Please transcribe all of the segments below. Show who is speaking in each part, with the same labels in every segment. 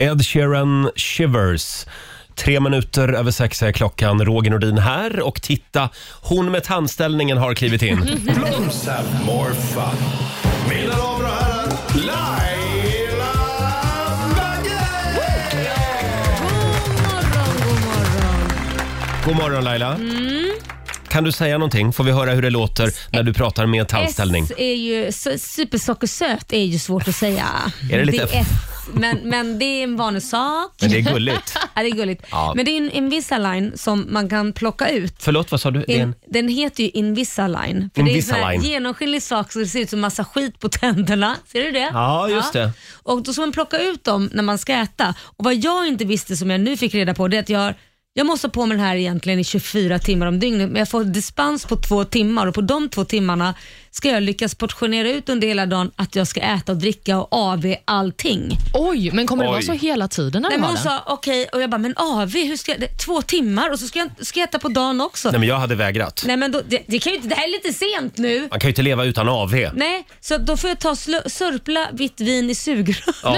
Speaker 1: Ed Sheeran Shivers. Tre minuter över sex är klockan. Roger Nordin här. Och titta, hon med tandställningen har klivit
Speaker 2: Mm.
Speaker 1: in.
Speaker 3: Blooms have more fun. Mina damer och herrar, Laila Bagge!
Speaker 1: God morgon Laila.
Speaker 2: Mm.
Speaker 1: Kan du säga någonting? Får vi höra hur det låter när du pratar med tandställning?
Speaker 2: S är ju, s- supersockersöt är ju svårt att säga.
Speaker 1: Är det lite-
Speaker 2: är S, men, men det är en vanlig sak.
Speaker 1: Men det är gulligt.
Speaker 2: Ja, det är gulligt.
Speaker 1: Ja.
Speaker 2: Men det är en Invisalign som man kan plocka ut.
Speaker 1: Förlåt, vad sa du? Det är en...
Speaker 2: Den, den heter ju Invisalign. För Det är en sån
Speaker 1: Invisalign.
Speaker 2: här genomskinlig sak så det ser ut som massa skit på tänderna. Ser du det?
Speaker 1: Ja, just det.
Speaker 2: Och Då ska man plocka ut dem när man ska äta. Och Vad jag inte visste som jag nu fick reda på det är att jag, har- jag måste ha på mig den här egentligen i 24 timmar om dygnet men jag får dispens på två timmar och på de två timmarna ska jag lyckas portionera ut under hela dagen att jag ska äta och dricka och AV allting.
Speaker 4: Oj, men kommer det vara
Speaker 1: Oj.
Speaker 4: så hela tiden? När
Speaker 2: Nej,
Speaker 4: du
Speaker 2: men
Speaker 4: har
Speaker 2: hon
Speaker 4: den?
Speaker 2: sa okej och jag bara, men AV, hur ska jag, det- två timmar och så ska jag, ska jag äta på dagen också.
Speaker 1: Nej,
Speaker 2: Nej,
Speaker 1: men jag hade vägrat.
Speaker 2: men då, det, det, kan ju inte, det här är lite sent nu.
Speaker 1: Man kan ju inte leva utan AV.
Speaker 2: Nej, så då får jag ta slö, sörpla vitt vin i sugrör.
Speaker 1: Ja.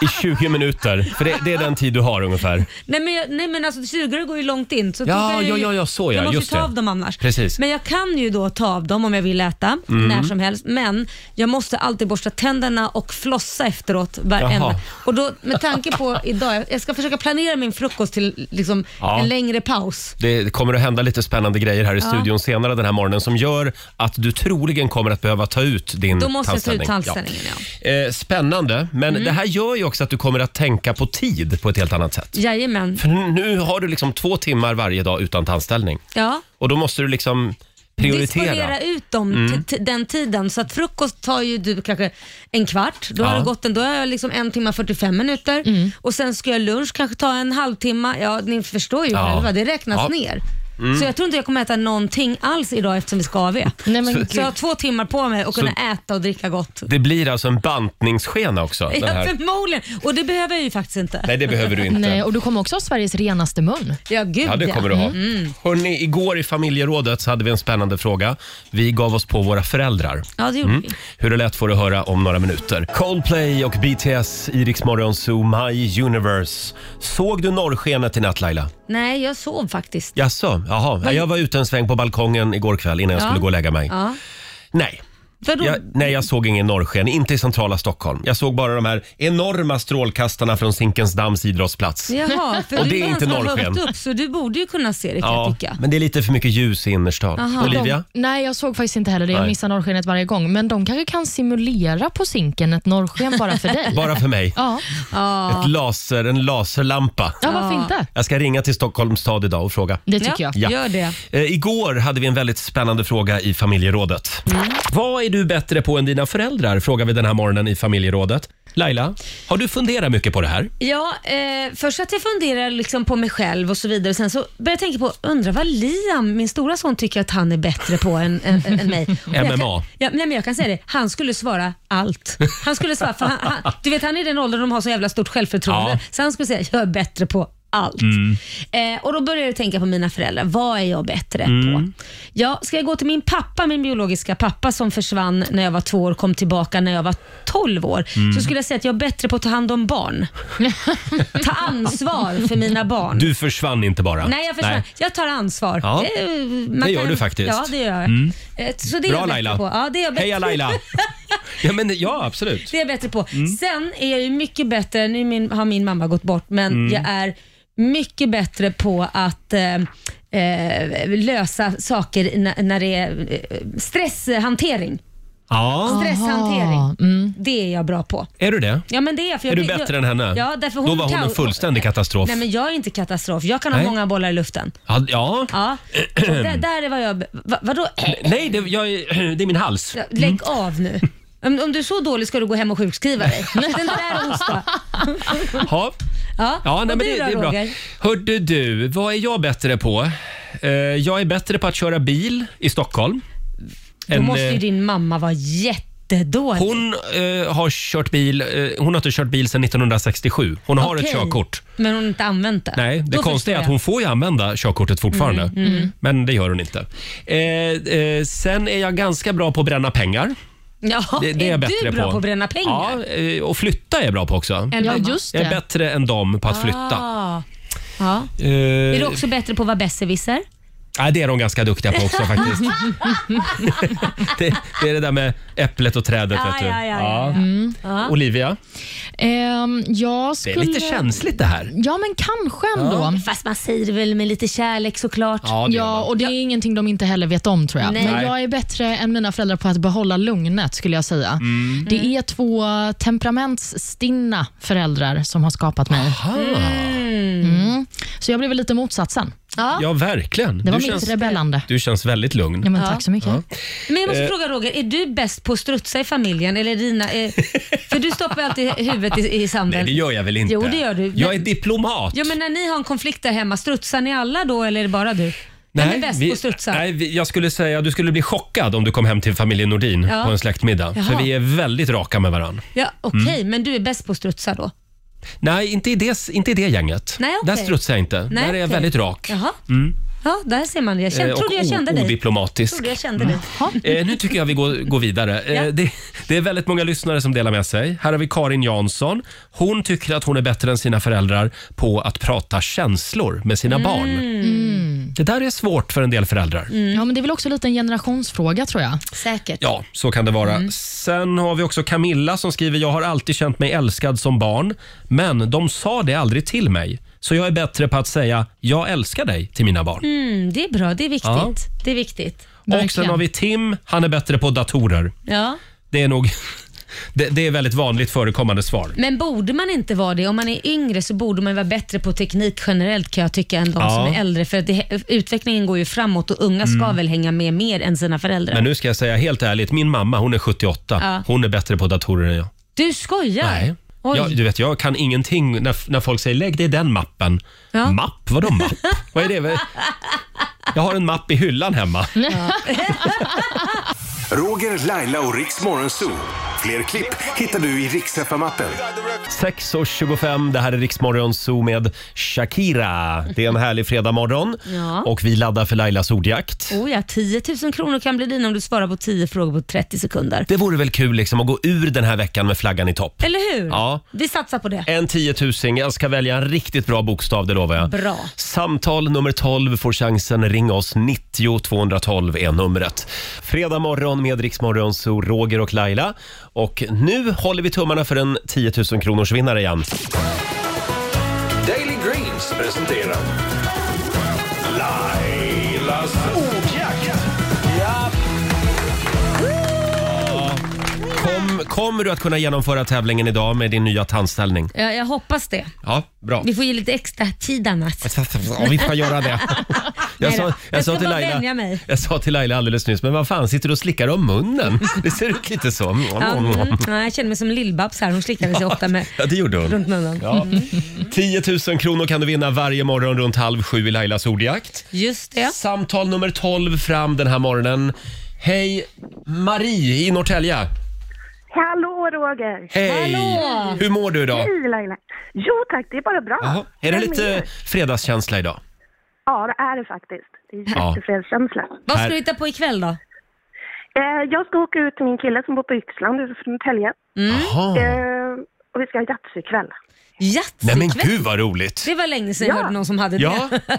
Speaker 1: I 20 minuter. För det, det är den tid du har ungefär.
Speaker 2: Nej men, jag, nej men alltså sugrör går ju långt in. Så
Speaker 1: Ja,
Speaker 2: då kan jag ju-
Speaker 1: ja, ja, ja, så ja,
Speaker 2: Jag måste ju
Speaker 1: just
Speaker 2: ta
Speaker 1: det.
Speaker 2: av dem annars.
Speaker 1: Precis. Mm.
Speaker 2: Men jag kan ju då ta av dem om jag vill äta när som helst. Men jag måste alltid borsta tänderna och flossa efteråt
Speaker 1: Jaha.
Speaker 2: varenda. Och då med tanke på idag, jag, jag ska försöka planera min frukost till liksom,
Speaker 1: Ja.
Speaker 2: en längre paus.
Speaker 1: Det kommer att hända lite spännande grejer här i studion senare den här morgonen som gör att du troligen kommer att behöva ta ut din
Speaker 2: Då måste jag ta
Speaker 1: tandställning.
Speaker 2: ut tandställningen. Ja.
Speaker 1: Eh, spännande, men
Speaker 2: Mm.
Speaker 1: det här gör ju också att du kommer att tänka på tid på ett helt annat sätt.
Speaker 2: Jajamän.
Speaker 1: För nu har du liksom två timmar varje dag utan tandställning
Speaker 2: Ja.
Speaker 1: och då måste du liksom prioritera. Mm.
Speaker 2: Disponera ut dem till, till den tiden. Så att frukost tar ju du kanske en kvart. Då
Speaker 1: Ja.
Speaker 2: har det gått en, då har jag liksom en timme och 45 minuter.
Speaker 4: Mm.
Speaker 2: Och sen ska jag lunch, kanske ta en halvtimme. Ja, ni förstår ju
Speaker 1: Ja.
Speaker 2: själva, det räknas
Speaker 1: Ja. Mm.
Speaker 2: ner. Så jag tror inte jag kommer äta någonting alls idag eftersom vi ska AW.
Speaker 4: Nej, men
Speaker 2: Så jag har
Speaker 4: gud.
Speaker 2: två timmar på mig att kunna äta och dricka gott.
Speaker 1: Det blir alltså en bantningsskena också. Den
Speaker 2: Ja,
Speaker 1: här.
Speaker 2: förmodligen. Och det behöver jag ju faktiskt inte.
Speaker 1: Nej, det behöver du inte.
Speaker 4: Nej, och du kommer också ha Sveriges renaste mun.
Speaker 2: Ja, Mm. gud
Speaker 1: Ja, det kommer du ha. Hörrni, igår i familjerådet så hade vi en spännande fråga. Vi gav oss på våra föräldrar.
Speaker 2: Ja, det gjorde
Speaker 1: Mm.
Speaker 2: vi.
Speaker 1: Hur det lät får du höra om några minuter. Coldplay och BTS i Rix Morgon Zoo, My Universe. Såg du norrskenet i natt Laila?
Speaker 2: Nej, jag sov faktiskt.
Speaker 1: Jaså, jaha. Ja, Jag var ute en sväng på balkongen igår kväll innan jag
Speaker 2: Ja.
Speaker 1: skulle gå och lägga mig.
Speaker 2: Ja.
Speaker 1: Nej.
Speaker 2: Vadå?
Speaker 1: Jag, nej, jag såg ingen norrsken. Inte i centrala Stockholm. Jag såg bara de här enorma strålkastarna från Zinkensdamms idrottsplats.
Speaker 2: Jaha, för
Speaker 1: Och
Speaker 2: du
Speaker 1: det är
Speaker 2: ju
Speaker 1: inte
Speaker 2: den som har
Speaker 1: norrsken.
Speaker 2: högt upp så du borde ju kunna se det kan jag tycka.
Speaker 1: men det är lite för mycket ljus i innerstan.
Speaker 2: Aha.
Speaker 1: Olivia?
Speaker 4: De, nej, jag såg faktiskt inte heller det.
Speaker 1: Nej.
Speaker 4: Jag missar norrskenet varje gång. Men de kanske kan simulera på sinken ett norrsken bara för dig.
Speaker 1: Bara för mig.
Speaker 4: Ja.
Speaker 1: Ett laser, en laserlampa.
Speaker 4: ja, varför inte?
Speaker 1: Jag ska ringa till Stockholms stad idag och fråga.
Speaker 4: Det tycker jag.
Speaker 1: Ja.
Speaker 2: Gör det.
Speaker 1: Eh, igår hade vi en väldigt spännande fråga i familjerådet.
Speaker 2: Mm.
Speaker 1: Vad är du bättre på än dina föräldrar? Frågar vi den här morgonen i familjerådet. Laila, har du funderat mycket på det här?
Speaker 2: Ja, eh, först att jag funderar liksom på mig själv och så vidare. Sen så börjar jag tänka på, undrar vad Liam, min stora son, tycker att han är bättre på än, än, än mig. Och jag kan-
Speaker 1: MMA.
Speaker 2: Ja, nej, men jag kan säga det, han skulle svara allt. Han skulle svara, för han, han, du vet han är i den åldern de har så jävla stort självförtroende.
Speaker 1: Ja.
Speaker 2: Så han skulle säga, jag är bättre på allt. Eh, och Då började jag tänka på mina föräldrar. Vad är jag bättre på? Ja, ska jag gå till min pappa, min biologiska pappa som försvann när jag var två år och kom tillbaka när jag var 12 år, så skulle jag säga att jag är bättre på att ta hand om barn. ta ansvar för mina barn.
Speaker 1: Du försvann inte bara.
Speaker 2: Nej, jag försvann. Jag tar ansvar.
Speaker 1: Ja.
Speaker 2: Det, är- man
Speaker 1: Det gör du faktiskt. Mm.
Speaker 2: Ja, det gör jag. Eh, Så det är
Speaker 1: Bra
Speaker 2: jag bättre
Speaker 1: Laila.
Speaker 2: På. Ja, det är jag bättre
Speaker 1: Heja Laila! Mm. Ja, men, ja absolut.
Speaker 2: det är jag bättre på. Sen är jag ju mycket bättre, nu är min, har min mamma gått bort, men
Speaker 1: Mm.
Speaker 2: jag är mycket bättre på att eh, eh, lösa saker när, när det är eh, stresshantering.
Speaker 1: Ja,
Speaker 4: Aha.
Speaker 2: Stresshantering,
Speaker 4: Mm.
Speaker 2: det är jag bra på.
Speaker 1: är du det?
Speaker 2: Ja, men det är, jag, för jag
Speaker 1: Är du
Speaker 2: blir-
Speaker 1: bättre än
Speaker 2: jag,
Speaker 1: henne?
Speaker 2: Ja, därför hon
Speaker 1: Då var hon
Speaker 2: kan-
Speaker 1: en fullständig katastrof.
Speaker 2: Nej, men jag är inte katastrof. Jag kan ha
Speaker 1: Nej.
Speaker 2: många bollar i luften.
Speaker 1: Ja, ja.
Speaker 2: Ja. Så där, där är vad jag... Va, vadå?
Speaker 1: Nej, det, jag, det är min hals.
Speaker 2: Lägg av nu. Om, om du är så dålig ska du gå hem och sjukskriva dig. Den där hosta.
Speaker 1: Ja.
Speaker 2: Ja,
Speaker 1: Ja, nej,
Speaker 2: och
Speaker 1: men
Speaker 2: du
Speaker 1: det,
Speaker 2: då,
Speaker 1: det är bra.
Speaker 2: Roger?
Speaker 1: Hörde du, vad är jag bättre på? Eh, jag är bättre på att köra bil i Stockholm.
Speaker 2: Då
Speaker 1: En,
Speaker 2: måste ju
Speaker 1: eh,
Speaker 2: din mamma vara jättedålig.
Speaker 1: hon eh, har kört bil, eh, hon har inte kört bil sedan 1967. Hon har ett
Speaker 2: Okej.
Speaker 1: körkort.
Speaker 2: Men hon har inte använt det.
Speaker 1: Nej, det
Speaker 2: Då
Speaker 1: konstiga är att
Speaker 2: förstår Mm,
Speaker 1: hon får ju använda körkortet fortfarande. Men det gör hon inte. Eh, eh, sen är jag ganska bra på att bränna pengar.
Speaker 2: Ja,
Speaker 1: Det, det är, jag bättre
Speaker 2: du bra på att bränna pengar?
Speaker 1: Ja, eh, och flytta är jag bra på också.
Speaker 2: Än
Speaker 4: Ja,
Speaker 2: mamma?
Speaker 4: just
Speaker 1: Jag är
Speaker 4: det.
Speaker 1: bättre än dem på att flytta.
Speaker 2: Ah. Ja.
Speaker 1: Eh,
Speaker 2: Är du också bättre på att vara besserwisser?
Speaker 1: nej, det är de ganska duktiga på också faktiskt. det, det är det där med äpplet och trädet.
Speaker 2: Ja,
Speaker 1: vet du.
Speaker 2: ja, ja, ja, ja. Mm. Ja.
Speaker 1: Olivia,
Speaker 4: Ehm, jag
Speaker 1: det
Speaker 4: skulle...
Speaker 1: är lite känsligt det här.
Speaker 4: Ja, men kanske ändå.
Speaker 2: Fast man säger det väl med lite kärlek såklart.
Speaker 1: Ja, det är
Speaker 4: Ja,
Speaker 1: man.
Speaker 4: och det är ingenting de inte heller vet om tror jag.
Speaker 2: Nej.
Speaker 4: Men jag är bättre än mina föräldrar på att behålla lugnet skulle jag säga.
Speaker 1: Mm.
Speaker 4: Det är två temperamentstinna föräldrar som har skapat mig.
Speaker 2: Mm.
Speaker 4: Mm. Så jag blev väl lite motsatsen.
Speaker 1: Ja, verkligen.
Speaker 4: Det var
Speaker 1: Du
Speaker 4: mitt
Speaker 1: känns,
Speaker 4: rebellande.
Speaker 1: du känns väldigt lugn.
Speaker 4: Ja, men Tack så mycket.
Speaker 2: Men jag måste
Speaker 1: Eh.
Speaker 2: fråga Roger, är du bäst på att strutsa i familjen? Eller dina, eh, för du stoppar ju alltid huvudet i, i
Speaker 1: Nej,
Speaker 2: sanden.
Speaker 1: det gör jag väl inte?
Speaker 2: Jo, det gör du.
Speaker 1: Jag är
Speaker 2: Men-
Speaker 1: diplomat.
Speaker 2: Jo, men när ni har en konflikt där hemma, strutsar ni alla då eller är det bara du? Vem är bäst på att strutsa?
Speaker 1: nej, vi, jag skulle säga att du skulle bli chockad om du kom hem till familjen Nordin
Speaker 2: Ja.
Speaker 1: på en släktmiddag. För
Speaker 2: Jaha.
Speaker 1: vi är väldigt raka med varandra.
Speaker 2: Ja, Okej,
Speaker 1: Mm.
Speaker 2: men du är bäst på att strutsa då?
Speaker 1: Nej, inte i det, inte i det gänget.
Speaker 2: Nej, okej.
Speaker 1: Där strutsar jag inte.
Speaker 2: Nej,
Speaker 1: där är jag
Speaker 2: okej.
Speaker 1: väldigt rak.
Speaker 2: Jaha. Ja, där ser man det. Jag
Speaker 1: Mm. Eh,
Speaker 2: kände,
Speaker 1: och
Speaker 2: trodde jag
Speaker 1: o-
Speaker 2: kände dig.
Speaker 1: odiplomatisk.
Speaker 2: Trodde jag kände dig.
Speaker 1: Eh, nu tycker jag vi går, går vidare. Eh,
Speaker 2: Ja.
Speaker 1: det, det är väldigt många lyssnare som delar med sig. Här har vi Karin Jansson. Hon tycker att hon är bättre än sina föräldrar på att prata känslor med
Speaker 2: Mm.
Speaker 1: sina barn. Det där är svårt för en del föräldrar.
Speaker 2: Mm.
Speaker 4: Ja, men det är väl också lite en generationsfråga tror jag.
Speaker 2: Säkert.
Speaker 1: Ja, så kan det vara.
Speaker 2: Mm.
Speaker 1: Sen har vi också Camilla som skriver “Jag har alltid känt mig älskad som barn, men de sa det aldrig till mig. Så jag är bättre på att säga “Jag älskar dig” till mina barn”.
Speaker 2: Mm, det är bra, det är viktigt.
Speaker 1: Ja.
Speaker 2: Det är viktigt.
Speaker 1: Och sen
Speaker 4: verkligen.
Speaker 1: har vi Tim, han är bättre på datorer.
Speaker 2: Ja.
Speaker 1: Det är nog... Det, det är väldigt vanligt förekommande svar.
Speaker 2: Men borde man inte vara det? Om man är yngre så borde man vara bättre på teknik generellt kan jag tycka än de
Speaker 1: Ja.
Speaker 2: som är äldre. För att det, utvecklingen går ju framåt och unga ska väl hänga med mer än sina föräldrar.
Speaker 1: Mm. Men nu ska jag säga helt ärligt, min mamma hon är 78.
Speaker 2: Ja.
Speaker 1: Hon är bättre på datorer än jag.
Speaker 2: Du skojar?
Speaker 1: Nej.
Speaker 2: Oj.
Speaker 1: Jag, du vet, jag kan ingenting när, när folk säger “lägg dig i den mappen”.
Speaker 2: Ja.
Speaker 1: Mapp? Vadå mapp? Vad är det? Jag har en mapp i hyllan hemma.
Speaker 3: Roger, Laila och Riks Morgonzoo. Fler klipp hittar du i Riks FM-appen.
Speaker 1: 6.25, det här är Riksmorgon Zoo med Shakira. Det är en härlig fredagmorgon
Speaker 2: Ja.
Speaker 1: och vi laddar för Lailas ordjakt.
Speaker 2: Oh ja, 10 000 kronor kan bli dina om du svarar på 10 frågor på 30 sekunder.
Speaker 1: Det vore väl kul liksom att gå ur den här veckan med flaggan i topp.
Speaker 2: Eller hur?
Speaker 1: Ja.
Speaker 2: Vi satsar på det.
Speaker 1: En tiotusing. Jag ska välja en riktigt bra bokstav, det lovar jag.
Speaker 2: Bra.
Speaker 1: Samtal nummer 12 får chansen. Ring oss. 90 212 är numret. Fredag morgon med Riksmorgon Zoo, Roger och Laila. Och nu håller vi tummarna för en 10 000 kronors vinnare igen.
Speaker 3: Daily Greens presenterar Lailas ordjakt.
Speaker 1: Kom, kommer du att kunna genomföra tävlingen idag med din nya tandställning?
Speaker 2: Jag, jag hoppas det.
Speaker 1: Ja, bra.
Speaker 2: Vi får ge lite extra tid annars.
Speaker 1: Ja, vi ska göra det. Jag
Speaker 2: Nej då,
Speaker 1: sa, jag,
Speaker 2: jag
Speaker 1: sa
Speaker 2: ska
Speaker 1: till
Speaker 2: bara
Speaker 1: Laila,
Speaker 2: vänja mig.
Speaker 1: jag sa till Laila alldeles nyss, men vad fan sitter du och slickar om munnen? Det ser ut lite så.
Speaker 2: Ja, mm, ja, jag känner mig som Lill-Babs här. Hon slickade sig ofta med
Speaker 1: Ja, det gjorde hon.
Speaker 2: runt munnen.
Speaker 1: Ja. 10 000 kronor kan du vinna varje morgon runt halv sju i Lailas ordjakt.
Speaker 2: Just det.
Speaker 1: Samtal nummer 12 fram den här morgonen. Hej, Marie i Norrtälje.
Speaker 5: Hallå Roger!
Speaker 1: Hej!
Speaker 2: Hallå!
Speaker 1: Hur mår du idag?
Speaker 5: Hej Laila! Jo tack, det är bara bra.
Speaker 1: Jaha. Är det
Speaker 5: Vem
Speaker 1: lite fredagskänsla idag?
Speaker 5: Ja, det är det faktiskt. Det är
Speaker 1: Ja.
Speaker 5: jättefredskänsla.
Speaker 2: Vad
Speaker 1: Här-
Speaker 2: ska du hitta på ikväll då?
Speaker 5: Eh, jag ska åka ut till min kille som bor på Yxland utanför Norrtälje.
Speaker 2: Mm.
Speaker 1: Jaha.
Speaker 5: Eh, och vi ska ha jazzikväll.
Speaker 1: Nej men
Speaker 2: Yatzy-kväll.
Speaker 1: gud vad roligt!
Speaker 2: Det var länge sedan jag
Speaker 5: Ja.
Speaker 2: hörde någon som hade
Speaker 1: Ja.
Speaker 2: det.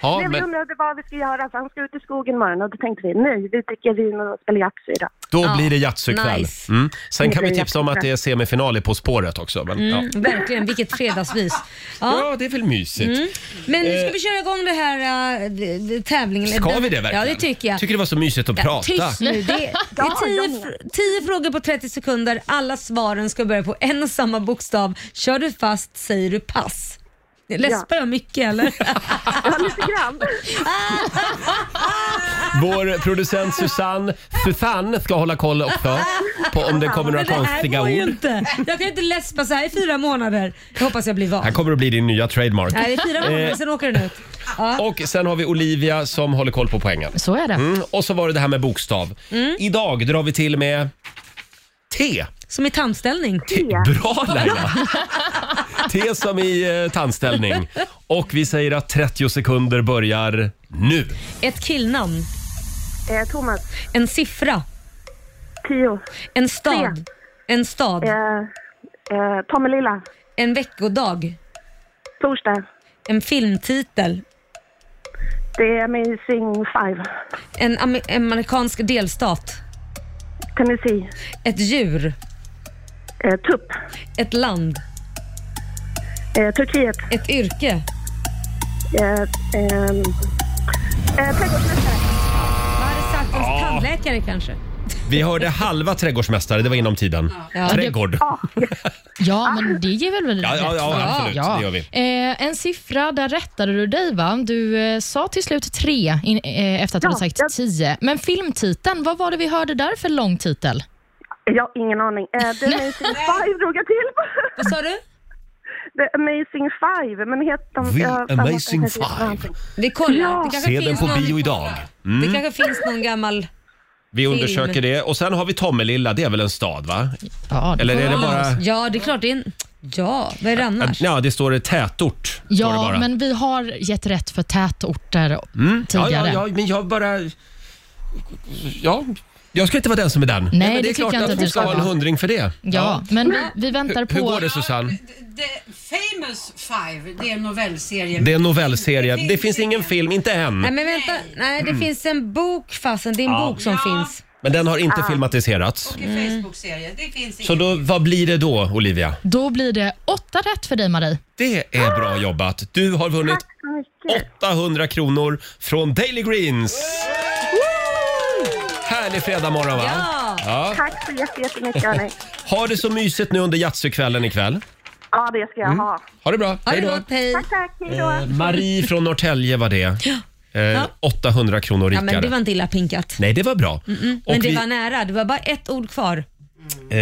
Speaker 1: ja
Speaker 5: Nej, vi
Speaker 1: men
Speaker 5: undrade vad vi ska göra för han ska ut i skogen imorgon och då tänkte vi nej, vi dricker vin och spelar jazz idag.
Speaker 1: då blir det jazzykväll.
Speaker 2: nice.
Speaker 1: Mm. Sen kan
Speaker 5: Det
Speaker 1: vi
Speaker 5: blir
Speaker 1: tipsa om att det är semifinal i På spåret också. Men, ja.
Speaker 2: Verkligen, vilket fredagsvis. Mm. Ja. Mm.
Speaker 1: ja, det är väl mysigt.
Speaker 2: Men nu ska vi köra igång det här äh, d- d- tävlingen.
Speaker 1: eh, Ska vi det verkligen?
Speaker 2: Ja, det tycker jag.
Speaker 1: Tycker det var så mysigt att
Speaker 2: Ja,
Speaker 1: prata.
Speaker 2: Tyst nu. Det, det
Speaker 5: Ja,
Speaker 2: är tio,
Speaker 5: jag med.
Speaker 2: fr- tio frågor på 30 sekunder. Alla svaren ska börja på en och samma bokstav. Kör du fast säger du pass. Läspar jag mycket eller?
Speaker 5: Ja, lite grann.
Speaker 1: Vår producent Susanne, Susanne ska hålla koll också på om det kommer några
Speaker 2: Men det
Speaker 1: konstiga
Speaker 2: här går ju
Speaker 1: ord.
Speaker 2: inte. Jag kan ju inte läspa så här i fyra månader. Jag hoppas jag blir van.
Speaker 1: Här Eh. kommer det bli din nya trademark.
Speaker 2: Nej, det är fyra månader, sen åker den ut. Ja.
Speaker 1: Och sen har vi Olivia som håller koll på poängen.
Speaker 4: Så är det.
Speaker 1: Mm, och så var det det här med bokstav.
Speaker 2: Mm.
Speaker 1: Idag drar vi till med T.
Speaker 2: Som i tandställning.
Speaker 1: Bra Laila! T som i eh, tandställning. Och vi säger att 30 sekunder börjar nu.
Speaker 2: Ett killnamn.
Speaker 5: Eh, Thomas,
Speaker 2: En siffra.
Speaker 5: Tio.
Speaker 2: En stad. En stad.
Speaker 5: Eh, eh, Tommelilla.
Speaker 2: En veckodag.
Speaker 5: Torsdag.
Speaker 2: En filmtitel.
Speaker 5: Det är Amazing Five.
Speaker 2: En ame- en amerikansk delstat.
Speaker 5: Tennessee.
Speaker 2: Ett djur.
Speaker 5: Eh, tupp.
Speaker 2: Ett land.
Speaker 5: Eh, Turkiet.
Speaker 2: Ett yrke.
Speaker 5: Eh, ehm, eh, Trädgårdsmästare.
Speaker 2: Vad hade sagt? En tandläkare kanske?
Speaker 1: Vi hörde halva trädgårdsmästare, det var inom tiden.
Speaker 2: Ja.
Speaker 1: Trädgård.
Speaker 4: Ja, men det ger väl
Speaker 1: Ja,
Speaker 4: rätt?
Speaker 1: ja, ja,
Speaker 4: va?
Speaker 1: absolut. Det gör vi.
Speaker 4: Eh, en siffra, där rättade du dig va? Du eh, sa till slut tre in, eh, efter att du
Speaker 5: Ja,
Speaker 4: hade sagt
Speaker 5: jag-
Speaker 4: tio. Men filmtiteln, vad var det vi hörde där för lång titel?
Speaker 5: Jag har ingen aning. Eh, The Amazing Five drog jag till.
Speaker 2: Vad sa du?
Speaker 5: The Amazing Five. Men heter de...
Speaker 1: The
Speaker 5: jag har för mig att de
Speaker 1: Amazing
Speaker 5: heter
Speaker 1: Five.
Speaker 5: någonting.
Speaker 2: Vi kollar.
Speaker 5: Ja.
Speaker 2: Det kanske
Speaker 1: Se den
Speaker 2: finns
Speaker 1: på
Speaker 2: någon,
Speaker 1: bio idag. Mm.
Speaker 2: Det kanske finns någon gammal...
Speaker 1: Vi undersöker det. Och sen har vi Tommelilla, det är väl en stad va?
Speaker 4: Ja,
Speaker 1: Eller är det
Speaker 4: var-
Speaker 1: bara...
Speaker 2: Ja, det är klart. Det är en... Ja, vad är det annars?
Speaker 1: Ja, det står tätort. står det
Speaker 4: Ja,
Speaker 1: bara. Mm.
Speaker 4: men vi har gett rätt för tätorter
Speaker 1: ja,
Speaker 4: tidigare.
Speaker 1: ja, ja, men jag bara... Ja, jag ska inte vara den som är den.
Speaker 4: Nej,
Speaker 1: men
Speaker 4: det
Speaker 1: det är
Speaker 4: tycker
Speaker 1: klart
Speaker 4: jag inte
Speaker 1: att
Speaker 4: att
Speaker 1: du
Speaker 4: du
Speaker 1: ska
Speaker 4: ska
Speaker 1: ha en
Speaker 4: vara.
Speaker 1: hundring för det.
Speaker 4: Ja, men vi, vi väntar
Speaker 1: Hur,
Speaker 4: på...
Speaker 1: hur går det Susanne?
Speaker 6: The famous Five, det är en novellserie.
Speaker 1: Det är en novellserie. Det finns ingen film, inte
Speaker 2: Nej,
Speaker 1: än.
Speaker 2: men vänta. Nej,
Speaker 1: Mm.
Speaker 2: det finns en bok fasen. Det är en bok som
Speaker 6: Ja.
Speaker 2: finns.
Speaker 1: Men den har inte filmatiserats.
Speaker 6: Och
Speaker 2: Mm.
Speaker 6: en Facebook-serie. Det finns
Speaker 1: Så
Speaker 6: ingen.
Speaker 1: då, vad blir det då, Olivia?
Speaker 4: Då blir det åtta rätt för dig, Marie.
Speaker 1: Det är bra jobbat. Du har vunnit
Speaker 5: Tack så mycket.
Speaker 1: 800 kronor från Daily Greens. Härlig fredagmorgon va?
Speaker 2: Ja.
Speaker 1: Ja.
Speaker 5: Tack så jätte- jättemycket, hörni.
Speaker 1: Ha det så mysigt nu under Yatzykvällen ikväll.
Speaker 5: Ja, det ska jag ha.
Speaker 1: Ha det bra.
Speaker 2: Ha
Speaker 1: Hej
Speaker 2: det
Speaker 1: då.
Speaker 2: gott. Hej.
Speaker 5: Tack, tack. Hej då.
Speaker 1: Eh, Marie från Norrtälje var det. Eh, 800 kronor
Speaker 2: Ja,
Speaker 1: rikare.
Speaker 2: men det var inte illa pinkat.
Speaker 1: Nej, det var bra.
Speaker 2: Men
Speaker 1: Och
Speaker 2: det
Speaker 1: vi,
Speaker 2: var nära. Det var bara ett ord kvar.
Speaker 1: eh,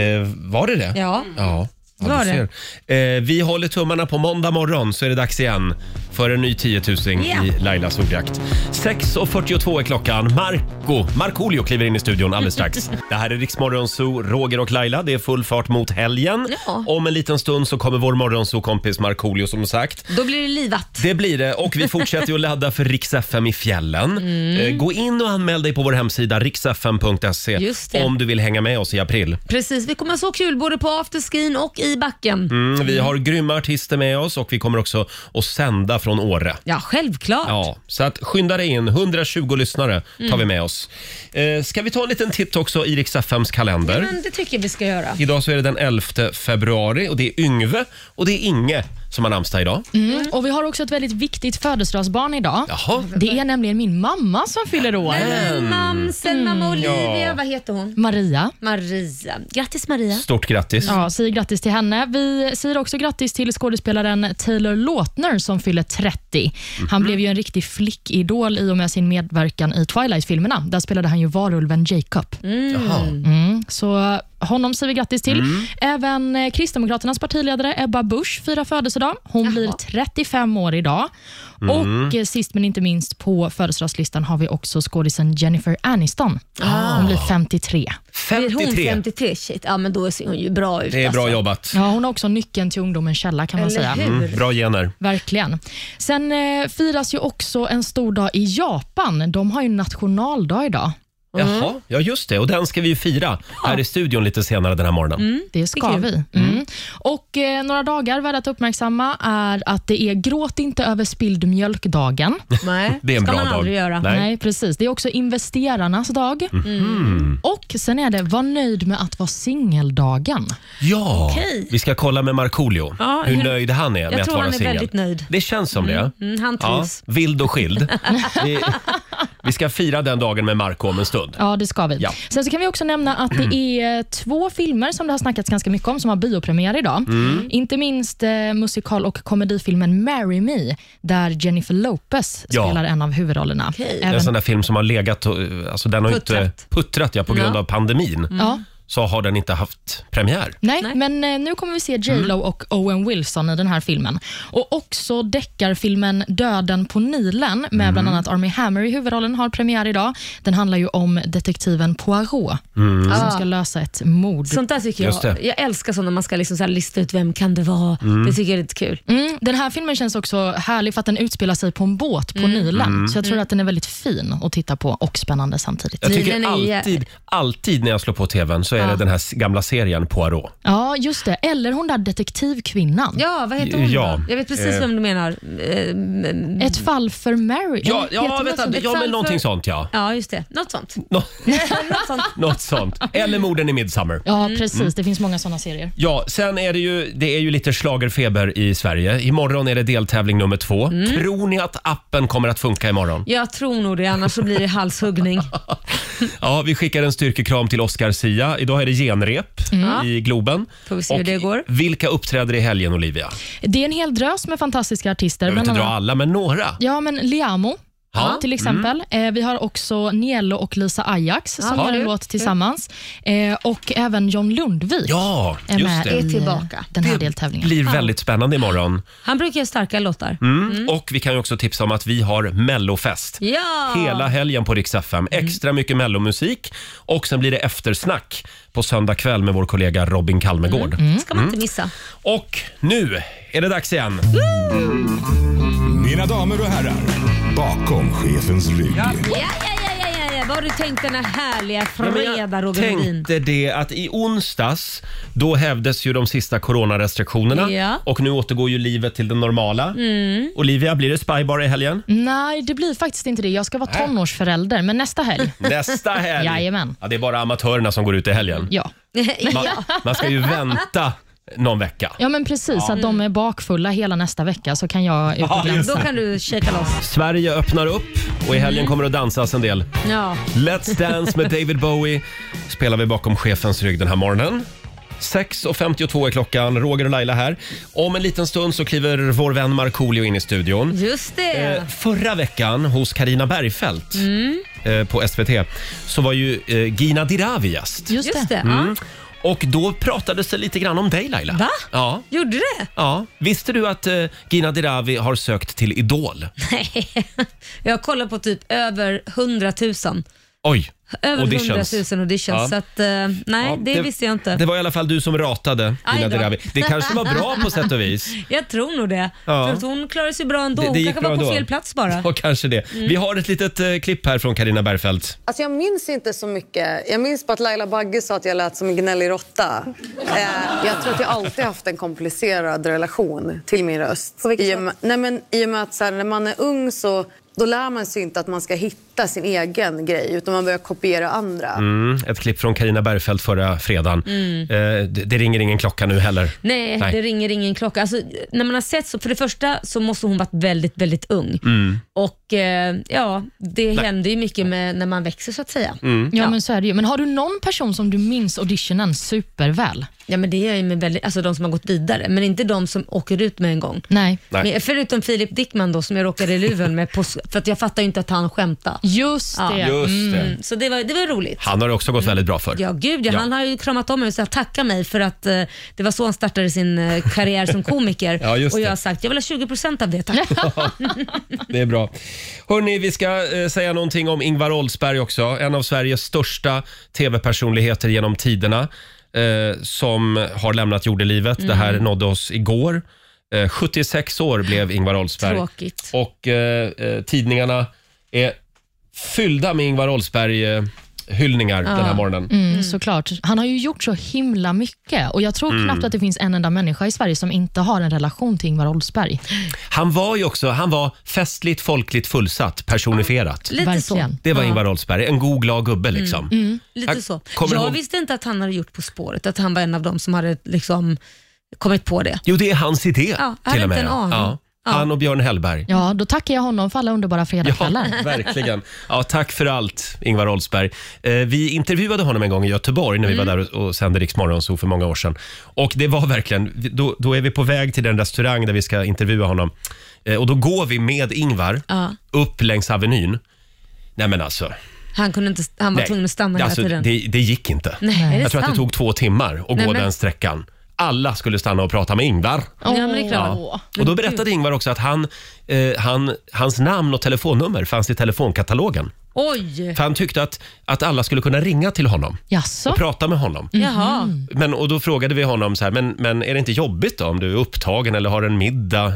Speaker 1: var det det?
Speaker 2: Ja.
Speaker 1: ja. Ja, du
Speaker 2: Var det?
Speaker 1: ser. Eh, vi håller tummarna på måndag morgon så är det dags igen för en ny 10 000
Speaker 2: Ja.
Speaker 1: i Lailas ordjakt. 6.42 är klockan. Marco, Markoolio kliver in i studion alldeles strax. det här är Riksmorgon Zoo, Roger och Laila. Det är full fart mot helgen.
Speaker 2: Ja.
Speaker 1: Om en liten stund så kommer vår morgonzoo-kompis Markoolio som sagt.
Speaker 2: Då blir det livat.
Speaker 1: Det blir det och vi fortsätter ju att ladda för Rix FM i fjällen.
Speaker 2: Mm.
Speaker 1: Eh, Gå in och anmäl dig på vår hemsida riksfm.se
Speaker 2: Just det.
Speaker 1: om du vill hänga med oss i april.
Speaker 2: Precis, vi kommer ha så kul både på afterskin och i backen.
Speaker 1: Mm, vi har grymma artister med oss och vi kommer också att sända från Åre.
Speaker 2: Ja, självklart.
Speaker 1: Ja, så att skynda dig in. 120 lyssnare tar vi med oss. Eh, ska vi ta en liten titt också i Rix FMs kalender?
Speaker 2: Men det tycker jag vi ska göra.
Speaker 1: Idag så är det den 11 februari och det är Yngve och det är Inge som har namnsdag idag.
Speaker 4: Mm. Och Vi har också ett väldigt viktigt födelsedagsbarn idag.
Speaker 1: Jaha.
Speaker 4: Det är nämligen min mamma som fyller år.
Speaker 2: Men mamsen, mamma Olivia,
Speaker 1: Mm. Ja.
Speaker 2: vad heter hon?
Speaker 4: Maria.
Speaker 2: Maria. Grattis Maria.
Speaker 1: Stort grattis.
Speaker 4: Ja, säger grattis till henne. Vi säger också grattis till skådespelaren Taylor Lautner som fyller 30.
Speaker 1: Mhm.
Speaker 4: Han blev ju en riktig flickidol i och med sin medverkan i Twilight-filmerna. Där spelade han ju varulven Jacob.
Speaker 1: Jaha.
Speaker 4: Så honom säger vi grattis till. Även eh, Kristdemokraternas partiledare Ebba Busch firar födelsedag. Hon blir 35 år idag. Och eh, sist men inte minst på födelsedagslistan har vi också skådisen Jennifer Aniston.
Speaker 2: Ah.
Speaker 4: Hon blir 53.
Speaker 2: Blir hon
Speaker 1: 53.
Speaker 2: 53? Shit, ja men då ser hon ju bra ut.
Speaker 1: Det är bra
Speaker 2: alltså.
Speaker 1: jobbat.
Speaker 4: Ja, hon har också nyckeln till ungdomens källa kan man
Speaker 2: Eller
Speaker 4: säga.
Speaker 2: hur?
Speaker 1: Mm, bra gener.
Speaker 4: Verkligen. Sen eh, firas ju också en stor dag i Japan. De har ju nationaldag idag.
Speaker 1: Jaha, ja just det. Och den ska vi ju fira här i studion lite senare den här morgonen.
Speaker 4: Det ska
Speaker 2: Det är
Speaker 4: vi. Mm. Och eh, Några dagar värda att uppmärksamma är att det är gråt inte över spilld mjölk-dagen.
Speaker 2: Nej,
Speaker 1: Det är en
Speaker 2: ska
Speaker 1: bra
Speaker 2: man
Speaker 1: dag.
Speaker 2: aldrig göra.
Speaker 1: Nej.
Speaker 4: Nej. precis. Det är också investerarnas dag. Och Sen är det var nöjd med att vara singeldagen.
Speaker 1: Ja,
Speaker 2: Okej.
Speaker 1: vi ska kolla med Markoolio
Speaker 2: Ja,
Speaker 1: hur
Speaker 2: hur-
Speaker 1: nöjd han är med att
Speaker 2: tror
Speaker 1: vara
Speaker 2: han är
Speaker 1: singel.
Speaker 2: väldigt nöjd.
Speaker 1: Det känns som det.
Speaker 2: Mm, han
Speaker 1: Ja,
Speaker 2: trivs.
Speaker 1: vild och skild. vi, vi ska fira den dagen med Marco om en stund.
Speaker 4: Ja, det ska vi.
Speaker 1: Ja.
Speaker 4: Sen så kan vi också nämna att det är eh, två filmer som det har snackats ganska mycket om som har biopremiär idag. Inte minst eh, musikal och komedifilmen Marry Me där Jennifer Lopez
Speaker 1: Ja.
Speaker 4: spelar en av huvudrollerna.
Speaker 2: Okej.
Speaker 1: Det är en
Speaker 4: Även,
Speaker 1: sån där film som har legat och, eh, alltså den har ju inte
Speaker 2: Puttrat.
Speaker 1: puttrat ja, på grund
Speaker 2: Ja. Mm.
Speaker 1: av pandemin.
Speaker 4: ja,
Speaker 1: så har den inte haft premiär.
Speaker 4: Nej,
Speaker 2: Nej.
Speaker 4: men eh, nu kommer vi se J
Speaker 1: Mm.
Speaker 4: Lo och Owen Wilson i den här filmen. Och också deckarfilmen Döden på Nilen med
Speaker 1: Mm.
Speaker 4: bland annat Army Hammer i huvudrollen har premiär idag. Den handlar ju om detektiven Poirot
Speaker 1: Mm.
Speaker 4: som
Speaker 1: Ah.
Speaker 4: ska lösa ett mord.
Speaker 2: Sånt där tycker
Speaker 1: Just det.
Speaker 2: jag. Jag älskar sånt när man ska liksom så här lista ut vem kan det vara. Det tycker jag är lite kul.
Speaker 4: Mm, den här filmen känns också härlig för att den utspelar sig på en båt på
Speaker 1: Mm.
Speaker 4: Nilen. Så jag tror att den är väldigt fin att titta på och spännande samtidigt.
Speaker 1: Jag tycker
Speaker 2: Nilen är jä-
Speaker 1: alltid, alltid när jag slår på tvn så är det den här s- gamla serien Poirot.
Speaker 4: Ja, just det. Eller hon där detektivkvinnan.
Speaker 2: Ja, vad heter hon
Speaker 1: Ja.
Speaker 2: då? Jag vet precis
Speaker 1: Eh.
Speaker 2: vem du menar. Eh, mm,
Speaker 4: Ett fall för Mary.
Speaker 1: Ja,
Speaker 4: Eller heter
Speaker 1: ja,
Speaker 4: hon
Speaker 1: vänta,
Speaker 4: något sånt?
Speaker 1: ja
Speaker 2: fall
Speaker 1: men
Speaker 2: för-
Speaker 1: någonting sånt ja.
Speaker 2: Ja, just det. Något sånt.
Speaker 1: Nå-
Speaker 2: Något sånt.
Speaker 1: något sånt. Eller morden i Midsummer.
Speaker 4: Ja, precis.
Speaker 1: Mm.
Speaker 4: Det finns många såna serier.
Speaker 1: Ja, sen är det ju, det är ju lite schlagerfeber i Sverige. Imorgon är det deltävling nummer två.
Speaker 2: Mm.
Speaker 1: Tror ni att appen kommer att funka imorgon?
Speaker 2: Jag tror nog det, annars så blir det halshuggning.
Speaker 1: Ja, vi skickar en styrkekram till Oscar Sia. Idag är det genrep i Globen.
Speaker 2: Mm. Får vi se hur
Speaker 1: Och
Speaker 2: det går.
Speaker 1: Vilka uppträder i helgen, Olivia?
Speaker 4: Det är en hel drös med fantastiska artister.
Speaker 1: Jag vill inte
Speaker 4: bland
Speaker 1: dra
Speaker 4: annat-
Speaker 1: alla, men några.
Speaker 4: Ja, men Liamo.
Speaker 1: Ja. Mm.
Speaker 4: Till exempel. Eh, vi har också Nielo och Lisa Ajax som har en
Speaker 2: du.
Speaker 4: låt tillsammans. Eh, och även John Lundvik
Speaker 1: Ja,
Speaker 4: är
Speaker 1: just
Speaker 4: med
Speaker 1: det.
Speaker 4: i eh,
Speaker 2: tillbaka.
Speaker 4: den här
Speaker 1: Det
Speaker 4: deltävlingen.
Speaker 1: blir väldigt spännande imorgon.
Speaker 2: Han brukar göra starka låtar.
Speaker 1: Mm. Och vi kan ju också tipsa om att vi har mellofest.
Speaker 2: Ja! Mm.
Speaker 1: Hela helgen på Rix FM. Extra mycket mellomusik och sen blir det eftersnack på söndag kväll med vår kollega Robin Kalmegård.
Speaker 2: ska man inte
Speaker 1: Mm.
Speaker 2: missa.
Speaker 1: Och nu är det dags igen.
Speaker 4: Mm.
Speaker 3: Mina damer och herrar, bakom chefens rygg.
Speaker 2: Ja, ja, ja, ja, ja, ja. Vad har du tänkt den här härliga
Speaker 1: Ja,
Speaker 2: fredag,
Speaker 1: men jag
Speaker 2: Roger Nordin?
Speaker 1: tänkte det att i onsdags då hävdes ju de sista coronarestriktionerna
Speaker 2: Ja.
Speaker 1: och nu återgår ju livet till det normala.
Speaker 4: Mm.
Speaker 1: Olivia, blir det spybar i helgen?
Speaker 4: Nej, det blir faktiskt inte det. Jag ska vara tonårsförälder, men nästa helg.
Speaker 1: Nästa helg!
Speaker 4: Jajamän.
Speaker 1: Ja, det är bara amatörerna som går ut i helgen.
Speaker 4: Ja.
Speaker 1: Man,
Speaker 2: ja.
Speaker 1: man ska ju vänta någon vecka.
Speaker 4: ja, men precis. Att de är bakfulla hela nästa vecka så kan jag ut och glänsa.
Speaker 2: Då kan du shaka loss.
Speaker 1: Sverige öppnar upp och i
Speaker 4: Mm.
Speaker 1: helgen kommer det att dansas en del.
Speaker 2: Ja.
Speaker 1: Let's Dance med David Bowie spelar vi bakom chefens rygg den här morgonen. 6.52 är klockan, Roger och Laila här. Om en liten stund så kliver vår vän Markoolio in i studion.
Speaker 2: Just det.
Speaker 1: Eh, förra veckan hos Karina Bergfeldt
Speaker 2: Mm.
Speaker 1: eh, på SVT så var ju eh, Gina Dirawi gäst.
Speaker 4: Just
Speaker 2: Just
Speaker 4: det.
Speaker 2: det.
Speaker 1: Mm. Och då pratades det lite grann om dig Laila.
Speaker 2: Va?
Speaker 1: Ja.
Speaker 2: Ja. Gjorde det?
Speaker 1: Ja, visste du att eh, Gina Dirawi har sökt till Idol?
Speaker 2: Nej. Jag kollar på typ över 100 000.
Speaker 1: Oj,
Speaker 2: Över 100 000 auditions.
Speaker 1: Ja.
Speaker 2: Så att, eh, nej,
Speaker 1: Ja,
Speaker 2: det, visste jag inte.
Speaker 1: Det var i alla fall du som ratade
Speaker 2: Aj
Speaker 1: Gina
Speaker 2: då.
Speaker 1: Dirawi. Det kanske var bra på sätt och vis.
Speaker 2: Jag tror nog det.
Speaker 1: Ja.
Speaker 2: För att hon klarar sig bra
Speaker 1: Det-
Speaker 2: ändå.
Speaker 1: det
Speaker 2: hon
Speaker 1: gick
Speaker 2: kanske
Speaker 1: bra
Speaker 2: var på
Speaker 1: ändå.
Speaker 2: fel plats bara. Mm.
Speaker 1: Ja, kanske det. Vi har ett litet eh, klipp här från Karina Bergfeldt.
Speaker 7: Alltså jag minns inte så mycket. Jag minns bara att Laila Bagge sa att jag lät som en gnällig råtta. Eh, jag tror att jag alltid haft en komplicerad relation till min röst. I och med, nej men, I och med att så här, när man är ung så då lär man sig inte att man ska hitta sin egen grej utan man börjar kopiera andra.
Speaker 1: Mm, ett klipp från Karina Bergfeldt förra fredagen. Eh, det, det ringer ingen klocka nu heller.
Speaker 2: Mm. Nej, det ringer ingen klocka. Alltså, när man har sett så, för det första så måste hon varit väldigt, väldigt ung.
Speaker 1: Mm.
Speaker 2: Och eh, ja, det händer ju mycket med när man växer så att säga.
Speaker 1: Mm.
Speaker 4: Ja, men så är det ju. Men har du någon person som du minns auditionen superväl?
Speaker 2: Ja, men det gör ju med väldigt, alltså de som har gått vidare, men inte de som åker ut med en gång.
Speaker 4: Nej.
Speaker 1: Nej.
Speaker 2: Men förutom Filip Dickman då som jag råkade i luven med, på, för att jag fattar ju inte att han skämtade.
Speaker 4: Just
Speaker 2: Ja.
Speaker 4: det.
Speaker 1: Just det.
Speaker 2: Mm, så det var, det var roligt.
Speaker 1: Han har det också gått väldigt bra för.
Speaker 2: Ja, gud ja,
Speaker 1: Ja.
Speaker 2: Han har ju kramat om mig och sagt tacka mig för att eh, det var så han startade sin eh, karriär som komiker.
Speaker 1: Ja, just
Speaker 2: och jag
Speaker 1: det.
Speaker 2: har sagt jag vill ha 20% av det tack.
Speaker 1: Det är bra. Hörni, vi ska eh, säga någonting om Ingvar Oldsberg också. En av Sveriges största tv-personligheter genom tiderna eh, som har lämnat jordelivet. Det här nådde oss igår. Eh, 76 år blev Ingvar Oldsberg.
Speaker 2: Tråkigt.
Speaker 1: Och eh, eh, tidningarna är fyllda med Ingvar Oldsberg-hyllningar den här morgonen.
Speaker 4: Mm, såklart. Han har ju gjort så himla mycket och jag tror
Speaker 1: Mm.
Speaker 4: knappt att det finns en enda människa i Sverige som inte har en relation till Ingvar Oldsberg.
Speaker 1: Han var ju också han var festligt, folkligt fullsatt, personifierat.
Speaker 2: Lite
Speaker 4: Verkligen.
Speaker 2: så.
Speaker 1: Det var Ingvar Oldsberg. En god, glad gubbe liksom.
Speaker 2: Lite
Speaker 1: Jag
Speaker 2: så.
Speaker 1: kommer
Speaker 2: Jag
Speaker 1: ihåg-
Speaker 2: visste inte att han hade gjort På spåret, att han var en av dem som hade liksom kommit på det.
Speaker 1: Jo, det är hans idé
Speaker 2: Ja, jag
Speaker 1: till
Speaker 2: hade
Speaker 1: och med.
Speaker 2: inte en aning.
Speaker 1: Ja.
Speaker 2: Ja.
Speaker 1: Han och Björn Hellberg.
Speaker 4: Ja, då tackar jag honom för alla underbara fredagskvällar.
Speaker 1: verkligen. Ja, tack för allt, Ingvar Oldsberg. Eh, vi intervjuade honom en gång i Göteborg när vi
Speaker 2: Mm.
Speaker 1: var där och, och sände Rix Morgonzoo för många år sedan. Och det var verkligen, vi- då, då är vi på väg till den restaurang där vi ska intervjua honom. Eh, och då går vi med Ingvar
Speaker 2: Ja.
Speaker 1: upp längs Avenyn. Nej men alltså,
Speaker 2: Han, kunde inte, han var
Speaker 1: Nej,
Speaker 2: tvungen att stanna
Speaker 1: alltså,
Speaker 2: hela tiden.
Speaker 1: Det, det gick inte.
Speaker 2: Nej, är det
Speaker 1: jag tror att det
Speaker 2: sant?
Speaker 1: tog två timmar att
Speaker 2: Nej,
Speaker 1: gå
Speaker 2: men-
Speaker 1: den sträckan. Alla skulle stanna och prata med Ingvar.
Speaker 2: Ja, men det är klart.
Speaker 4: Åh.
Speaker 1: Och då berättade Ingvar också att han, eh, han, hans namn och telefonnummer fanns i telefonkatalogen.
Speaker 2: Oj!
Speaker 1: För han tyckte att, att alla skulle kunna ringa till honom
Speaker 4: Jaså?
Speaker 1: och prata med honom.
Speaker 2: Jaha.
Speaker 1: Men, och då frågade vi honom så här, men, men är det inte jobbigt då om du är upptagen eller har en middag?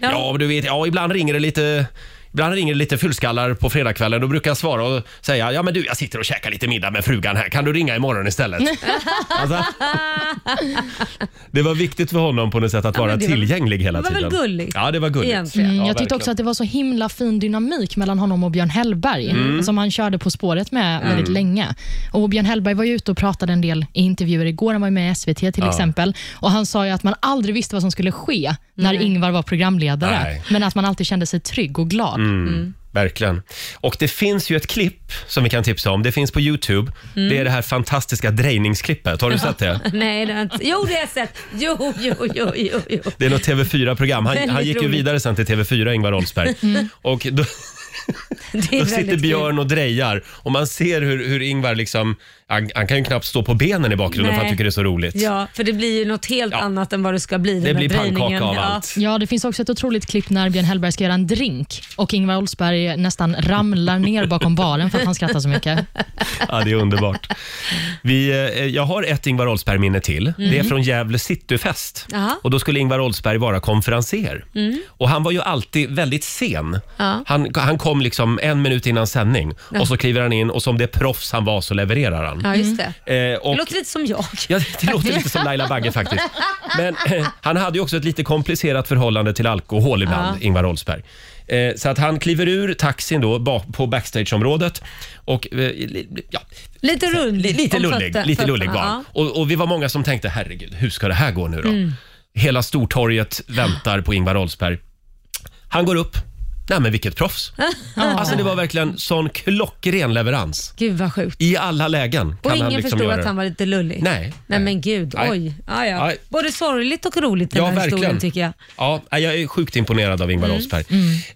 Speaker 1: Ja,
Speaker 2: Ja.
Speaker 1: men du vet, ja ibland ringer det lite Ibland ringer det lite fullskallar på fredagskvällen. Då brukar jag svara och säga ja men du jag sitter och käkar lite middag med frugan här. Kan du ringa imorgon istället? alltså, det var viktigt för honom på något sätt att vara
Speaker 2: men det var-
Speaker 1: tillgänglig hela
Speaker 2: det var
Speaker 1: tiden.
Speaker 2: väl gulligt?
Speaker 1: Ja det var gulligt.
Speaker 2: Egentligen.
Speaker 4: Mm,
Speaker 1: Ja,
Speaker 4: jag tyckte
Speaker 1: verkligen.
Speaker 4: också att det var så himla fin dynamik mellan honom och Björn Hellberg,
Speaker 1: Mm.
Speaker 4: som han körde På spåret med väldigt länge. Och Björn Hellberg var ju ute och pratade en del i intervjuer igår. Han var ju med i SVT till exempel. Och Han sa ju att man aldrig visste vad som skulle ske när Ingvar var programledare,
Speaker 1: Nej. Mm.
Speaker 4: men att man alltid kände sig trygg och glad.
Speaker 2: Mm.
Speaker 1: Verkligen. Och det finns ju ett klipp som vi kan tipsa om. Det finns på Youtube.
Speaker 2: Mm.
Speaker 1: Det är det här fantastiska drejningsklippet. Har du sett det?
Speaker 2: Nej, det har jag inte. Jo, det har jag sett. Jo, jo, jo, jo. jo.
Speaker 1: Det är något TV4-program. Han,
Speaker 2: Väldigt
Speaker 1: han gick ju
Speaker 2: roligt. Mm.
Speaker 1: vidare sen till TV4, Ingvar Oldsberg. Och då,
Speaker 2: Det är
Speaker 1: då
Speaker 2: väldigt
Speaker 1: sitter
Speaker 2: kul.
Speaker 1: Björn och drejar och man ser hur, hur Ingvar liksom... Han, han kan ju knappt stå på benen i bakgrunden för
Speaker 2: Nej.
Speaker 1: han tycker det är så roligt.
Speaker 2: Ja, för det blir ju något helt
Speaker 1: Ja.
Speaker 2: annat än vad det ska bli.
Speaker 1: Det
Speaker 2: den där
Speaker 1: blir pannkaka
Speaker 2: drejningen.
Speaker 1: av
Speaker 2: Ja.
Speaker 1: allt.
Speaker 4: Ja, det finns också ett otroligt klipp när Björn Hellberg ska göra en drink och Ingvar Oldsberg nästan ramlar ner bakom baren för att han skrattar så mycket.
Speaker 1: Ja, det är underbart. Vi, eh, jag har ett Ingvar Oldsberg-minne till. Det är från Gävle cityfest.
Speaker 2: Mhm. Jaha. Mm.
Speaker 1: Och då skulle Ingvar Oldsberg vara konferenser. Och han var ju alltid väldigt sen.
Speaker 2: Ja.
Speaker 1: Han, han kom liksom en minut innan sändning och så kliver han in och som det proffs han var så levererar han.
Speaker 2: Ja, just det.
Speaker 1: Eh, och
Speaker 2: Det låter lite som jag.
Speaker 1: Ja, det låter lite som Laila Bagge faktiskt. Men eh, han hade ju också ett lite komplicerat förhållande till alkohol ibland, Ingvar Oldsberg. Eh, så att han kliver ur taxin då ba- på backstageområdet och eh, li- li- ja,
Speaker 2: Lite
Speaker 1: li-
Speaker 2: rullig.
Speaker 1: lite
Speaker 2: om
Speaker 1: lullig,
Speaker 2: fötter-
Speaker 1: lite lullig var
Speaker 2: fötterna. Mm.
Speaker 1: han. och, och vi var många som tänkte, herregud, hur ska det här gå nu då? Hela Stortorget väntar på Ingvar Oldsberg. Han går upp. Nej men vilket proffs. Alltså det var verkligen sån klockren leverans.
Speaker 2: Ja. Gud vad sjukt.
Speaker 1: I alla lägen kan
Speaker 2: Och ingen
Speaker 1: han liksom
Speaker 2: förstod
Speaker 1: göra
Speaker 2: att
Speaker 1: det.
Speaker 2: han var lite lullig.
Speaker 1: Nej.
Speaker 2: Nej men gud,
Speaker 1: Nej.
Speaker 2: oj. Ja, ja.
Speaker 1: Nej.
Speaker 2: Både sorgligt och roligt den
Speaker 1: Ja,
Speaker 2: här
Speaker 1: verkligen.
Speaker 2: historien tycker jag. Mm.
Speaker 1: Ja, nej, jag är sjukt imponerad av Ingvar Oldsberg.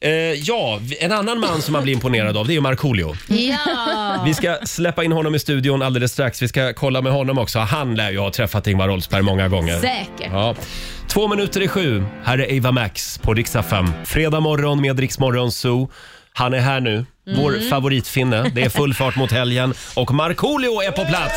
Speaker 1: Eh, ja, en annan man som man blir imponerad av det är ju Markoolio.
Speaker 2: Ja.
Speaker 1: Vi ska släppa in honom i studion alldeles strax. Vi ska kolla med honom också. Han lär ju ha träffat Ingvar Oldsberg många gånger.
Speaker 2: Säkert.
Speaker 1: Ja. Två minuter i sju. Här är Eva Max på Riksa 5. Fredag morgon med Rix Morgon Zoo. Han är här nu, vår
Speaker 2: Mm.
Speaker 1: favoritfinne. Det är full fart mot helgen och Markoolio är på plats.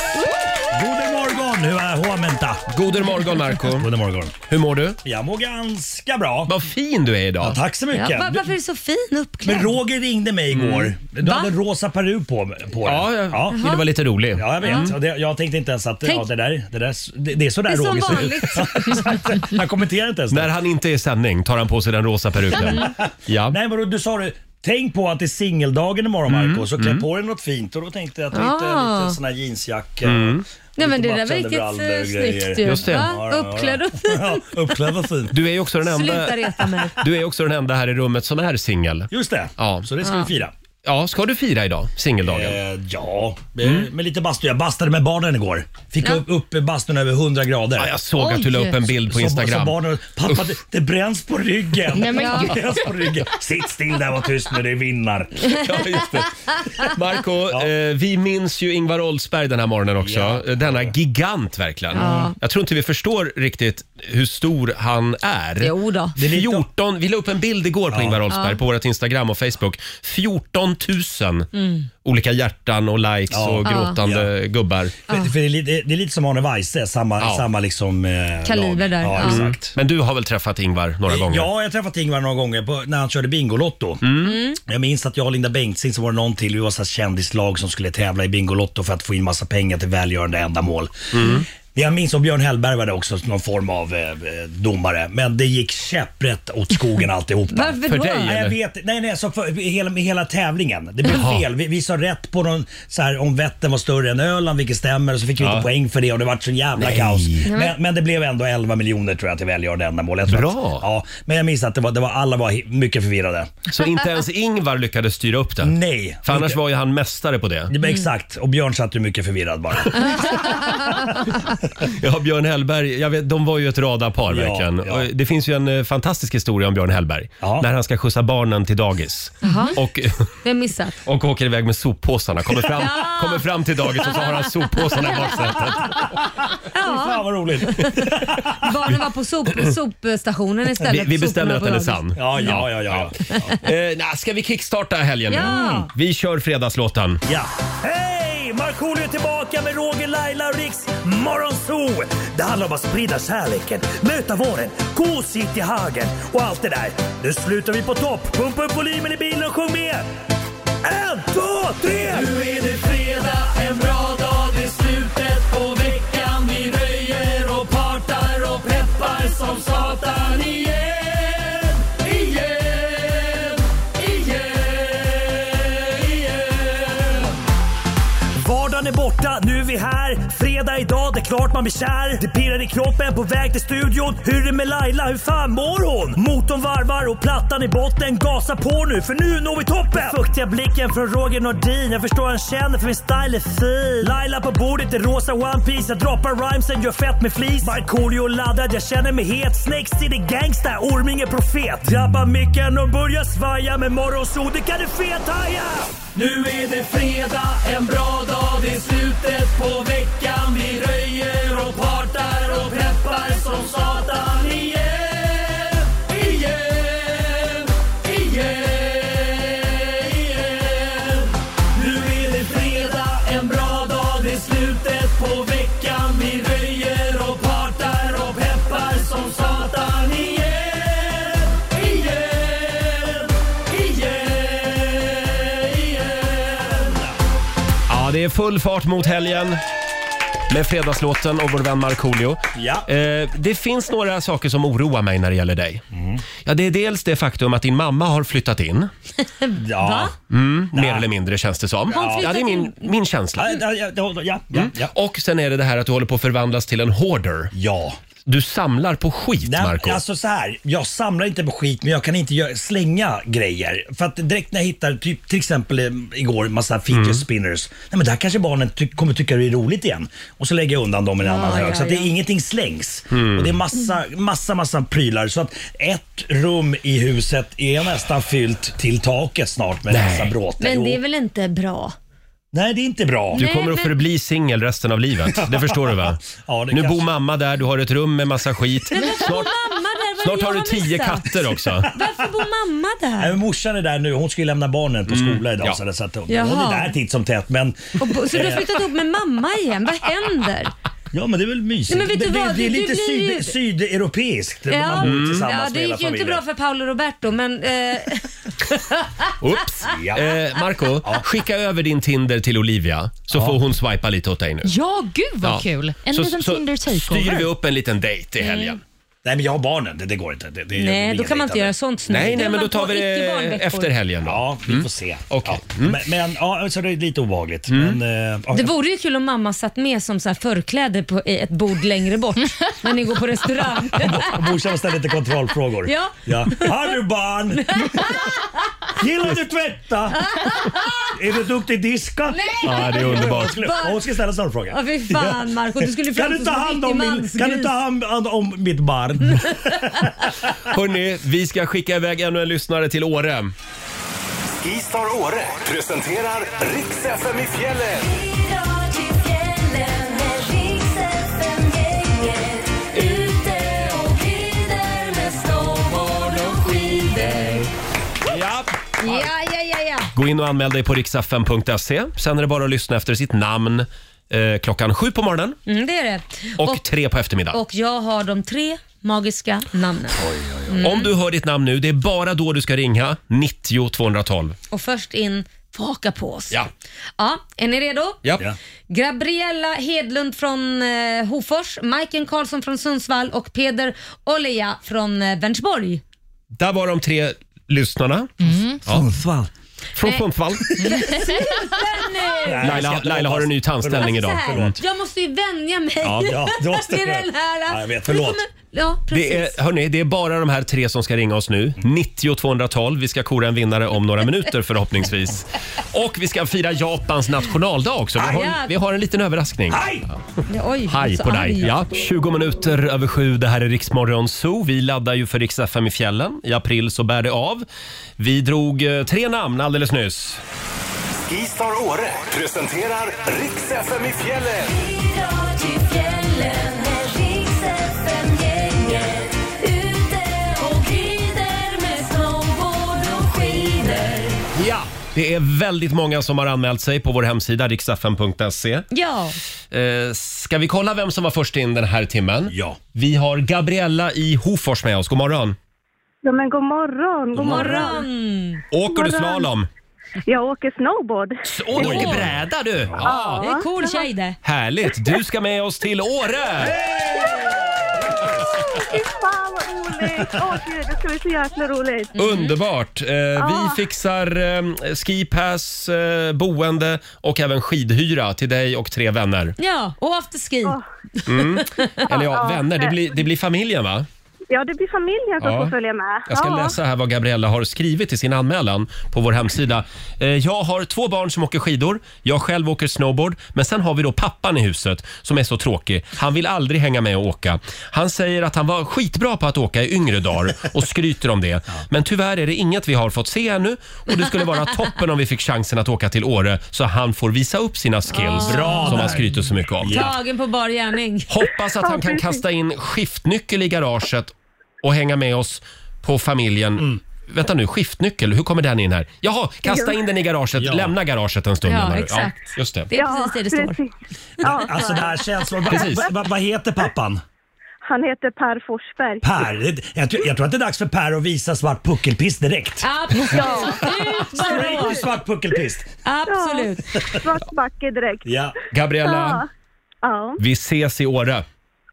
Speaker 7: God morgon! Hur är håmenta?
Speaker 1: Goder morgon Marco.
Speaker 7: God morgon.
Speaker 1: Hur mår du?
Speaker 7: Jag mår ganska bra.
Speaker 1: Vad fin du är idag.
Speaker 7: Ja, tack så mycket.
Speaker 2: Ja, va- varför är du så fin uppklädd?
Speaker 7: Men Roger ringde mig igår. Du
Speaker 2: Va?
Speaker 7: hade en rosa peruk på, på
Speaker 1: Ja,
Speaker 7: dig.
Speaker 1: jag ville vara lite rolig.
Speaker 7: Ja, jag vet. Och Det, jag tänkte inte ens att ja,
Speaker 2: Tänk-
Speaker 7: det, där, det, där, det, det är så där
Speaker 2: Det är som
Speaker 7: Roger ser
Speaker 2: vanligt.
Speaker 7: ut. Ja, exakt. Han kommenterar inte ens det.
Speaker 1: När han inte är i sändning tar han på sig den rosa peruken. Ja.
Speaker 7: Nej, vadå, du sa det. Tänk på att det är singeldagen imorgon
Speaker 1: Mm,
Speaker 7: Marco, så klä på dig något fint. Och då tänkte jag att lite,
Speaker 2: Ah.
Speaker 7: lite sån här jeansjacka.
Speaker 1: Mm.
Speaker 2: Nej men det
Speaker 7: lite
Speaker 2: där var riktigt
Speaker 7: matchande
Speaker 2: eh,
Speaker 7: brallor och
Speaker 2: snyggt
Speaker 7: grejer.
Speaker 2: ju.
Speaker 1: Just det.
Speaker 2: Va?
Speaker 7: Ja, ja, ja.
Speaker 2: Uppklädd och fin.
Speaker 7: Ja, Uppklädd och fin.
Speaker 1: Du är ju också den enda,
Speaker 2: Sluta reta mig.
Speaker 1: du är också den enda här i rummet som är singel.
Speaker 7: Just det,
Speaker 1: Ja.
Speaker 7: så det ska vi fira.
Speaker 1: Ja, ska du fira idag, singeldagen?
Speaker 7: Eh, ja,
Speaker 1: Mm.
Speaker 7: eh, med lite bastu. Jag bastade med barnen igår. Fick upp, upp bastun över 100 grader.
Speaker 1: Ja, jag såg att du la upp en bild på
Speaker 7: Så- Så
Speaker 1: Instagram.
Speaker 7: barnen, pappa det, det bränns på ryggen.
Speaker 4: Nej, men
Speaker 7: det bränns på ryggen. Sitt still där var tyst nu, det är vinnar.
Speaker 1: Ja, just det. Marco, eh, vi minns ju Ingvar Oldsberg den här morgonen också.
Speaker 7: Ja.
Speaker 1: Eh, Denna gigant verkligen. Jag tror inte vi förstår riktigt hur stor han är.
Speaker 2: Jo då.
Speaker 1: Det är lite- 14, vi la upp en bild igår på Ingvar Oldsberg på vårt Instagram och Facebook. 14 000 olika hjärtan och likes
Speaker 7: Ja.
Speaker 1: och
Speaker 7: Ja.
Speaker 1: gråtande gubbar.
Speaker 7: För, för det, är lite, det är lite som Arne Weise, samma,
Speaker 1: Ja.
Speaker 7: samma liksom... Eh,
Speaker 2: Kaliber
Speaker 7: lag.
Speaker 2: där.
Speaker 7: Ja,
Speaker 2: Ja.
Speaker 7: exakt.
Speaker 1: Men du har väl träffat Ingvar några gånger?
Speaker 7: Eh,
Speaker 1: Mm.
Speaker 7: Ja, jag har träffat Ingvar några gånger på, när han körde Bingolotto.
Speaker 2: Mm.
Speaker 7: Jag minns att jag och Linda Bengtzing, så var det någon till, vi var så här kändislag som skulle tävla i Bingolotto för att få in massa pengar till välgörande ändamål.
Speaker 1: Mm.
Speaker 7: Det Jag minns om Björn Hellberg var det också, någon form av eh, eh, domare. Men det gick käpprätt åt skogen alltihopa.
Speaker 2: Varför
Speaker 1: För
Speaker 2: då?
Speaker 1: dig,
Speaker 7: Nej, jag
Speaker 1: eller?
Speaker 7: vet Nej, nej, så för, hela, med hela tävlingen. Det blev fel. Vi, vi sa rätt på någon, så här, om Vättern var större än Öland, vilket stämmer, och så fick vi
Speaker 1: Ja.
Speaker 7: inte poäng för det och det vart så jävla kaos. Men, men det blev ändå 11 miljoner tror jag till välgörande ändamål. Jag tror
Speaker 1: Bra.
Speaker 7: Att, ja, men jag minns att det var, det var, alla var he- mycket förvirrade.
Speaker 1: Så inte ens Ingvar lyckades styra upp det?
Speaker 7: Nej.
Speaker 1: För annars Mm. var ju han mästare på det.
Speaker 7: Det var Exakt, och Björn satt ju mycket förvirrad bara.
Speaker 1: Ja, Björn Hellberg, jag vet, de var ju ett radarpar
Speaker 8: Ja,
Speaker 1: verkligen.
Speaker 8: ja.
Speaker 1: Och Det finns ju en eh, fantastisk historia om Björn Hellberg.
Speaker 8: Ja.
Speaker 1: När han ska skjutsa barnen till dagis.
Speaker 2: Jaha,
Speaker 1: Och,
Speaker 2: det har jag missat.
Speaker 1: och åker iväg med soppåsarna. Kommer fram,
Speaker 2: Ja.
Speaker 1: kommer fram till dagis och så har han soppåsarna i baksätet.
Speaker 8: Fan vad roligt.
Speaker 2: Barnen var på sop, sopstationen
Speaker 1: Vi,
Speaker 2: istället.
Speaker 1: vi bestämmer
Speaker 2: Soporna
Speaker 1: att den är
Speaker 2: på
Speaker 1: sann.
Speaker 2: dagis.
Speaker 8: Ja, ja, ja, ja.
Speaker 1: Eh, nah, ska vi kickstarta helgen nu?
Speaker 2: Ja.
Speaker 1: Mm. Vi kör fredagslåten.
Speaker 8: ja. Hej! Markoolio är tillbaka med Roger, Laila och Riks Morgonzoo. Det handlar om att sprida kärleken, möta våren, gosigt i hagen och allt det där. Nu slutar vi på topp. Pumpa upp volymen i bilen och sjung med. En, två, tre! Nu är det fredag, en bra dag, det är slutet på veckan. Vi röjer och partar och peppar som satan igen. Igen, igen, igen. Vardagen är borta, nu är vi här. Fredag idag, det är klart man blir kär. Det pirrar i kroppen på väg till studion. Hur är det med Laila, hur fan mår hon? Motorn varvar och plattan i botten. Gasa på nu, för nu når vi toppen! Fuktiga blicken från Roger Nordin. Jag förstår han känner för min style är fin. Laila på bordet i rosa One Piece Jag droppar rhymesen, gör fett med flis. Markoolio laddad, jag känner mig het. Snakes city gangsta, Orminge profet. Drabbar micken och börjar svaja. Med morgonsol, det kan du fethaja! Nu är det fredag, en bra dag, det är slutet på veckan. Vi röjer och partar och peppar som satan igen. Igen, igen, igen. Nu är det fredag, en bra dag, det är slutet på veckan. Vi röjer och partar och peppar som satan igen. Igen, igen, igen.
Speaker 1: Ja, det är full fart mot helgen. Med fredagslåten och vår vän Markoolio.
Speaker 8: Ja.
Speaker 1: Eh, det finns några saker som oroar mig när det gäller dig.
Speaker 8: Mm.
Speaker 1: Ja, det är dels det faktum att din mamma har flyttat in.
Speaker 8: Ja.
Speaker 1: Mer eller mindre känns det som.
Speaker 2: Hon
Speaker 1: Ja, det är min, min känsla.
Speaker 8: Ja, ja, ja, ja, ja, ja.
Speaker 1: Och sen är det det här att du håller på att förvandlas till en hoarder.
Speaker 8: Ja.
Speaker 1: Du samlar på skit,
Speaker 8: Nej,
Speaker 1: Marco.
Speaker 8: Alltså så här, jag samlar inte på skit men jag kan inte göra, slänga grejer. För att direkt när jag hittar, typ, till exempel eh, igår, massa fidget
Speaker 1: Mm.
Speaker 8: spinners. Nej men där kanske barnen ty- kommer tycka det är roligt igen. Och så lägger jag undan dem i en annan hög. Så att det, ingenting slängs.
Speaker 1: Mm.
Speaker 8: Och det är massa, massa, massa prylar. Så att ett rum i huset är nästan fyllt till taket snart med
Speaker 1: Nej.
Speaker 8: massa bråte.
Speaker 2: Men det är
Speaker 8: Jo.
Speaker 2: väl inte bra?
Speaker 8: Nej det är inte bra.
Speaker 1: Du
Speaker 2: Nej,
Speaker 1: kommer att
Speaker 2: men-
Speaker 1: förbli singel resten av livet. Det förstår du va?
Speaker 8: Ja, det
Speaker 1: nu
Speaker 8: kanske-
Speaker 1: bor mamma där, du har ett rum med massa skit. Snart,
Speaker 2: Mamma där, vad
Speaker 1: snart
Speaker 2: jag
Speaker 1: har du tio
Speaker 2: missat.
Speaker 1: katter också.
Speaker 2: Varför bor mamma
Speaker 8: Nej,
Speaker 2: där?
Speaker 8: men morsan är där nu, hon ska ju lämna barnen på skola idag.
Speaker 1: Mm. ja.
Speaker 8: Så, det, så att hon, hon
Speaker 2: Jaha.
Speaker 8: är där titt som tätt. Men eh,
Speaker 2: Och, bo- så du har flyttat ihop med mamma igen? Vad händer?
Speaker 8: Ja men det är väl mysigt.
Speaker 2: Nej, men vet du
Speaker 8: det,
Speaker 2: vad?
Speaker 8: det, det är
Speaker 2: Du- du
Speaker 8: lite
Speaker 2: blir ju-
Speaker 8: syd, sydeuropeiskt.
Speaker 2: Ja, Mm.
Speaker 8: Man bor tillsammans
Speaker 2: ja det
Speaker 8: med hela
Speaker 2: gick ju inte
Speaker 8: familjen.
Speaker 2: bra för Paolo Roberto men... Eh,
Speaker 1: Oops.
Speaker 2: Ah.
Speaker 8: Ja.
Speaker 1: Eh, Marco, skicka över din Tinder till Olivia så får hon swipa lite åt dig nu.
Speaker 4: Ja, gud vad kul! En
Speaker 1: så,
Speaker 4: liten
Speaker 1: så
Speaker 4: Tinder
Speaker 1: styr vi
Speaker 4: takeover.
Speaker 1: upp en liten dejt i helgen.
Speaker 8: Nej men jag har barnen, det, det går inte. Det, det, det blir
Speaker 2: nej, då
Speaker 8: ingen
Speaker 2: kan man
Speaker 8: dejtande.
Speaker 2: inte göra sånt snyggt.
Speaker 1: Nej,
Speaker 2: Det
Speaker 1: nej,
Speaker 2: gör
Speaker 1: men då
Speaker 2: man
Speaker 1: tar
Speaker 2: på
Speaker 1: vi det
Speaker 2: icke-barnveckor.
Speaker 1: efter helgen då.
Speaker 8: Ja, vi får se.
Speaker 1: Mm. Okej. Mm.
Speaker 8: Ja. Men, men ja, så det är lite obehagligt. Men, eh, ja,
Speaker 2: Det vore ju kul om mamma satt med som så här förkläde på i ett bord längre bort när ni går på restaurang.
Speaker 8: Morsan ställer lite kontrollfrågor.
Speaker 2: Ja.
Speaker 8: ja. Har du barn? Gillar du tvätta? är du duktig diska?
Speaker 1: Ja, det är underbart.
Speaker 8: Hon ska ställa sådana frågor.
Speaker 2: Ja, fy fan Marco, du skulle
Speaker 8: Kan
Speaker 2: framstå
Speaker 8: du ta
Speaker 2: som en
Speaker 8: hand
Speaker 2: riktig
Speaker 8: om, min, kan du
Speaker 2: mansgris.
Speaker 8: ta hand om mitt barn?
Speaker 1: Hörni, vi ska skicka iväg ännu en lyssnare till Åre.
Speaker 3: Skistar Åre presenterar Riks FM i fjällen.
Speaker 1: Ja.
Speaker 2: Ja, ja, ja, ja.
Speaker 1: Gå in och anmäl dig på riksfm.se. Sen är det bara att lyssna efter sitt namn eh, klockan sju på morgonen
Speaker 2: Mm, det är det.
Speaker 1: och,
Speaker 2: Och,
Speaker 1: tre på eftermiddagen.
Speaker 2: och jag har de tre magiska namnen.
Speaker 1: Om du hör ditt namn nu, det är bara då du ska ringa 90 212.
Speaker 2: Och först in, få haka på oss.
Speaker 1: Ja.
Speaker 2: ja är ni redo?
Speaker 1: Ja.
Speaker 8: Ja.
Speaker 2: Gabriella Hedlund från eh, Hofors, Majken Karlsson från Sundsvall och Peder Oleja från eh, Vänersborg.
Speaker 1: Där var de tre lyssnarna.
Speaker 8: Sundsvall.
Speaker 1: Från
Speaker 2: Nej.
Speaker 1: Sundsvall. Laila, Laila har en ny tandställning
Speaker 2: Alltså, så
Speaker 1: idag.
Speaker 2: här,
Speaker 1: Mm.
Speaker 2: Jag måste ju vänja mig
Speaker 1: Ja, ja,
Speaker 8: det måste
Speaker 2: vid
Speaker 8: du.
Speaker 2: den här...
Speaker 8: Ja, jag vet. Förlåt.
Speaker 2: Ja, precis.
Speaker 1: Det är, hörni, det är bara de här tre som ska ringa oss nu. 90 212. Vi ska kora en vinnare om några minuter förhoppningsvis. Och vi ska fira Japans nationaldag också. Vi har, en- vi har en liten överraskning.
Speaker 2: Ja, Oj,
Speaker 1: Haj
Speaker 2: Ah, så
Speaker 1: på
Speaker 2: arg.
Speaker 1: dig! Ja, 20 minuter över sju. Det här är Riksmorgon Zoo. Vi laddar ju för Rix FM i fjällen. I april så bär det av. Vi drog eh, tre namn alldeles nyss.
Speaker 3: Skistar Åre presenterar Riks FM i fjällen.
Speaker 1: Ja! Det är väldigt många som har anmält sig på vår hemsida riksfm.se.
Speaker 2: Ja,
Speaker 1: Eh, ska vi kolla vem som var först in den här timmen?
Speaker 8: Ja.
Speaker 1: Vi har Gabriella i Hofors med oss. God morgon!
Speaker 5: Ja, men god morgon, god morgon.
Speaker 1: Åker du
Speaker 5: morgon.
Speaker 1: slalom?
Speaker 5: Jag åker snowboard.
Speaker 1: Åh, du åker bräda du! Ja.
Speaker 2: det är en cool tjej det.
Speaker 1: Härligt! Du ska med oss till Åre!
Speaker 5: Fy fan vad roligt! Åh gud, det ska bli så jäkla roligt.
Speaker 1: Underbart! Eh, Vi fixar eh, skipass, eh, boende och även skidhyra till dig och tre vänner.
Speaker 2: Ja, och afterski.
Speaker 1: Eller ja, vänner. Det blir, det blir familjen va?
Speaker 5: Ja, det blir familjen som
Speaker 1: Ja.
Speaker 5: får följa med.
Speaker 1: Jag ska
Speaker 5: ja.
Speaker 1: läsa här vad Gabriella har skrivit i sin anmälan på vår hemsida. Eh, Jag har två barn som åker skidor. Jag själv åker snowboard. Men sen har vi då pappan i huset som är så tråkig. Han vill aldrig hänga med och åka. Han säger att han var skitbra på att åka i yngre dagar och skryter om det. Men tyvärr är det inget vi har fått se ännu och det skulle vara toppen om vi fick chansen att åka till Åre så han får visa upp sina skills
Speaker 8: Ah. Bra
Speaker 1: som
Speaker 8: där.
Speaker 1: han skryter så mycket om.
Speaker 2: Tagen på bar gärning.
Speaker 1: Hoppas att han kan kasta in skiftnyckel i garaget och hänga med oss på familjen. Vänta nu, skiftnyckel, hur kommer den in här? Jaha, kasta in den i garaget,
Speaker 8: Ja.
Speaker 1: lämna garaget en stund
Speaker 2: Ja,
Speaker 1: menar du?
Speaker 2: exakt.
Speaker 1: just det.
Speaker 2: Det är precis det det står.
Speaker 5: precis. Ja, så
Speaker 8: Alltså det
Speaker 5: är det.
Speaker 8: här känns... Vad,
Speaker 1: Precis.
Speaker 8: vad, vad, vad heter pappan?
Speaker 5: Han heter Per Forsberg.
Speaker 8: Per? Det- Jag, tror- jag tror att det är dags för Per att visa svart puckelpist direkt.
Speaker 2: Absolut.
Speaker 8: Straight
Speaker 2: Bara.
Speaker 8: to svart puckelpist.
Speaker 2: Absolut.
Speaker 5: Svart backe direkt.
Speaker 8: Ja.
Speaker 1: Gabriella,
Speaker 5: Ja. Ja.
Speaker 1: vi ses i Åre.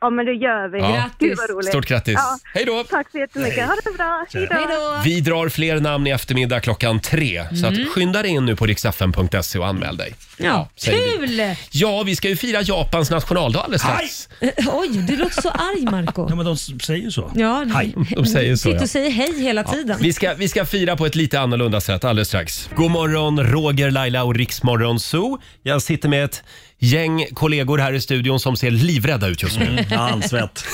Speaker 5: ja, men det gör vi.
Speaker 1: Ja.
Speaker 5: Gud vad roligt.
Speaker 1: Stort grattis.
Speaker 5: Ja.
Speaker 1: Hej då!
Speaker 5: Tack så jättemycket. Ha det bra. Hej
Speaker 2: Hej
Speaker 5: då.
Speaker 2: då.
Speaker 1: Vi drar fler namn i eftermiddag klockan tre. Så
Speaker 2: Mm.
Speaker 1: att skynda dig in nu på riksfn.se och anmäl dig.
Speaker 2: Ja,
Speaker 1: säger vi.
Speaker 2: kul!
Speaker 1: Ja, vi ska ju fira Japans nationaldag alldeles strax.
Speaker 2: Eh, Oj, du låter så arg Marco
Speaker 8: Ja men de s- säger ju så.
Speaker 2: Ja,
Speaker 8: Hej.
Speaker 1: De säger så,
Speaker 2: Sitter
Speaker 1: ja.
Speaker 2: och säger hej hela tiden.
Speaker 1: Vi ska, vi ska fira på ett lite annorlunda sätt alldeles strax. God morgon, Roger, Laila och Riksmorgon Zoo. Jag sitter med ett gäng kollegor här i studion som ser livrädda ut just nu.
Speaker 8: Ja, Handsvett.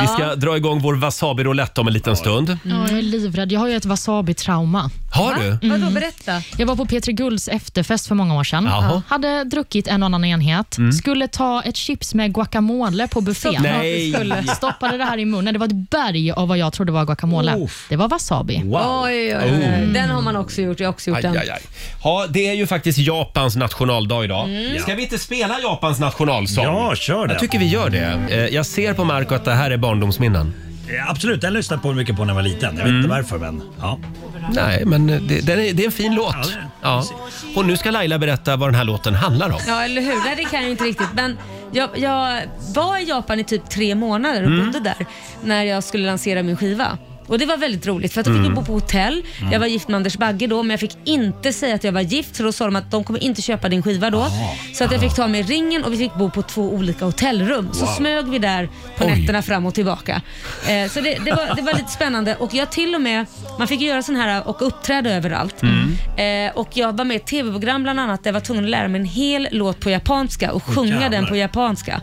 Speaker 1: Vi ska dra igång vår wasabi roulette om en liten stund.
Speaker 4: Ja, jag är livrädd. Jag har ju ett wasabi-trauma.
Speaker 1: Har du?
Speaker 2: Vadå, berätta.
Speaker 4: Jag var på Petri Gulls efterfest för många år sedan.
Speaker 1: Jaha. Mm.
Speaker 4: Hade druckit en och annan enhet. Skulle ta ett chips med guacamole på buffén.
Speaker 1: Nej.
Speaker 4: Skulle stoppade det här i munnen. Det var ett berg av vad jag trodde var guacamole.
Speaker 8: Oof.
Speaker 4: Det var wasabi.
Speaker 8: Wow.
Speaker 2: Oj, oj, oj. Den har man också gjort. Jag har också gjort
Speaker 1: Oh. Aj,
Speaker 2: den.
Speaker 1: aj, aj. Ja, det är ju faktiskt Japans nationaldag idag. Ska vi inte spela Japans nationalsång?
Speaker 8: Mm. Ja, kör det.
Speaker 1: Jag tycker vi gör det. Eh, Jag ser på Marco att det här är barndomsminnen.
Speaker 8: Ja, Eh, Absolut, den lyssnade på mycket på när jag var liten. Jag vet inte varför men ja.
Speaker 1: Nej, men eh, det, den är, det är en fin låt.
Speaker 8: Ja, det är det.
Speaker 1: Ja. Och nu ska Laila berätta vad den här låten handlar om.
Speaker 2: Ja, eller hur? Nej, det kan jag ju inte riktigt. Men jag, jag var i Japan i typ tre månader och bodde där när jag skulle lansera min skiva. Och Det var väldigt roligt för att jag fick ju bo på hotell. Jag var gift med Anders Bagge då men jag fick inte säga att jag var gift för då sa de att de kommer inte köpa din skiva då. Så att jag fick ta med ringen och vi fick bo på två olika hotellrum. Så smög vi där på
Speaker 1: Oj.
Speaker 2: nätterna fram och tillbaka. Eh, så det, det, var, det var lite spännande och jag till och med, man fick ju göra sån här och uppträda överallt.
Speaker 8: Mm.
Speaker 2: Eh, och jag var med i ett tv-program bland annat där jag var tvungen att lära mig en hel låt på japanska och sjunga
Speaker 8: jävlar.
Speaker 2: den på japanska.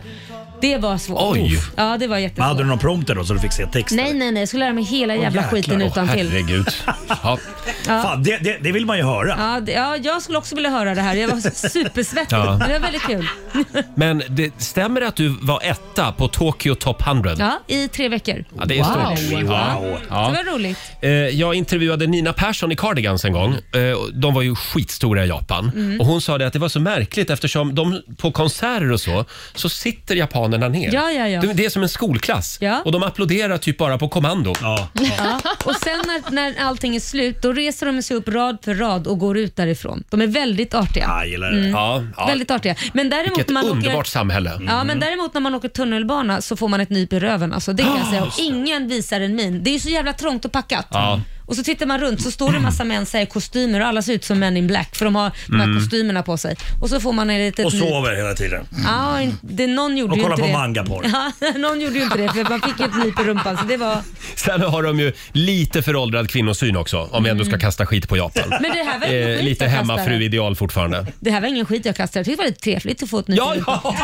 Speaker 2: Det var svårt.
Speaker 1: Oj.
Speaker 2: Ja, det var
Speaker 8: Men
Speaker 2: jättesvårt.
Speaker 8: hade du någon prompter då så du fick se texten?
Speaker 2: Nej, nej, nej. Jag skulle lära mig hela jävla
Speaker 8: jäklar.
Speaker 2: skiten
Speaker 8: Åh,
Speaker 2: utan till.
Speaker 1: Herregud. Ja.
Speaker 8: Fan, det, det, det vill man ju höra.
Speaker 2: Ja, det, ja, jag skulle också vilja höra det här. Jag var supersvettig.
Speaker 1: Ja.
Speaker 2: Men det var väldigt kul.
Speaker 1: Men det, stämmer det att du var etta på Tokyo Top 100?
Speaker 2: Ja, I tre veckor.
Speaker 1: Ja, det är
Speaker 4: Wow.
Speaker 1: stort.
Speaker 8: Wow.
Speaker 1: Ja.
Speaker 2: Det var roligt.
Speaker 1: Eh, Jag intervjuade Nina Persson i Cardigans en gång. Eh, och De var ju skitstora i Japan.
Speaker 2: Mm.
Speaker 1: Och Hon sa det att det var så märkligt eftersom de på konserter och så, så sitter japanerna ner.
Speaker 2: Ja, ja, ja.
Speaker 1: Det, det är som en skolklass.
Speaker 2: Ja. Mm.
Speaker 1: Och de applåderar typ bara på kommando.
Speaker 8: Ja.
Speaker 2: Ja. Och sen när, när allting är slut, då reser de sig upp rad för rad och går ut därifrån. De är väldigt artiga.
Speaker 8: Ah, Ja, jag gillar det.
Speaker 1: Ja, ja.
Speaker 2: Väldigt artiga. Men däremot
Speaker 1: Vilket
Speaker 2: när man
Speaker 1: underbart
Speaker 2: åker...
Speaker 1: samhälle.
Speaker 2: Ja, men däremot när man åker tunnelbana så får man ett nyp i röven. Alltså, det kan jag säga. Och ingen visar en min. Det är ju så jävla trångt och packat.
Speaker 1: Ja.
Speaker 2: Och så tittar man runt så står det en massa män så här i kostymer och alla ser ut som män in black för de har de här
Speaker 8: Mm.
Speaker 2: kostymerna på sig. Och så får man en litet
Speaker 8: Och
Speaker 2: nyp-
Speaker 8: sover hela tiden.
Speaker 2: Ja, in- det, någon gjorde
Speaker 8: Och
Speaker 2: ju
Speaker 8: kollar
Speaker 2: inte
Speaker 8: på
Speaker 2: det.
Speaker 8: mangaporr.
Speaker 2: Ja, någon gjorde ju inte det för man fick ju ett nyp i rumpan. Så det var...
Speaker 1: Sen har de ju lite föråldrad kvinnosyn också, om vi ändå ska kasta skit på Japan.
Speaker 2: Men det här var ingen skit
Speaker 1: Eh, Lite
Speaker 2: att kasta här.
Speaker 1: hemmafruideal fortfarande.
Speaker 2: Det här var ingen skit jag kastade. Jag tyckte det var lite trevligt att få ett nyp
Speaker 1: Ja,
Speaker 2: i rumpan.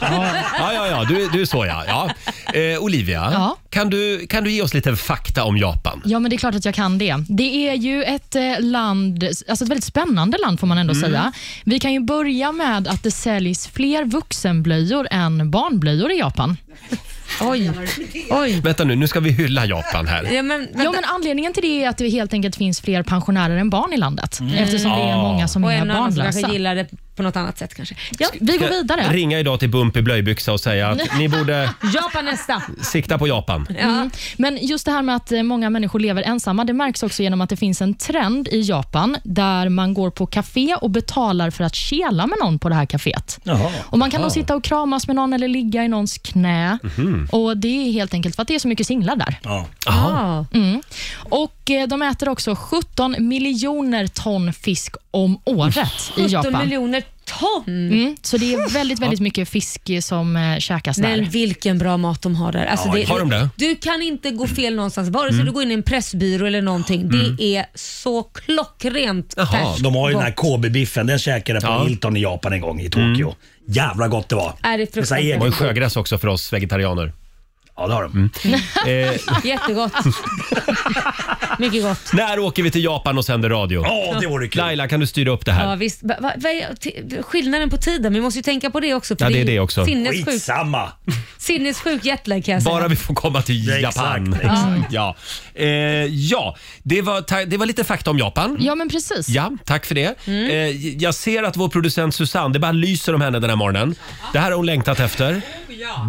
Speaker 1: Ja, ja, ja, du, du är så ja. ja. Eh, Olivia,
Speaker 4: Ja.
Speaker 1: Kan, du, kan du ge oss lite fakta om Japan?
Speaker 4: Ja, men det är klart att jag kan det. Det är ju ett eh, land, alltså ett väldigt spännande land får man ändå
Speaker 1: Mm.
Speaker 4: säga. Vi kan ju börja med att det säljs fler vuxenblöjor än barnblöjor i Japan.
Speaker 2: Oj. Oj.
Speaker 1: Vänta nu, nu ska vi hylla Japan här.
Speaker 4: Ja
Speaker 2: men,
Speaker 4: anledningen till det är att det helt enkelt finns fler pensionärer än barn i landet.
Speaker 1: Mm.
Speaker 4: Eftersom det är
Speaker 1: Ah.
Speaker 4: många som
Speaker 2: Och
Speaker 4: är
Speaker 2: en annan som
Speaker 4: barnlösa.
Speaker 2: kanske gillar det på något annat sätt kanske.
Speaker 4: Ja, vi går
Speaker 1: Ska
Speaker 4: vidare.
Speaker 1: Ringa idag till Bump i blöjbyxa och säga att ni borde
Speaker 4: Japan nästa.
Speaker 1: sikta på Japan.
Speaker 4: Mm. Men just det här med att eh, många människor lever ensamma, det märks också genom att det finns en trend i Japan där man går på café och betalar för att kela med någon på det här caféet. Och Man kan då sitta och kramas med någon eller ligga i någons knä.
Speaker 1: Mhm.
Speaker 4: Och Det är helt enkelt för att det är så mycket singlar där.
Speaker 1: Aha.
Speaker 4: Mm. Och eh, De äter också 17 miljoner ton fisk om året i
Speaker 2: 17
Speaker 4: Japan.
Speaker 2: miljoner ton?
Speaker 4: Mm. Så det är väldigt, väldigt mycket fisk som eh, käkas där.
Speaker 2: Men vilken bra mat de har där. Alltså
Speaker 4: Ja,
Speaker 2: det,
Speaker 4: har de det?
Speaker 2: Du kan inte gå fel någonstans, vare sig
Speaker 8: Mm.
Speaker 2: du går in i en pressbyrå eller någonting.
Speaker 8: Mm.
Speaker 2: Det är så klockrent
Speaker 8: Jaha,
Speaker 2: färskt
Speaker 8: de har ju den här
Speaker 2: gott.
Speaker 8: Kobe-biffen. Den käkade jag på Hilton i Japan en gång i Tokyo. Jävla gott det var.
Speaker 2: Är det
Speaker 8: Med så här
Speaker 1: De har ju
Speaker 8: egen-
Speaker 1: sjögräs också för oss vegetarianer.
Speaker 8: Ja, det har de.
Speaker 1: Eh,
Speaker 2: Jättegott. Mycket gott.
Speaker 1: när åker vi till Japan och sänder radio?
Speaker 2: Ja, det vore
Speaker 1: kul. Laila, kan du styra upp det här?
Speaker 2: Ja, visst. Va, va, vad är t- skillnaden på tiden? Vi måste ju tänka på det också. för
Speaker 1: Ja, det är det också.
Speaker 2: Sinnessjuk, Mm. sinnessjuk jetlag kan jag säga.
Speaker 1: Bara vi får komma till
Speaker 8: Ja, exakt,
Speaker 1: Japan.
Speaker 2: exakt.
Speaker 1: Ja, eh, ja. Det, var, ta- det var lite fakta om Japan.
Speaker 4: Ja, men precis.
Speaker 1: Ja, tack för det.
Speaker 2: Mm.
Speaker 1: Eh, jag ser att vår producent Susanne, det bara lyser om henne den här morgonen. Det här har hon längtat efter.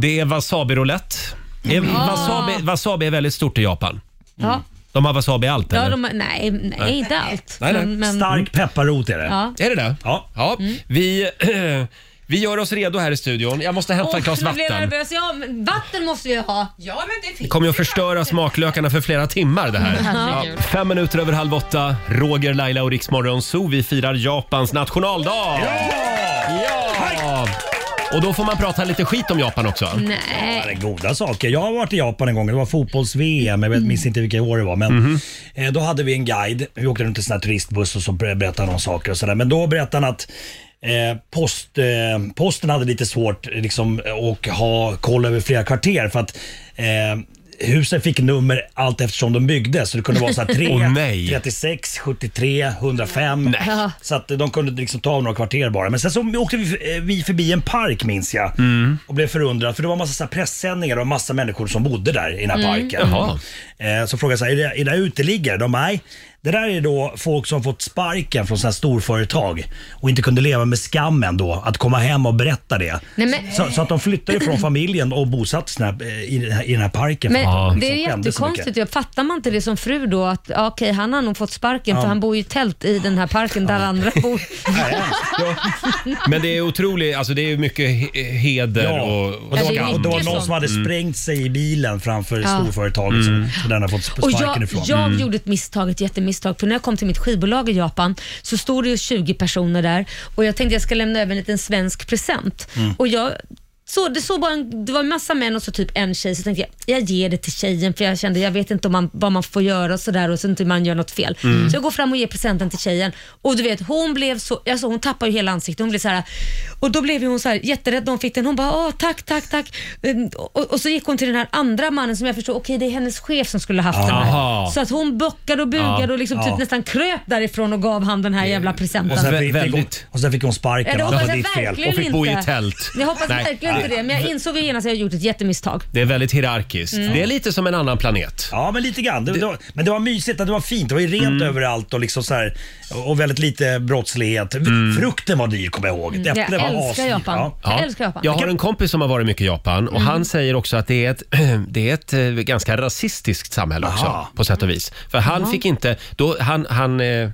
Speaker 1: Det är wasabi-roulette. Är-
Speaker 2: Mm.
Speaker 1: Wasabi, wasabi är väldigt stort i Japan.
Speaker 2: Ja.
Speaker 1: De har wasabi i allt,
Speaker 2: Ja,
Speaker 1: eller?
Speaker 2: de, nej, nej,
Speaker 1: Nej.
Speaker 2: inte allt.
Speaker 1: Nej, nej.
Speaker 2: Men, men,
Speaker 1: pepparrot är det.
Speaker 2: Ja.
Speaker 1: Är det det? Ja. Vi, vi gör oss redo här i studion. Jag måste hämta
Speaker 2: Åh,
Speaker 1: ett glas
Speaker 2: nu blev jag
Speaker 1: vatten.
Speaker 2: nervös. Ja, men vatten måste vi ju ha.
Speaker 6: Ja, men det
Speaker 1: Det kommer ju att förstöra smaklökarna för flera timmar det här.
Speaker 2: Herregud.
Speaker 1: Ja. Fem minuter över halv åtta. Roger, Laila och Riksmorgon Zoo. Vi firar Japans nationaldag. Ja! Och då får man prata lite skit om Japan också.
Speaker 2: Mm.
Speaker 1: liksom.
Speaker 8: Ja, det är goda saker. Jag har varit i Japan en gång. Det var fotbolls-VM. Jag vet, minns inte vilka år det var. Men
Speaker 1: Mhm.
Speaker 8: eh, Då hade vi en guide. Vi åkte runt i en sån här turistbuss och så ber- berättade han om saker och sådär. Men då berättade han att Eh, post, eh, posten hade lite svårt eh, liksom, att ha koll över flera kvarter för att eh, husen fick nummer allt eftersom de byggdes. Så det kunde vara så här 3,
Speaker 1: Åh, nej.
Speaker 8: 36, 73, 105. Så att de kunde liksom ta några kvarter bara. Men sen så åkte vi, eh, vi förbi en park minns jag och blev förundrad för det var massa så här pressändningar och massa människor som bodde där i den här
Speaker 3: Mm.
Speaker 8: parken.
Speaker 3: Jaha.
Speaker 8: Eh, Så frågade jag så här, är det, är det här uteliggare? De nej. Det där är då folk som fått sparken från sina storföretag och inte kunde leva med skammen då att komma hem och berätta det.
Speaker 2: Nej, men-
Speaker 8: så, så att de flyttade från familjen och bosatte sig i, i, den här- i den här parken.
Speaker 2: Men
Speaker 8: för att de
Speaker 2: det är
Speaker 8: liksom skämdes så mycket.
Speaker 2: jättekonstigt. Jag fattar man inte det som fru då att ja, okej, han har nog fått sparken
Speaker 1: Ja.
Speaker 2: för han bor ju i tält i den här parken där andra bor.
Speaker 1: Men det är otroligt, alltså det är mycket he- heder
Speaker 8: Ja,
Speaker 1: och,
Speaker 8: och det, var, och det var någon som hade
Speaker 1: Mm.
Speaker 8: sprängt sig i bilen framför
Speaker 2: Ja.
Speaker 8: storföretaget som, som den har fått
Speaker 2: Och
Speaker 8: sparken
Speaker 2: jag
Speaker 8: ifrån.
Speaker 2: jag
Speaker 9: Mm.
Speaker 2: gjorde ett misstag, ett jättemisstag. För när jag kom till mitt skivbolag i Japan så stod det ju 20 personer där och jag tänkte jag ska lämna över en liten svensk present.
Speaker 9: Mm.
Speaker 2: Och jag så det, såg bara en, det var en massa män och så typ en tjej, så tänkte jag jag ger det till tjejen för jag kände jag vet inte om man, vad man får göra och sådär och så inte man gör något fel.
Speaker 9: Mm.
Speaker 2: Så jag går fram och ger presenten till tjejen och du vet hon blev så, alltså hon tappade ju hela ansiktet. Hon blev så här, och då blev ju hon så här jätterädd när hon fick den. Hon bara Åh, tack, tack, tack. Ehm, Och, och så gick hon till den här andra mannen som jag förstår, okej det är hennes chef som skulle ha haft den här.
Speaker 1: Aha.
Speaker 2: Så att hon bockade och bugade
Speaker 1: Ja.
Speaker 2: och liksom
Speaker 1: Ja.
Speaker 2: typ nästan kröp därifrån och gav han den här jävla presenten.
Speaker 8: Och sen, fick, fick hon, och sen fick hon
Speaker 2: Ja,
Speaker 8: sparken.
Speaker 2: det
Speaker 8: och det
Speaker 2: hoppas
Speaker 8: var
Speaker 2: jag
Speaker 8: ditt fel.
Speaker 2: verkligen inte. Jag hoppas
Speaker 1: Nej.
Speaker 2: verkligen inte det, men jag insåg ju genast att jag gjort ett jättemisstag.
Speaker 1: Det är väldigt hierarkiskt.
Speaker 2: Mm.
Speaker 1: Det är lite som en annan planet.
Speaker 8: Ja, men lite grann. Det, det var, men det var mysigt, att det var fint. Det var ju rent
Speaker 1: Mm.
Speaker 8: överallt och, liksom så här, och väldigt lite brottslighet.
Speaker 1: Mm.
Speaker 8: Frukten var dyr kommer jag ihåg.
Speaker 2: Mm. Jag
Speaker 8: Äpplen var
Speaker 2: älskar
Speaker 8: asdyr.
Speaker 2: Japan. Jag älskar Japan. Mm.
Speaker 1: Jag har en kompis som har varit mycket i Japan och han säger också att det är ett, det är ett eh, ganska rasistiskt samhälle också
Speaker 3: Aha.
Speaker 1: på sätt och vis. För han
Speaker 3: Jaha.
Speaker 1: fick inte, då, han, han, eh,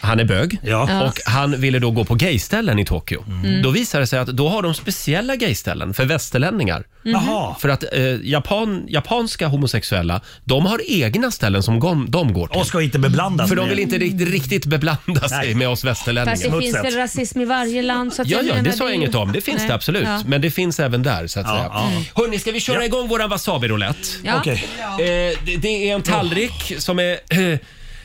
Speaker 1: Han är bög
Speaker 8: Ja.
Speaker 1: och han ville då gå på gayställen i Tokyo.
Speaker 2: Mm.
Speaker 1: Då visade det sig att då har de speciella gayställen för västerlänningar.
Speaker 2: Mm. Mhm.
Speaker 8: Jaha.
Speaker 1: För att eh, japan, japanska homosexuella, de har egna ställen som gom, de går till.
Speaker 8: Och ska inte beblandas
Speaker 1: För de
Speaker 8: med-
Speaker 1: vill inte rikt- riktigt beblanda sig
Speaker 8: Nej.
Speaker 1: med oss
Speaker 2: Fast det
Speaker 1: västerlänningar.
Speaker 2: finns väl
Speaker 8: Smutsigt.
Speaker 2: rasism i varje land? Så att
Speaker 1: Ja,
Speaker 2: jag
Speaker 1: ja,
Speaker 2: menar,
Speaker 1: det sa jag
Speaker 2: är
Speaker 1: inget
Speaker 2: ju-
Speaker 1: om. Det finns
Speaker 2: Nej.
Speaker 1: det absolut.
Speaker 2: Ja.
Speaker 1: Men det finns även där så att
Speaker 8: Ja,
Speaker 1: säga.
Speaker 8: ja.
Speaker 1: Hörni, ska vi köra igång våran wasabi-roulett?
Speaker 2: Ja.
Speaker 8: Okej.
Speaker 1: Eh, det, det är en tallrik som är eh,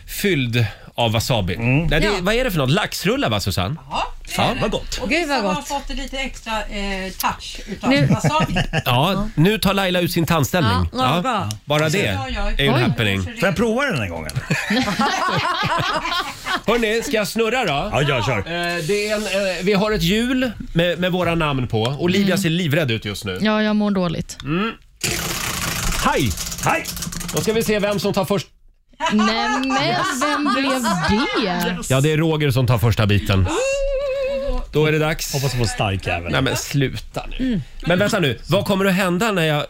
Speaker 1: fylld av wasabi. Nej, det,
Speaker 2: Ja.
Speaker 1: Vad är det för något? Laxrullar va Susanne?
Speaker 6: Ja, det är
Speaker 1: Fan,
Speaker 6: det.
Speaker 1: vad gott.
Speaker 6: Och
Speaker 2: Gud,
Speaker 6: vissa
Speaker 2: vad
Speaker 6: har
Speaker 2: gott.
Speaker 6: fått lite extra eh, touch utav
Speaker 2: Nu-
Speaker 6: wasabi.
Speaker 1: Ja, nu tar Laila ut sin tandställning.
Speaker 2: Ja, vad bra.
Speaker 1: bara det
Speaker 6: Ja, ja.
Speaker 1: är ju en
Speaker 6: Oj.
Speaker 1: happening.
Speaker 8: Får jag prova den en gång eller?
Speaker 1: Hörni, ska jag snurra då?
Speaker 8: Ja, jag kör.
Speaker 1: Eh, det är en, eh, vi har ett hjul med, med våra namn på. Olivia
Speaker 2: Mm.
Speaker 1: ser livrädd ut just nu.
Speaker 4: Ja, jag mår dåligt.
Speaker 1: Mm. Hej!
Speaker 8: Hej!
Speaker 1: Då ska vi se vem som tar först.
Speaker 4: Nej, men vem blev det?
Speaker 1: Ja, det är Roger som tar första biten. Då är det dags.
Speaker 8: Hoppas jag får stark jävel.
Speaker 1: Nej men sluta nu. Men vänta nu, vad kommer att hända när jag eh,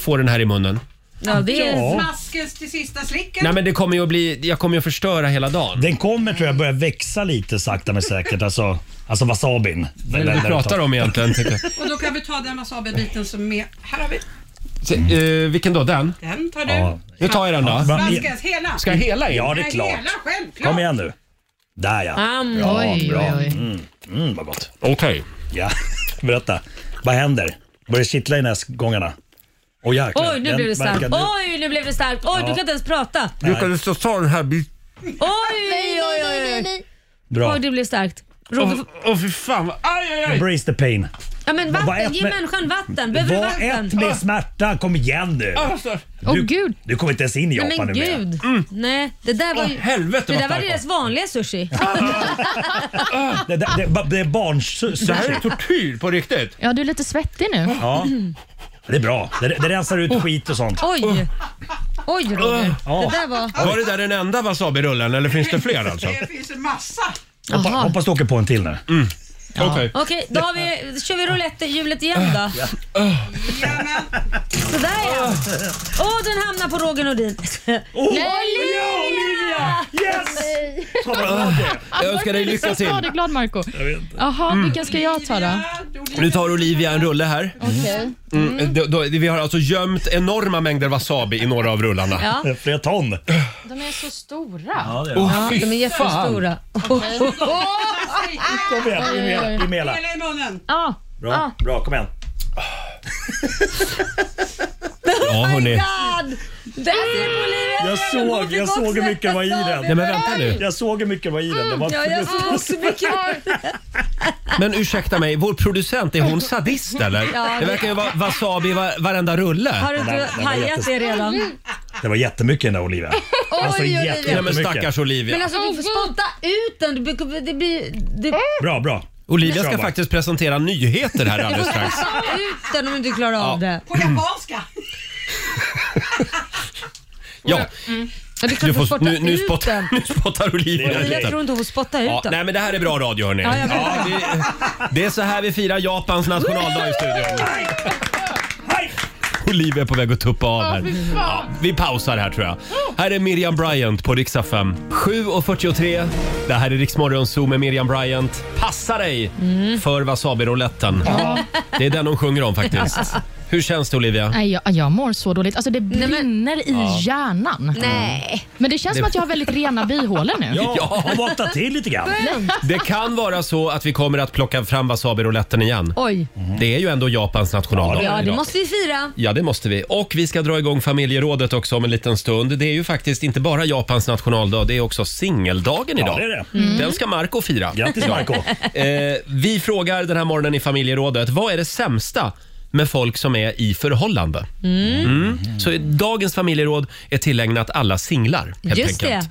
Speaker 1: får den här i munnen?
Speaker 2: Ja, det är...
Speaker 8: Ja.
Speaker 6: Maskens till sista slicken.
Speaker 1: Nej men det kommer ju att bli, jag kommer ju att förstöra hela dagen.
Speaker 8: Den kommer tror jag börja växa lite sakta men säkert. Alltså, alltså wasabin.
Speaker 1: Vad är det vi pratar om egentligen? tycker jag.
Speaker 6: Och då kan vi ta den wasabi-biten som är... Här har vi.
Speaker 1: Se, eh, vilken då? Den?
Speaker 6: Den tar du.
Speaker 8: Ja.
Speaker 1: Nu tar jag den då.
Speaker 6: Maskens hela.
Speaker 1: Ska jag hela in?
Speaker 8: Ja, det
Speaker 6: Nej,
Speaker 8: är klart.
Speaker 6: Hela, självklart.
Speaker 8: Kom igen nu. Där ja.
Speaker 2: Am.
Speaker 8: Ja,
Speaker 4: Oj,
Speaker 8: bra.
Speaker 4: oj, oj.
Speaker 8: Mm, mm, vad gott.
Speaker 1: Okej.
Speaker 8: Ja, berätta. Vad händer? Börjar det kittla i näsgångarna? Åh jäklar.
Speaker 2: Oj, nu
Speaker 8: Den
Speaker 2: blev det starkt.
Speaker 8: verkar nu-
Speaker 2: Oj, nu blev det starkt. Oj, du kan inte ens prata.
Speaker 1: Lyckades du ta den här biten?
Speaker 2: Oj, oj, oj, oj.
Speaker 8: Bra.
Speaker 2: Oj, det blev starkt. Roger, får-
Speaker 1: Åh fy fan. vad- Aj, aj, aj.
Speaker 8: Embrace the pain.
Speaker 2: ja, men
Speaker 8: vad
Speaker 2: vatten,
Speaker 8: ett
Speaker 2: ge
Speaker 8: med-
Speaker 2: människan vatten. Behöver du
Speaker 8: Var ett
Speaker 2: vatten?
Speaker 8: med smärta. Kom igen nu.
Speaker 1: Ah, vad stör.
Speaker 4: Åh gud.
Speaker 8: Du kommer inte ens in i
Speaker 2: Nej,
Speaker 8: Japan
Speaker 2: men
Speaker 8: nu mer.
Speaker 2: gud. Nej, det där var ju...
Speaker 1: Mm. Åh, helvete,
Speaker 2: det
Speaker 1: vad
Speaker 2: där var
Speaker 1: stark
Speaker 2: deras vanliga sushi.
Speaker 8: Det, det, det, det är
Speaker 1: Det här är
Speaker 8: barnsushi.
Speaker 1: tortyr på riktigt.
Speaker 4: Ja, du är lite svettig nu.
Speaker 8: Ja. Det är bra. Det, det rensar ut skit och sånt.
Speaker 2: Oj. Oj, Roger.
Speaker 8: Ja.
Speaker 2: Det där var...
Speaker 1: Var det där den enda wasabirullen eller finns det fler alltså?
Speaker 6: Det finns en massa.
Speaker 8: Hoppa,
Speaker 2: Jaha.
Speaker 8: hoppas du åker på en till nu.
Speaker 1: Okej.
Speaker 2: Okej, då har vi, kör vi roulettehjulet igen då.
Speaker 6: Jajamän.
Speaker 2: Sådär ja. Åh, den hamnar på Roger Nordin.
Speaker 8: Yes!
Speaker 1: Jag önskar dig lycka
Speaker 4: Så
Speaker 1: till.
Speaker 4: skadeglad Marco. Jaha,
Speaker 1: Mm.
Speaker 4: vilken ska jag ta då?
Speaker 1: Nu tar Olivia en rulle här.
Speaker 4: Okej.
Speaker 1: Mm. Då, då, vi har alltså gömt enorma mängder wasabi i några av rullarna.
Speaker 2: Ja.
Speaker 8: Flera ton. Oh,
Speaker 4: De är så stora.
Speaker 8: det
Speaker 1: Åh, fy
Speaker 2: De är jättestora. Oh,
Speaker 8: Kom igen, in med, in med hela.
Speaker 6: Hela i munnen.
Speaker 2: Ja.
Speaker 8: Bra, bra, kom igen.
Speaker 1: Ja, hörni.
Speaker 2: Oh God! Där ser du Olivia!
Speaker 8: Jag såg, jag såg hur mycket det var i
Speaker 1: Nej,
Speaker 8: den.
Speaker 1: men vänta nu.
Speaker 8: Jag såg hur mycket det var i den. Det var
Speaker 2: Ja, jag såg också mycket.
Speaker 1: Men ursäkta mig, vår producent, är hon sadist eller?
Speaker 2: Ja,
Speaker 1: Det verkar ju vara wasabi i va- varenda rulle.
Speaker 2: Har du inte
Speaker 8: den var
Speaker 2: hajat
Speaker 8: jättes-
Speaker 2: det redan?
Speaker 8: Det var jättemycket i den där Olivia. Alltså
Speaker 1: Nej men
Speaker 8: jättemycket.
Speaker 1: stackars
Speaker 2: Men
Speaker 1: Olivia.
Speaker 2: alltså du får spotta ut den. Du, brukar- det blir, du,
Speaker 8: Bra, bra.
Speaker 1: Olivia ska
Speaker 8: Bra, va?
Speaker 1: faktiskt presentera nyheter här
Speaker 2: du
Speaker 1: alldeles
Speaker 2: får
Speaker 1: strax.
Speaker 2: spotta ut den om du inte klarar av det.
Speaker 6: På japanska.
Speaker 1: Ja,
Speaker 2: Ja, det är klart
Speaker 1: du får,
Speaker 2: spotta
Speaker 1: nu, nu,
Speaker 2: ut
Speaker 1: spott,
Speaker 2: den.
Speaker 1: nu spottar Olivia
Speaker 2: Men Jag tror
Speaker 1: lite.
Speaker 2: inte hon får spotta ut
Speaker 1: Ja,
Speaker 2: den.
Speaker 1: nej men det här är bra radio hörni.
Speaker 2: Ja, jag vet.
Speaker 1: Ja, det, det är så här vi firar Japans nationaldag i studion.
Speaker 8: Hej!
Speaker 1: Olivia är på väg att tuppa av här. Ja, vi pausar här tror jag. Här är Miriam Bryant på Riksa 5. 7.43. Det här är Riksmorgon Zoo med Miriam Bryant. Passa dig
Speaker 2: Mm.
Speaker 1: för wasabi-rouletten. Det är den hon sjunger om faktiskt. Hur känns det Olivia?
Speaker 4: Nej, jag, jag mår så dåligt. Alltså det
Speaker 2: men-
Speaker 4: brinner i hjärnan. Mm.
Speaker 2: Nej.
Speaker 4: Men det känns
Speaker 1: Det-
Speaker 4: som att jag har väldigt rena bihålor nu.
Speaker 8: Ja, hon vaknade till lite grann.
Speaker 1: Det kan vara så att vi kommer att plocka fram wasabi-rouletten igen.
Speaker 2: Oj.
Speaker 1: Det är ju ändå Japans nationaldag.
Speaker 2: Ja, det
Speaker 1: idag.
Speaker 2: måste vi fira.
Speaker 1: Ja, det måste vi. Och vi ska dra igång familjerådet också om en liten stund. Det är ju faktiskt inte bara Japans nationaldag, det är också singeldagen idag.
Speaker 8: det är
Speaker 2: Mm.
Speaker 1: Den ska Marco fira.
Speaker 8: Grattis Marco.
Speaker 1: Eh, vi frågar den här morgonen i familjerådet, vad är det sämsta med folk som är i förhållande? Mm. Så dagens familjeråd är tillägnat alla singlar helt
Speaker 2: Just
Speaker 1: enkelt.
Speaker 2: det.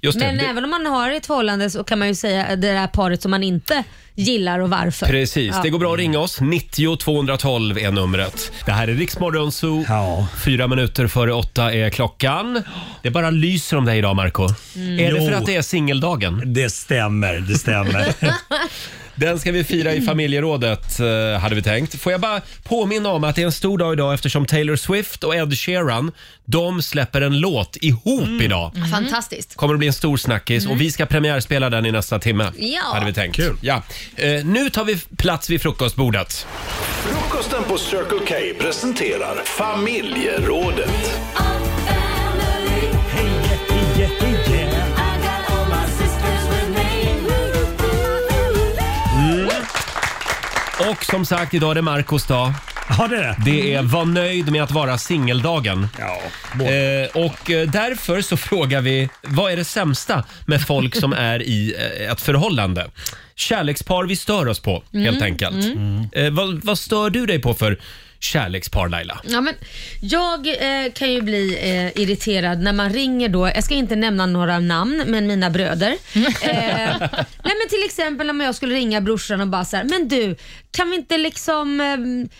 Speaker 1: Just det.
Speaker 2: Men eh,
Speaker 1: Det-
Speaker 2: även om man har ett förhållande så kan man ju säga det där paret som man inte gillar och varför.
Speaker 1: Precis,
Speaker 2: Ja.
Speaker 1: det går bra att ringa oss. 90 212 är numret. Det här är Riksmorgon Zoo.
Speaker 8: Ja.
Speaker 1: Fyra minuter före åtta är klockan. Det bara lyser om dig idag, Marco.
Speaker 2: Mm.
Speaker 1: Är det
Speaker 8: Jo.
Speaker 1: för att det är singeldagen?
Speaker 8: Det stämmer, det stämmer.
Speaker 1: Den ska vi fira i familjerådet, eh, hade vi tänkt. Får jag bara påminna om att det är en stor dag idag eftersom Taylor Swift och Ed Sheeran, de släpper en låt ihop idag.
Speaker 2: Fantastiskt.
Speaker 1: Kommer att bli en stor snackis och vi ska premiärspela den i nästa timme.
Speaker 2: Ja.
Speaker 1: Hade vi tänkt. Ja. Eh, nu tar vi plats vid frukostbordet.
Speaker 3: Frukosten på Circle K presenterar familjerådet.
Speaker 1: Och som sagt, idag är det Marcos dag.
Speaker 8: Har det det?
Speaker 1: Det är var nöjd med att vara singeldagen.
Speaker 8: Ja.
Speaker 1: Eh, och eh, därför så frågar vi, vad är det sämsta med folk som är i eh, ett förhållande? Kärlekspar vi stör oss på,
Speaker 2: Mm,
Speaker 1: helt enkelt. Eh, vad, vad stör du dig på för kärlekspar, Laila?
Speaker 2: Ja, men jag eh, kan ju bli eh, irriterad när man ringer då, jag ska inte nämna några namn, men mina bröder. eh, nej, men till exempel om jag skulle ringa brorsan och bara så här, men du, kan vi inte liksom eh,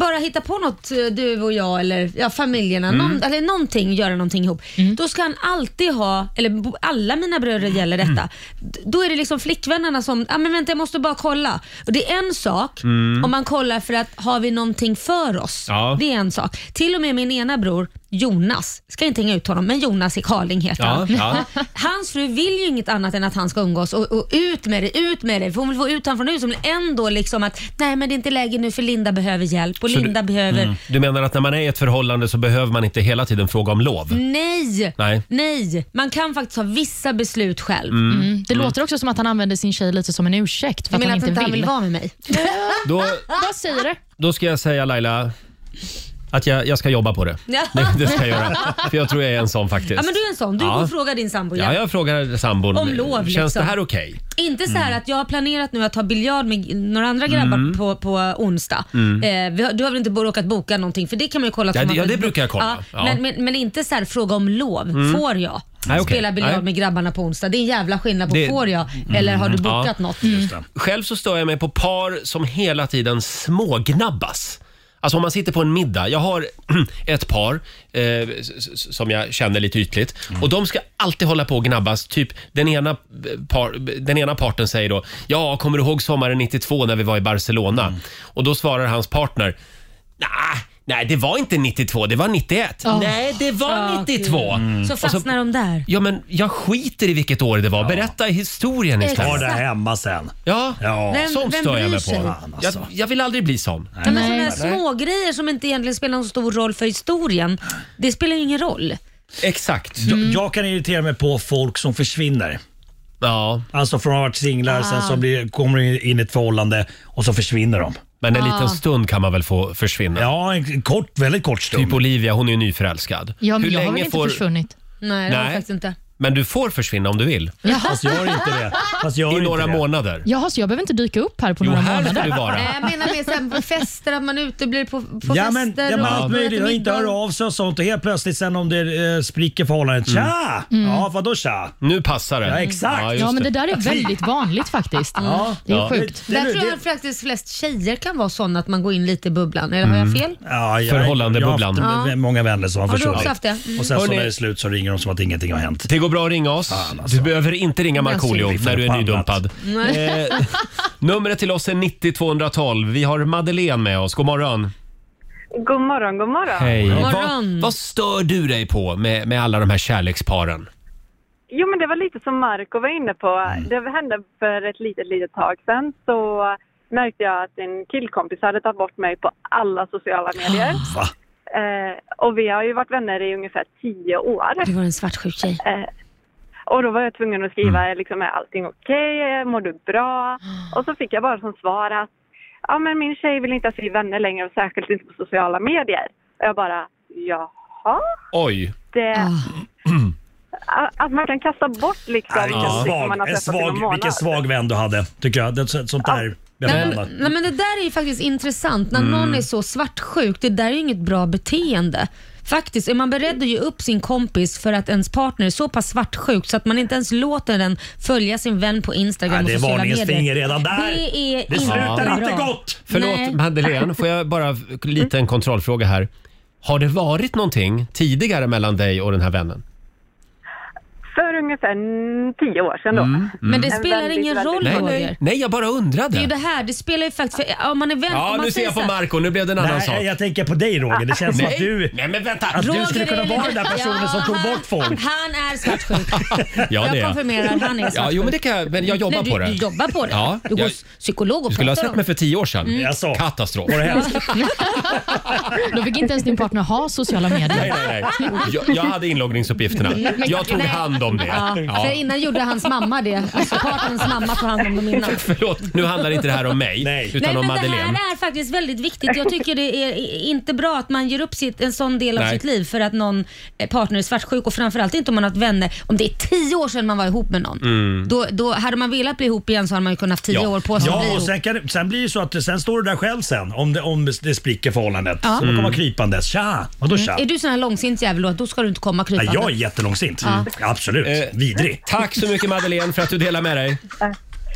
Speaker 2: bara hitta på något eh, du och jag eller ja, familjerna, någon, eller någonting, göra någonting ihop. Då ska han alltid ha, eller bo- alla mina bröder gäller detta, D- då är det liksom flickvännerna som, ja ah, men vänta jag måste bara kolla. Och det är en sak om man kollar för att har vi någonting för oss?
Speaker 1: Ja.
Speaker 2: Det är en sak. Till och med min ena bror Jonas, ska inte hänga ut honom, men Jonas i Karling heter
Speaker 1: Ja,
Speaker 2: han.
Speaker 1: ja.
Speaker 2: Hans fru vill ju inget annat än att han ska umgås och, och ut med det, ut med det. För hon vill få ut honom från huset men ändå liksom att nej men det är inte läge nu för Linda behöver hjälp och
Speaker 1: Så du- Mm.
Speaker 2: Linda behöver
Speaker 1: Du menar att när man är i ett förhållande så behöver man inte hela tiden fråga om
Speaker 2: Mm.
Speaker 1: lov?
Speaker 2: Nej,
Speaker 1: Nej.
Speaker 2: nej. Man kan faktiskt ta vissa beslut själv.
Speaker 4: Mm. Det låter också som att han använder sin tjej lite som en ursäkt för
Speaker 2: Jag
Speaker 4: att
Speaker 2: menar
Speaker 4: han
Speaker 2: att
Speaker 4: inte
Speaker 2: inte
Speaker 4: vill.
Speaker 2: han vill vara med mig.
Speaker 1: Då,
Speaker 4: Vad säger du?
Speaker 1: då ska jag säga, Laila, att jag, jag ska jobba på det.
Speaker 2: Ja.
Speaker 1: Det, det ska jag göra. För jag tror jag är en sån faktiskt.
Speaker 2: Ja men du är en sån. Du
Speaker 1: Ja.
Speaker 2: går och frågar din sambo
Speaker 1: Ja,
Speaker 2: ja.
Speaker 1: jag frågar sambon.
Speaker 2: Om lov,
Speaker 1: Känns
Speaker 2: liksom.
Speaker 1: det här okej?
Speaker 2: Inte så här
Speaker 1: Mm.
Speaker 2: att jag har planerat nu att ta biljard med några andra grabbar på, på onsdag. Eh, vi har, du har väl inte råkat boka någonting? För det kan man ju kolla.
Speaker 1: Mm. Ja,
Speaker 2: om
Speaker 1: det-
Speaker 2: man-
Speaker 1: ja, det brukar jag kolla. Ja. Mm.
Speaker 2: Men, men, men inte så här fråga om lov. Får jag?
Speaker 1: Nej, okej.
Speaker 2: Spela biljard
Speaker 1: Nej.
Speaker 2: med grabbarna på onsdag. Det är en jävla skillnad på
Speaker 1: Det- Mm.
Speaker 2: får jag eller har du bokat
Speaker 1: Ja. Mm.
Speaker 2: något?
Speaker 1: Själv så stör jag mig på par som hela tiden smågnabbas. Alltså om man sitter på en middag. Jag har ett par eh, s- s- som jag känner lite ytligt och de ska alltid hålla på och gnabbas. Typ den ena, eh, par, den ena parten säger då “Ja, kommer du ihåg sommaren 92 när vi var i Barcelona?” och då svarar hans partner “Nej, nej det var inte 92, det var 91. Nej, det var Mm.
Speaker 2: Ah,
Speaker 1: 92.
Speaker 2: Så fastnar de där.
Speaker 1: Ja, men jag skiter i vilket år det var. Berätta historien
Speaker 8: Ta
Speaker 1: istället.
Speaker 8: det hemma sen.
Speaker 1: Ja,
Speaker 8: Ja.
Speaker 2: Vem-
Speaker 1: sånt
Speaker 2: vem
Speaker 1: stör
Speaker 2: bryr
Speaker 1: jag mig
Speaker 2: sig?
Speaker 1: på.
Speaker 8: Fan,
Speaker 1: Jag,
Speaker 8: alltså.
Speaker 1: jag vill aldrig bli sån.
Speaker 2: Ja, men sådana här smågrejer som inte egentligen spelar någon stor roll för historien, det spelar ju ingen roll.
Speaker 1: Exakt.
Speaker 2: Mm.
Speaker 8: Jag- Jag kan irritera mig på folk som försvinner.
Speaker 1: Ja,
Speaker 8: Alltså från att ha varit singlar,
Speaker 2: Ah.
Speaker 8: sen så blir, kommer det in i ett förhållande och så försvinner de.
Speaker 1: men en liten stund kan man väl få försvinna.
Speaker 8: Ja, en kort, väldigt kort stund.
Speaker 1: Typ Olivia, hon är ju nyförälskad.
Speaker 4: Ja, men
Speaker 1: Hur
Speaker 4: jag har väl
Speaker 1: länge
Speaker 4: inte
Speaker 1: får-
Speaker 4: försvunnit?
Speaker 2: Nej, det har jag
Speaker 1: Nej.
Speaker 2: faktiskt inte.
Speaker 1: Men du får försvinna om du vill.
Speaker 8: Fast gör inte det. Fast gör
Speaker 1: I
Speaker 8: inte
Speaker 1: några
Speaker 8: det.
Speaker 1: månader.
Speaker 4: Jaha, så jag behöver inte dyka upp här på
Speaker 1: Jo,
Speaker 4: några
Speaker 1: här ska
Speaker 4: månader?
Speaker 1: du vara.
Speaker 2: Nej, Eh, jag menar mer sen på fester, att man uteblir på, på
Speaker 8: Ja men,
Speaker 2: fester.
Speaker 8: ja, men
Speaker 2: och-
Speaker 8: allt
Speaker 2: och
Speaker 8: möjligt.
Speaker 2: äter
Speaker 8: Och inte
Speaker 2: middag.
Speaker 8: höra av sig och sånt. Och helt plötsligt sen om det eh, spricker förhållandet.
Speaker 5: Mm.
Speaker 8: Tja!
Speaker 2: Mm.
Speaker 8: Ja, vadå tja?
Speaker 1: Nu passar det.
Speaker 8: Ja, exakt.
Speaker 1: Ja, just
Speaker 4: Ja, men
Speaker 1: det.
Speaker 4: det där är väldigt vanligt faktiskt. Det är
Speaker 1: Ja.
Speaker 4: sjukt.
Speaker 8: Det-
Speaker 2: Där
Speaker 8: det-
Speaker 2: tror jag faktiskt flest tjejer kan vara sådana att man går in lite i bubblan. Eller har jag fel?
Speaker 8: Ja, jag,
Speaker 1: Förhållandebubblan.
Speaker 8: Jag har haft många vänner som har
Speaker 2: Har du
Speaker 8: försvunnit.
Speaker 2: också haft det? Mm.
Speaker 8: Och sen så
Speaker 1: Hörni.
Speaker 8: när det är slut så ringer de som att ingenting har hänt.
Speaker 1: Det går bra att ringa oss.
Speaker 8: alltså.
Speaker 1: Du behöver inte ringa Markoolio
Speaker 8: synd.
Speaker 1: när du är
Speaker 8: Förbannat.
Speaker 1: nydumpad. Eh, numret till oss är 90 212. Vi har Madeleine med oss. God morgon.
Speaker 5: God morgon, god morgon.
Speaker 1: Hej. Vad,
Speaker 2: morgon.
Speaker 1: vad stör du dig på med, med alla de här kärleksparen?
Speaker 5: Jo, men det var lite som Marco var inne på. Det hände för ett litet, litet tag sedan. Så märkte jag att en killkompis hade tagit bort mig på alla sociala medier.
Speaker 8: Va?
Speaker 5: Eh, och vi har ju varit vänner i ungefär tio år. Eh,
Speaker 2: Det var en svartsjuk tjej.
Speaker 5: Och då var jag tvungen att skriva, liksom, är allting okej? Mår du bra? Och så fick jag bara som svar att, ja men min tjej vill inte att vi är vänner längre och särskilt inte på sociala medier. Och jag bara, jaha?
Speaker 1: Oj.
Speaker 5: Det,
Speaker 2: Ah.
Speaker 5: eh, Att man kan kasta bort liksom
Speaker 8: Ja, vilken,
Speaker 5: någonting som man har
Speaker 8: svag, en
Speaker 5: träffat i
Speaker 8: svag,
Speaker 5: någon
Speaker 8: vilken
Speaker 5: månad.
Speaker 8: svag vän du hade, tycker jag. Det, så- sånt där.
Speaker 2: Nej,
Speaker 8: Men,
Speaker 2: men, nej, men det där är ju faktiskt intressant. När någon är så svartsjuk, det där är ju inget bra beteende. Faktiskt, är man beredd att ge upp sin kompis för att ens partner är så pass svartsjuk så att man inte ens låter den följa sin vän på Instagram
Speaker 8: Nej, det är
Speaker 2: och sociala
Speaker 8: varningens
Speaker 2: medier.
Speaker 8: finger redan där.
Speaker 2: Det är
Speaker 8: Det slutar
Speaker 2: inte
Speaker 8: inte
Speaker 2: bra. Mm.
Speaker 8: gott!
Speaker 1: Förlåt
Speaker 2: Nej.
Speaker 1: Madeleine, får jag bara lite en kontrollfråga här. Har det varit någonting tidigare mellan dig och den här vännen?
Speaker 5: För ungefär mm, tio år sedan då.
Speaker 2: Men det
Speaker 5: En
Speaker 2: spelar
Speaker 5: väldigt,
Speaker 2: ingen
Speaker 5: väldigt-
Speaker 2: roll
Speaker 1: Nej, nej,
Speaker 2: Roger.
Speaker 1: nej jag bara
Speaker 2: Mm. Det är ju det
Speaker 1: undrade.
Speaker 2: här, det spelar ju faktiskt... För, om man är vän, om
Speaker 1: Ja,
Speaker 2: man
Speaker 1: nu ser
Speaker 2: säger
Speaker 1: jag på
Speaker 2: så här-
Speaker 1: Marco nu blev det en annan sak.
Speaker 8: Nej, jag tänker på dig Roger. Det känns som att du...
Speaker 1: Nej men vänta!
Speaker 8: Att du
Speaker 2: Roger
Speaker 8: skulle
Speaker 2: är
Speaker 8: kunna
Speaker 2: lite-
Speaker 8: vara den där personen som tog
Speaker 2: han-
Speaker 8: bort folk.
Speaker 2: Han är svartsjuk.
Speaker 1: Ja, det
Speaker 2: jag
Speaker 1: är jag.
Speaker 2: konfirmerar, han är svartsjuk.
Speaker 1: Ja, jo men det kan jag, men jag jobbar
Speaker 2: Nej, du,
Speaker 1: på det.
Speaker 2: Du jobbar på det?
Speaker 1: Ja,
Speaker 2: du går
Speaker 1: jag-
Speaker 2: s- psykolog och
Speaker 1: Du skulle ha
Speaker 2: pratar
Speaker 1: sett
Speaker 2: om
Speaker 1: mig för tio år sedan.
Speaker 8: Jaså?
Speaker 1: Katastrof.
Speaker 8: Var det hemskt?
Speaker 4: Då fick inte ens din partner ha sociala medier.
Speaker 1: Nej, nej, nej. Jag, jag hade inloggningsuppgifterna. Jag tog hand om det.
Speaker 2: Ja, alltså, För
Speaker 1: Ja.
Speaker 2: innan gjorde hans mamma det. Alltså partnerns mamma tog hand om dem innan.
Speaker 1: Förlåt, nu handlar inte det här om mig
Speaker 8: Nej.
Speaker 1: utan
Speaker 2: Nej,
Speaker 1: om
Speaker 2: men det
Speaker 1: Madeleine.
Speaker 2: här är faktiskt väldigt viktigt. Jag tycker det är i- inte bra att man ger upp sitt, en sån del av
Speaker 1: Nej.
Speaker 2: sitt liv för att någon eh, partner är svartsjuk och framförallt inte om man har haft vänner. Om det är tio år sedan man var ihop med någon, då, då hade man velat bli ihop igen så hade man ju kunnat haft tio
Speaker 1: Mm. Ja.
Speaker 2: år på sig att bli
Speaker 8: Ja, och
Speaker 2: ihop.
Speaker 8: sen, kan, det- sen blir det så att sen står du där själv sen om det, om det spricker förhållandet. Så kommer komma krypandes. Tja! Vadå tja?
Speaker 2: Mm. Är du sån här långsint jävel då, då ska du inte komma
Speaker 8: Nej,
Speaker 2: krypande.
Speaker 8: jag är jättelångsint. Absolut.
Speaker 1: Eh,
Speaker 8: Vidrig.
Speaker 1: Tack så mycket Madeleine för att du delar med dig.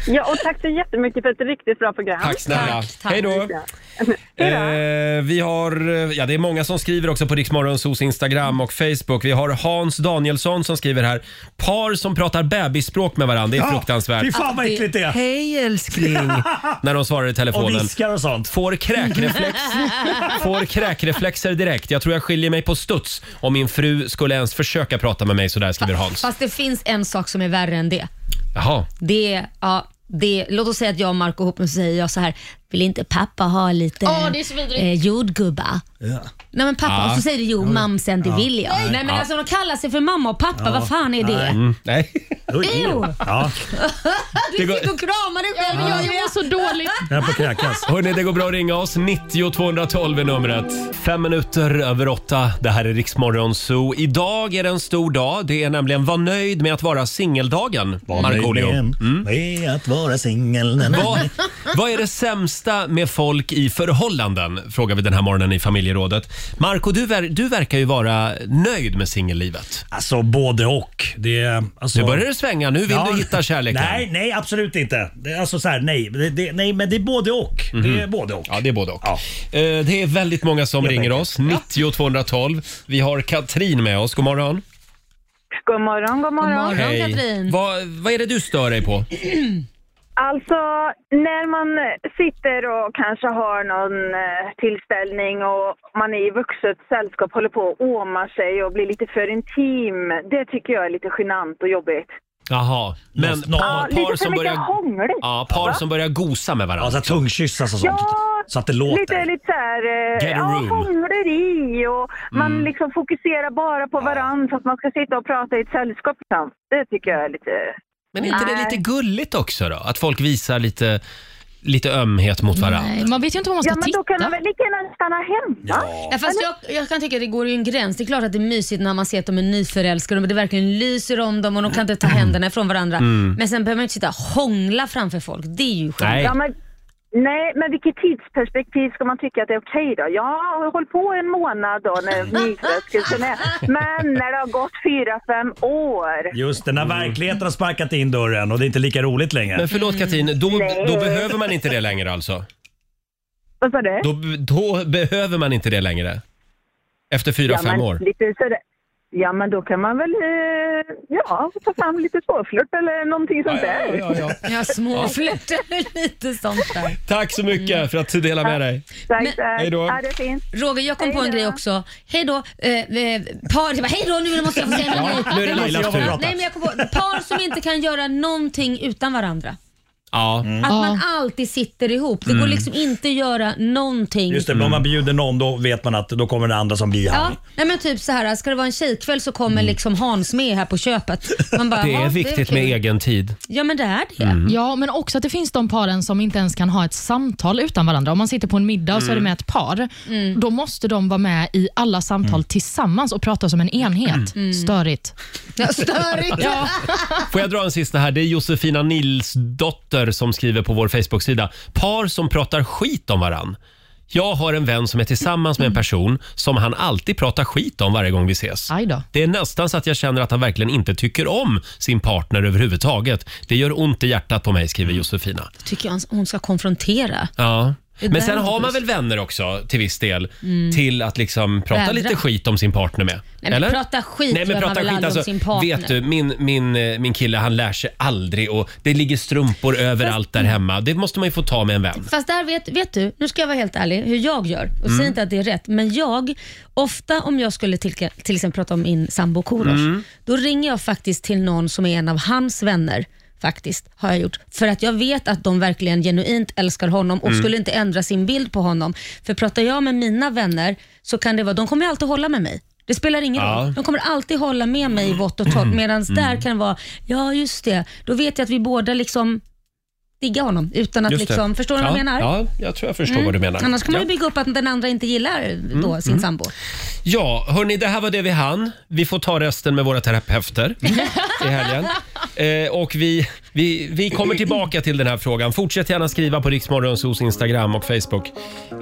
Speaker 5: Ja, och tack så jättemycket för ett riktigt bra program.
Speaker 1: Tack snälla.
Speaker 2: Tack, tack.
Speaker 1: Hej då.
Speaker 5: Ja.
Speaker 1: Eh, vi har, eh, ja det är många som skriver också på Riksmorgonsos Instagram och Facebook. Vi har Hans Danielsson som skriver här. Par som pratar bebisspråk med varandra, det är fruktansvärt.
Speaker 8: Fy fan vad äckligt det är.
Speaker 1: Ah, Hej älskling! När de svarar i
Speaker 8: Och
Speaker 1: telefonen.
Speaker 8: viskar och sånt.
Speaker 1: Får, kräkreflex, får kräkreflexer direkt. Jag tror jag skiljer mig på studs om min fru skulle ens försöka prata med mig sådär, skriver Hans.
Speaker 2: Fast det finns en sak som är värre än det.
Speaker 1: Jaha.
Speaker 2: Det, ja, det, låt oss säga att jag och Marco ihop och säger jag så här, vill inte pappa ha lite
Speaker 4: Åh, det är så vidrigt.
Speaker 2: eh, jordgubbar? Nej men pappa,
Speaker 1: Ja.
Speaker 2: och så säger du jo mamsen, det vill jag. Nej, men
Speaker 1: Ja.
Speaker 2: alltså de kallar sig för mamma och pappa, vad fan är det?
Speaker 1: Mm, nej.
Speaker 8: Oj,
Speaker 2: Ew.
Speaker 8: Ja,
Speaker 1: Det
Speaker 2: Du
Speaker 1: går-
Speaker 2: sitter och kramar dig själv.
Speaker 4: Jag mår så dåligt.
Speaker 8: jag är på att kräkas.
Speaker 1: Hörni, det går bra att ringa oss. 90 212 är numret. Fem minuter över åtta. Det här är Riksmorgon Zoo. Idag är det en stor dag. Det är nämligen var nöjd med att vara singeldagen, Markoolio. Mm.
Speaker 8: Med att vara singel.
Speaker 1: Vad, vad är det sämsta med folk i förhållanden? Frågar vi den här morgonen i familjerådet. Marco, du, ver du verkar ju vara nöjd med singellivet.
Speaker 8: Alltså både och. Det, är- alltså,
Speaker 1: Nu börjar det svänga. Nu vill
Speaker 8: Ja.
Speaker 1: du hitta kärleken.
Speaker 8: Nej, nej absolut inte. Det, är alltså så här, nej. Det, det, nej, men det är både och. Det är både och.
Speaker 1: Mhm. Ja, det är både och.
Speaker 8: Ja.
Speaker 1: Eh, Det är väldigt många som
Speaker 8: Helt
Speaker 1: ringer
Speaker 8: enkelt.
Speaker 1: oss. 90 212. Vi har Katrin med oss. God morgon.
Speaker 5: God morgon, god morgon.
Speaker 2: God morgon. Katrin.
Speaker 1: Vad, vad är det du stör dig på?
Speaker 5: Alltså, när man sitter och kanske har någon eh, tillställning och man är i vuxet sällskap, håller på och åmar sig och blir lite för intim. Det tycker jag är lite genant och jobbigt.
Speaker 1: Jaha, men
Speaker 8: Någon-
Speaker 1: par,
Speaker 5: lite
Speaker 1: par
Speaker 5: för
Speaker 1: som
Speaker 5: mycket
Speaker 1: börjar...
Speaker 5: hångligt.
Speaker 1: Ja, par som börjar gosa med
Speaker 8: Ja, så
Speaker 1: varandra.
Speaker 8: här, tungkyssas och sånt.
Speaker 5: Ja,
Speaker 8: så att det låter.
Speaker 5: Lite, lite så här, eh,
Speaker 1: Get a
Speaker 5: ja,
Speaker 1: room.
Speaker 5: hångleri och man liksom fokuserar bara på varandra för att man ska sitta och prata i ett sällskap. liksom. Det tycker jag är lite...
Speaker 1: Men är inte det
Speaker 5: Nej.
Speaker 1: lite gulligt också då? Att folk visar lite, lite ömhet mot varandra?
Speaker 4: Nej, man vet ju inte vad man ska
Speaker 5: Ja, men då kan
Speaker 4: titta.
Speaker 5: man väl lika gärna stanna hemma?
Speaker 2: Ja, fast jag, jag kan tycka att det går ju en gräns. Det är klart att det är mysigt när man ser att de är nyförälskade och det verkligen lyser om dem och de kan inte ta
Speaker 1: Mm.
Speaker 2: händerna ifrån varandra. Men sen behöver man ju inte sitta och hångla framför folk. Det är ju skönt.
Speaker 1: Nej.
Speaker 5: Ja, men, nej, men vilket tidsperspektiv ska man tycka att det är okej då? Ja, jag har hållit på en månad då när nyförälskelsen är. Men när det har gått fyra, fem år.
Speaker 8: Just det, när verkligheten har sparkat in dörren och det är inte lika roligt längre.
Speaker 1: Men
Speaker 2: Mm.
Speaker 1: förlåt Katrin, då, då
Speaker 5: Nej.
Speaker 1: behöver man inte det längre alltså?
Speaker 5: Vad sa du?
Speaker 1: Då, då behöver man inte det längre? Efter fyra, fem
Speaker 5: men,
Speaker 1: år?
Speaker 5: Lite sådär. Ja, men då kan man väl eh, ja, ta fram lite småflört eller någonting sånt där.
Speaker 2: Jag småflörtar lite sånt där.
Speaker 1: Tack så mycket för att du delar med dig.
Speaker 5: Tack,
Speaker 2: Men-
Speaker 5: tack.
Speaker 1: Hej då.
Speaker 5: Ja, det är fint.
Speaker 2: Roger, jag kom
Speaker 5: Hej
Speaker 2: på en
Speaker 5: då.
Speaker 2: grej också. Hej då, eh, eh, par, jag bara, hej då nu måste jag få säga en
Speaker 1: Ja,
Speaker 2: grej.
Speaker 1: nu är det Lailas tur.
Speaker 2: Nej, men jag kom på, par som inte kan göra någonting utan varandra.
Speaker 1: Mm. Ja. Mm.
Speaker 2: Att
Speaker 4: Ja.
Speaker 2: man alltid sitter ihop. Det går liksom inte att göra någonting.
Speaker 8: Just det, men om man bjuder någon då vet man att då kommer den andra som blir
Speaker 2: Ja,
Speaker 8: han.
Speaker 2: nej men typ så här, ska det vara en tjejkväll så kommer liksom Hans med här på köpet. Man bara,
Speaker 1: Mm. Det
Speaker 2: "Ja,
Speaker 1: är
Speaker 2: var
Speaker 1: viktigt
Speaker 2: kul."
Speaker 1: med egen Mm. tid.
Speaker 2: Ja men det är det.
Speaker 8: Mm.
Speaker 4: Ja, men också att det finns de paren som inte ens kan ha ett samtal utan varandra. Om man sitter på en middag och så är
Speaker 8: Mm.
Speaker 4: det med ett par, då måste de vara med i alla samtal
Speaker 8: Mm.
Speaker 4: tillsammans och prata som en enhet. Störigt.
Speaker 2: Ja, störigt. Ja.
Speaker 1: Får jag dra en sista här? Det är Josefina Nilsdotter som skriver på vår Facebook-sida. Par som pratar skit om varann. Jag har en vän som är tillsammans med en person som han alltid pratar skit om varje gång vi ses.
Speaker 4: Aj då.
Speaker 1: Det är nästan så att jag känner att han verkligen inte tycker om sin partner överhuvudtaget. Det gör ont i hjärtat på mig, skriver Josefina.
Speaker 2: Då tycker jag hon ska konfrontera.
Speaker 1: Ja.
Speaker 2: Det
Speaker 1: Men
Speaker 2: där
Speaker 1: sen
Speaker 2: är
Speaker 1: har
Speaker 2: inte
Speaker 1: man väl vänner också till viss del till att liksom prata
Speaker 2: Vädra.
Speaker 1: lite skit om sin partner med?
Speaker 2: men prata skit
Speaker 1: Nej, men
Speaker 2: gör man
Speaker 1: prata
Speaker 2: väl
Speaker 1: skit
Speaker 2: aldrig om
Speaker 1: alltså,
Speaker 2: sin partner?
Speaker 1: Vet du, min, min, eh, min kille han lär sig aldrig och det ligger strumpor överallt där hemma. Det måste man ju få ta med en vän.
Speaker 2: Fast där vet, vet du, nu ska jag vara helt ärlig hur jag gör och
Speaker 1: Mm.
Speaker 2: säg inte att det är rätt, men jag, ofta om jag skulle till, till exempel prata om min sambo Korosh,
Speaker 1: Mm.
Speaker 2: då ringer jag faktiskt till någon som är en av hans vänner faktiskt, har jag gjort. För att jag vet att de verkligen genuint älskar honom
Speaker 1: Mm.
Speaker 2: och skulle inte ändra sin bild på honom. För pratar jag med mina vänner så kan det vara, de kommer ju alltid hålla med mig. Det spelar ingen
Speaker 1: Ja. Mm.
Speaker 2: roll. De kommer alltid hålla med mig i vått och torrt. Medan där kan det vara, ja just det, då vet jag att vi båda liksom diggar honom utan att
Speaker 1: Just det.
Speaker 2: liksom, förstår du vad jag
Speaker 1: ja,
Speaker 2: menar?
Speaker 1: Ja, jag tror jag förstår vad du menar.
Speaker 2: Mm. Annars kan man
Speaker 1: ja. Mm,
Speaker 2: ju bygga upp att den andra inte gillar då sin sambo.
Speaker 1: Ja, hörni, det här var det vi hann. Vi får ta resten med våra terapeuter i helgen. Eh, och vi, vi, vi kommer tillbaka till den här frågan. Fortsätt gärna skriva på Riksmorgonsos Instagram och Facebook.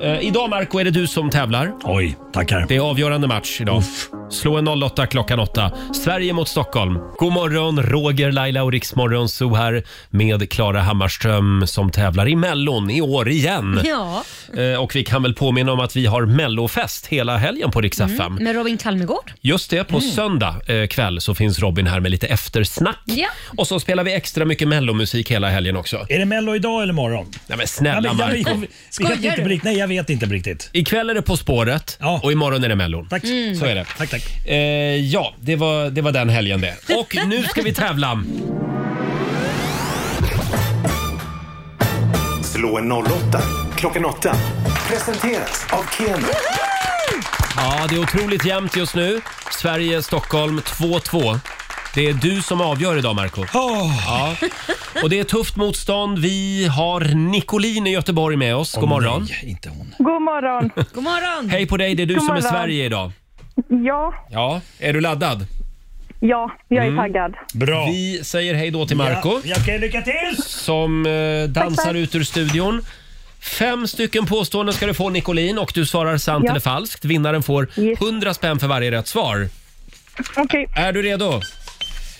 Speaker 1: Eh, idag, Marco, är det du som tävlar.
Speaker 8: Oj, tackar.
Speaker 1: Det är avgörande match idag. Slå en 08 klockan 8. Sverige mot Stockholm. God morgon, Roger, Laila och Riksmorgonso här med Klara Hammarström som tävlar i Mellon i år igen.
Speaker 2: Ja,
Speaker 1: Eh, och vi kan väl påminna om att vi har Mellofest hela helgen på Rix FM.
Speaker 2: med Robin Kalmegård.
Speaker 1: Just det,
Speaker 8: Mm.
Speaker 1: på söndag eh, kväll så finns Robin här med lite eftersnack.
Speaker 2: Ja.
Speaker 1: Och så spelar vi extra mycket mellomusik hela helgen också.
Speaker 8: Är det Mello idag eller imorgon?
Speaker 1: Nej men
Speaker 8: Ja,
Speaker 1: snälla
Speaker 8: men jag, jag,
Speaker 1: Marco.
Speaker 8: jag, jag vet inte på riktigt. Nej, jag vet inte på riktigt.
Speaker 1: Ikväll är det På spåret
Speaker 8: Ja.
Speaker 1: och imorgon är det mellon.
Speaker 8: Tack.
Speaker 5: Mm.
Speaker 1: Så är det.
Speaker 8: Tack, tack.
Speaker 1: Eh, ja, det var, det var den helgen det. Och nu ska vi tävla.
Speaker 3: Slå en 08 klockan 8. Presenteras av Keno.
Speaker 1: Ja, det är otroligt jämnt just nu. Sverige, Stockholm 2-2. Det är du som avgör idag Marco.
Speaker 8: Åh,
Speaker 1: Ja. Och det är tufft motstånd. Vi har Nicolin i Göteborg med oss. God morgon.
Speaker 8: Nej, inte hon.
Speaker 5: God morgon.
Speaker 2: God morgon!
Speaker 1: Hej på dig, det är du
Speaker 5: God
Speaker 1: som är
Speaker 5: morgon.
Speaker 1: Sverige idag.
Speaker 5: Ja,
Speaker 1: Ja, är du laddad?
Speaker 5: ja, jag
Speaker 1: Mm.
Speaker 5: är taggad.
Speaker 8: Bra.
Speaker 1: Vi säger hej då till Marco
Speaker 8: Ja, jag kan lycka till!
Speaker 1: som eh, dansar ut ur studion. Fem stycken påståenden ska du få Nicolin och du svarar sant
Speaker 5: Ja.
Speaker 1: eller falskt. Vinnaren får
Speaker 5: Yes.
Speaker 1: 100 spänn för varje rätt svar.
Speaker 5: Okej,
Speaker 1: Är du redo?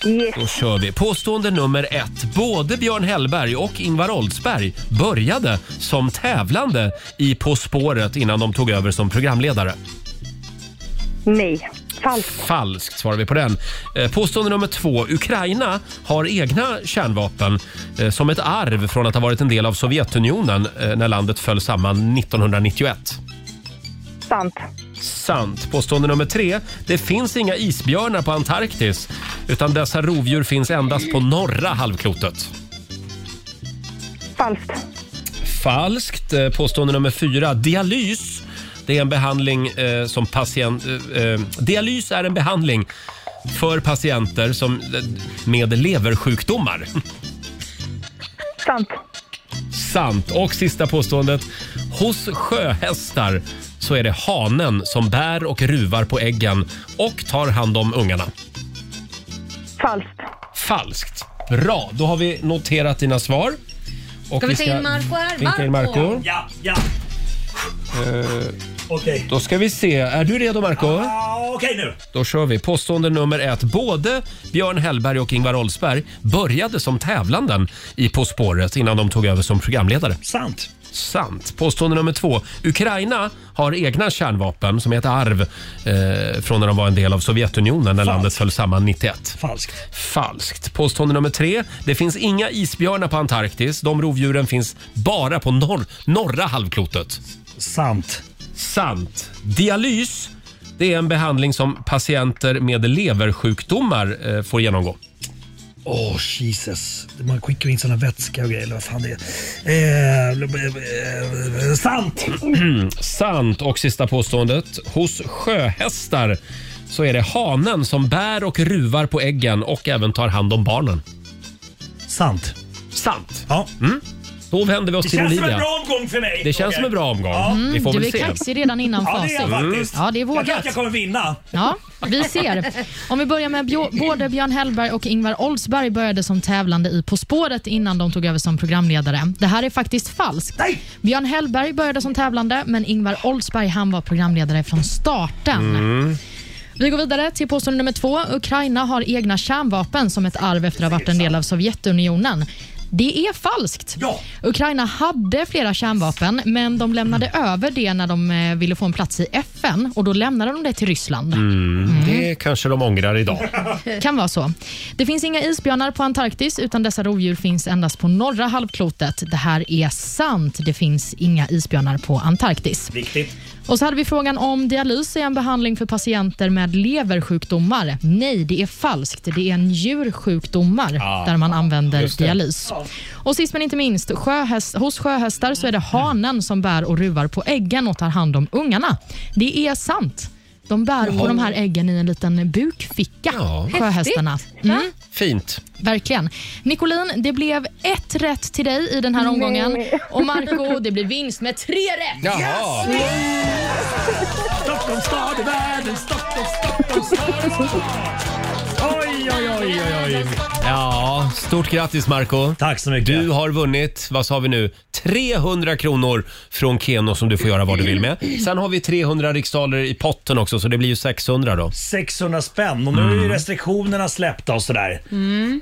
Speaker 5: yes.
Speaker 1: Då kör vi. Påstående nummer ett. Både Björn Hellberg och Ingvar Oldsberg började som tävlande i På spåret innan de tog över som programledare.
Speaker 5: Nej. Falskt.
Speaker 1: Falskt svarar vi på den. Eh, Påstående nummer två. Ukraina har egna kärnvapen eh, som ett arv från att ha varit en del av Sovjetunionen eh, när landet föll samman 1991.
Speaker 5: Sant.
Speaker 1: Sant. Påstående nummer tre. Det finns inga isbjörnar på Antarktis utan dessa rovdjur finns endast på norra halvklotet.
Speaker 5: Falskt.
Speaker 1: Falskt. Eh, Påstående nummer fyra. Dialys. Det är en behandling eh, som patient... Eh, eh, dialys är en behandling för patienter som, eh, med leversjukdomar.
Speaker 5: Sant.
Speaker 1: Sant. Och sista påståendet. Hos sjöhästar så är det hanen som bär och ruvar på äggen och tar hand om ungarna.
Speaker 5: Falskt.
Speaker 1: Falskt. Bra, då har vi noterat dina svar. Och
Speaker 2: Ska vi ta in Marco här?
Speaker 1: vi tar in Marco.
Speaker 8: Ja, ja.
Speaker 1: Eh.
Speaker 8: Okej.
Speaker 1: Då ska vi se. Är du redo, Marco?
Speaker 8: Ah, Okej nu.
Speaker 1: Då kör vi. Påstående nummer ett. Både Björn Hellberg och Ingvar Oldsberg började som tävlanden i På spåret innan de tog över som programledare.
Speaker 8: Sant.
Speaker 1: Sant. Påstående nummer två. Ukraina har egna kärnvapen som är ett arv eh, från när de var en del av Sovjetunionen när landet föll samman 91.
Speaker 8: Falskt.
Speaker 1: Falskt. Påstående nummer tre. Det finns inga isbjörnar på Antarktis. De rovdjuren finns bara på norr, norra halvklotet.
Speaker 8: Sant.
Speaker 1: Sant. Dialys det är en behandling som patienter med leversjukdomar eh, får genomgå.
Speaker 8: Åh, Jesus. Man skickar in såna vätska och grejer. eller Vad fan det är. Eh, eh, eh, sant!
Speaker 1: Sant. Och sista påståendet. Hos sjöhästar så är det hanen som bär och ruvar på äggen och även tar hand om barnen.
Speaker 8: Sant.
Speaker 1: Sant.
Speaker 8: Ja.
Speaker 1: Då vänder vi oss
Speaker 8: Det
Speaker 1: till
Speaker 8: känns som en
Speaker 1: Olivia.
Speaker 8: bra omgång för mig.
Speaker 1: Mm. Det känns
Speaker 8: Okej.
Speaker 1: som en bra omgång.
Speaker 8: Ja.
Speaker 1: Vi får
Speaker 4: Du
Speaker 1: väl
Speaker 4: är
Speaker 1: se.
Speaker 4: kaxig redan innan
Speaker 8: Mm. Ja, det är
Speaker 4: facit.
Speaker 8: jag faktiskt.
Speaker 4: Ja, det är
Speaker 8: Jag tror att jag
Speaker 4: vågat.
Speaker 8: kommer vinna.
Speaker 4: Ja, vi ser. Om vi börjar med Bjå- både Björn Hellberg och Ingvar Oldsberg började som tävlande i På spåret innan de tog över som programledare. Det här är faktiskt falskt.
Speaker 8: Nej!
Speaker 4: Björn Hellberg började som tävlande, men Ingvar Oldsberg han var programledare från starten. Vi går vidare till påstående nummer två. Ukraina har egna kärnvapen som ett arv efter att ha varit en del av Sovjetunionen. Det är falskt.
Speaker 8: Ja.
Speaker 4: Ukraina hade flera kärnvapen, men de lämnade över det när de eh, ville få en plats i FN och då lämnade de det till Ryssland. Eh,
Speaker 1: Det kanske de ångrar idag.
Speaker 4: Kan vara så. Det finns inga isbjörnar på Antarktis utan dessa rovdjur finns endast på norra halvklotet. Det här är sant. Det finns inga isbjörnar på Antarktis.
Speaker 8: Viktigt.
Speaker 4: Och så hade vi frågan om dialys är en behandling för patienter med leversjukdomar. Nej, det är falskt. Det är njursjukdomar där man använder dialys. Och sist men inte minst, sjöhäst, hos sjöhästar så är det hanen som bär och ruvar på äggen och tar hand om ungarna. Det är sant. De bär på de här äggen i en liten bukficka,
Speaker 1: Ja.
Speaker 4: sjöhästarna. Mm.
Speaker 1: Fint.
Speaker 4: Verkligen. Nicolin, det blev ett rätt till dig i den här omgången. Och Marco, det blir vinst med tre rätt.
Speaker 1: Jaha.
Speaker 8: Stockholm stad i världen, Stockholm, Stockholm stad. Oj, oj, oj, oj, oj.
Speaker 1: Ja, stort grattis Marco.
Speaker 8: Tack så mycket.
Speaker 1: Du har vunnit, vad sa vi nu, 300 kronor från Keno som du får göra vad du vill med. Sen har vi 300 riksdaler i potten också så det blir ju 600 då.
Speaker 8: 600 spänn och nu
Speaker 1: Mm.
Speaker 8: är ju restriktionerna släppta och sådär.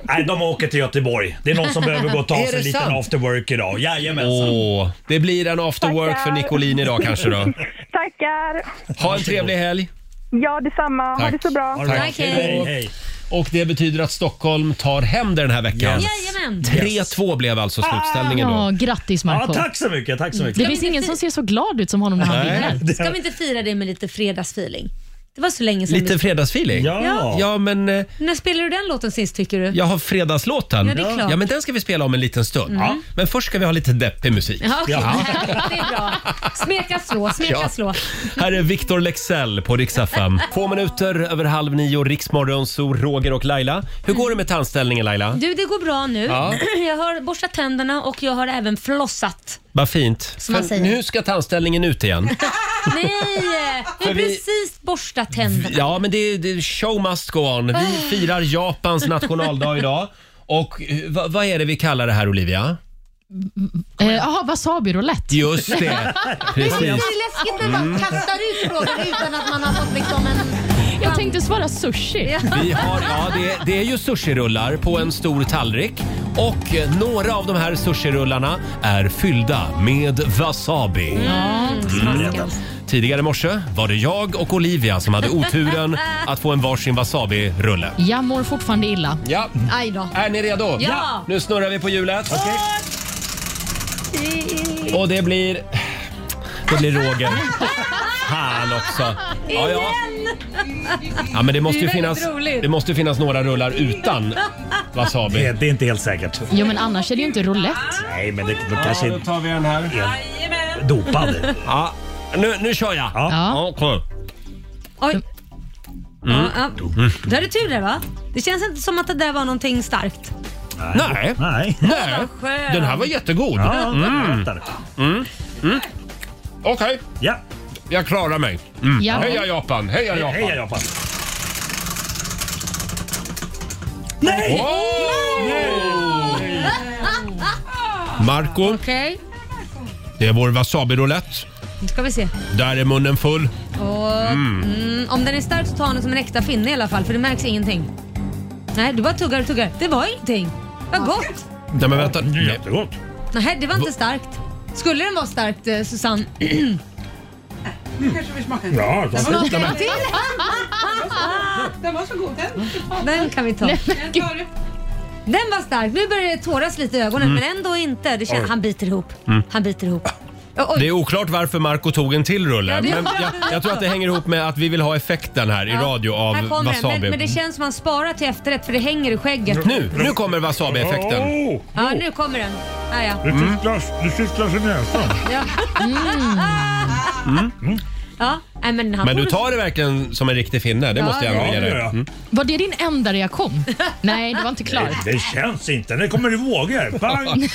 Speaker 8: Nej, de åker till Göteborg. Det är någon som behöver gå och ta
Speaker 1: Är
Speaker 8: sig
Speaker 1: det
Speaker 8: en liten
Speaker 1: sant?
Speaker 8: after work idag. Jajamensan.
Speaker 1: Åh, det blir en after work för Nicolin idag kanske då.
Speaker 5: Tackar!
Speaker 1: Ha en trevlig helg.
Speaker 5: Ja, detsamma.
Speaker 1: Tack.
Speaker 5: Ha det så bra.
Speaker 8: Ha det bra.
Speaker 2: Tack, hej.
Speaker 8: Hej, hej.
Speaker 1: Och det betyder att Stockholm tar hem det den här veckan.
Speaker 8: Yes.
Speaker 2: Jajamän.
Speaker 1: 3-2 blev alltså slutställningen
Speaker 4: Ja,
Speaker 2: Ah,
Speaker 1: då.
Speaker 4: grattis
Speaker 8: Ja,
Speaker 4: Marco.
Speaker 8: tack så mycket, tack så
Speaker 4: Det
Speaker 8: mycket.
Speaker 4: finns ingen som ser så glad ut som honom när han
Speaker 1: Nej.
Speaker 4: vinner.
Speaker 2: Ska vi inte fira det med lite fredagsfeeling? Det var så länge sedan.
Speaker 1: Lite fredagsfeeling.
Speaker 8: Ja.
Speaker 1: Ja, men eh,
Speaker 2: vi- När spelade du den låten sist tycker du?
Speaker 1: jag har fredagslåten.
Speaker 2: Ja, det är klart. Mm.
Speaker 1: ja, men den ska vi spela om en liten stund. Men först ska vi ha lite deppig musik.
Speaker 2: Ja, okej. Det är bra. Smeka slå, smeka
Speaker 1: Ja.
Speaker 2: slå.
Speaker 1: Här är Victor Lexell på Rix FM. Två minuter över halv nio, Riksmorgon, så Roger och Laila. Hur går det med tandställningen Laila?
Speaker 2: Du, det går bra nu.
Speaker 1: Ja.
Speaker 2: Jag har borstat tänderna och jag har även flossat.
Speaker 1: Vad fint.
Speaker 2: man
Speaker 1: För
Speaker 2: säger.
Speaker 1: nu ska tandställningen ut igen.
Speaker 2: Nej, jag har
Speaker 1: Ah. vi-
Speaker 2: precis borstat tänderna.
Speaker 1: Ja, men det, det show must go on. Vi firar Japans nationaldag idag. Och eh, vad- vad är det vi kallar det här Olivia?
Speaker 4: Eh, Jaha, wasabi roulette.
Speaker 1: Just det, precis.
Speaker 2: läskigt när
Speaker 1: Mm.
Speaker 2: man kastar ut frågor utan att man har fått liksom en...
Speaker 4: Jag tänkte svara sushi.
Speaker 1: Vi har, ja, det, det är ju sushirullar på en stor tallrik och eh, några av de här sushirullarna är fyllda med wasabi. Tidigare i morse var det jag och Olivia som hade oturen att få en varsin wasabi-rulle.
Speaker 4: Jag mår fortfarande illa.
Speaker 1: Ja,
Speaker 2: Aj då.
Speaker 1: är ni redo?
Speaker 2: Ja.
Speaker 1: Nu snurrar vi på hjulet. Och det blir... Det blir Roger. Fan också. Ja, ja. ja men det måste, ju
Speaker 2: Det är väldigt
Speaker 1: finnas,
Speaker 2: roligt.
Speaker 1: det måste ju finnas några rullar utan
Speaker 8: Det,
Speaker 1: wasabi.
Speaker 8: det är inte helt säkert.
Speaker 4: Jo, men annars är det ju inte roulette.
Speaker 8: Nej, men det, det kanske är
Speaker 1: tar vi den här.
Speaker 8: dopad.
Speaker 1: Ja, nu, nu kör jag.
Speaker 8: Ja.
Speaker 4: Ja.
Speaker 1: Ja, kom.
Speaker 2: Oj. Ja, ja. Där är det tur det va? Det känns inte som att det där var någonting starkt.
Speaker 1: Nej.
Speaker 8: Nej.
Speaker 1: Nej.
Speaker 2: vad skönt.
Speaker 1: Den här var jättegod.
Speaker 8: Ja, väntar.
Speaker 1: Okej,
Speaker 8: Ja,
Speaker 1: jag klarar mig.
Speaker 4: Mm. Ja.
Speaker 1: Heja Japan, heja Japan.
Speaker 8: heja Japan. Nej!
Speaker 1: Marco,
Speaker 2: Okej,
Speaker 1: det är vår wasabi-roulette.
Speaker 2: nu ska vi se.
Speaker 1: Där är munnen full.
Speaker 2: Och, mm, om den är stark så ta den som en äkta finne i alla fall för det märks ingenting. Nej, du bara tuggar och tuggar. Det var ingenting. Vad gott!
Speaker 1: Nej men vänta. Nej.
Speaker 8: Jättegott.
Speaker 2: Nej, det var inte starkt. Skulle den vara starkt eh, Susanne?
Speaker 1: Mm.
Speaker 6: Kanske vi smakar.
Speaker 8: Ja, så-
Speaker 2: Smaka en till!
Speaker 6: Den var så god den.
Speaker 2: Den kan vi ta.
Speaker 6: Den tar du.
Speaker 2: Den var stark. Nu börjar det tåras lite i ögonen men ändå inte. Det känns, han biter ihop. Han biter ihop. Oj,
Speaker 1: Det är oklart varför Marco tog en till rulle,
Speaker 2: Ja, det-
Speaker 1: men jag, jag tror att det hänger ihop med att vi vill ha effekten här i
Speaker 2: Ja,
Speaker 1: radio av
Speaker 2: här kommer den.
Speaker 1: wasabi.
Speaker 2: Men, men det känns som man sparar till efterrätt för det hänger i skägget.
Speaker 1: Nu, nu kommer wasabi-effekten.
Speaker 8: Åh,
Speaker 2: Ja, nu kommer den. Ja, ja.
Speaker 1: Mm.
Speaker 8: Det kittlas i näsan.
Speaker 2: Ja. Ja. Nej, men han
Speaker 1: Men du
Speaker 2: borde-
Speaker 1: tar det verkligen som en riktig finne, det
Speaker 2: Ja,
Speaker 1: måste jag
Speaker 2: ja.
Speaker 1: ändå ge dig.
Speaker 8: Ja, ja.
Speaker 1: Mm.
Speaker 4: Var det din enda reaktion? Nej, det var inte klart.
Speaker 8: Det känns inte. Det kommer du våga. Bang! Nu-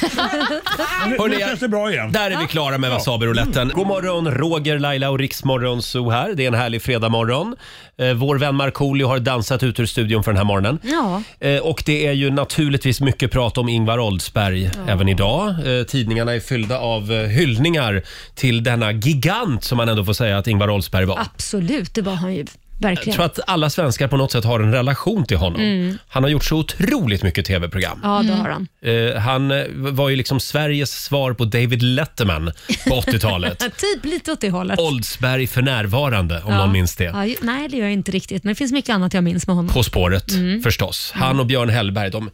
Speaker 1: Hörni,
Speaker 8: Nu känns det bra igen.
Speaker 1: Där är vi klara med wasabiruletten.
Speaker 2: Mm.
Speaker 1: God morgon, Roger, Laila och Riksmorgon Zoo här. Det är en härlig fredagmorgon. Eh, Vår vän Markoolio har dansat ut ur studion för den här morgonen.
Speaker 2: Ja.
Speaker 1: Eh, Och det är ju naturligtvis mycket prat om Ingvar Oldsberg även idag. Eh, Tidningarna är fyllda av eh, hyllningar till denna gigant som man ändå får säga att Ingvar Oldsberg var.
Speaker 2: Absolut, det var han ju.
Speaker 1: Jag
Speaker 2: Verkligen.
Speaker 1: tror att alla svenskar på något sätt har en relation till honom. Han har gjort så otroligt mycket tv-program.
Speaker 2: Mm. Ja, det har han.
Speaker 1: Eh, han eh, var ju liksom Sveriges svar på David Letterman på 80-talet.
Speaker 2: Ja, typ lite åt det hållet.
Speaker 1: Oldsberg för närvarande, om någon minns det.
Speaker 2: Ja, ju- nej, det gör jag inte riktigt, men det finns mycket annat jag minns med honom.
Speaker 1: På spåret,
Speaker 2: Mm.
Speaker 1: förstås. Han och Björn Hellberg, de,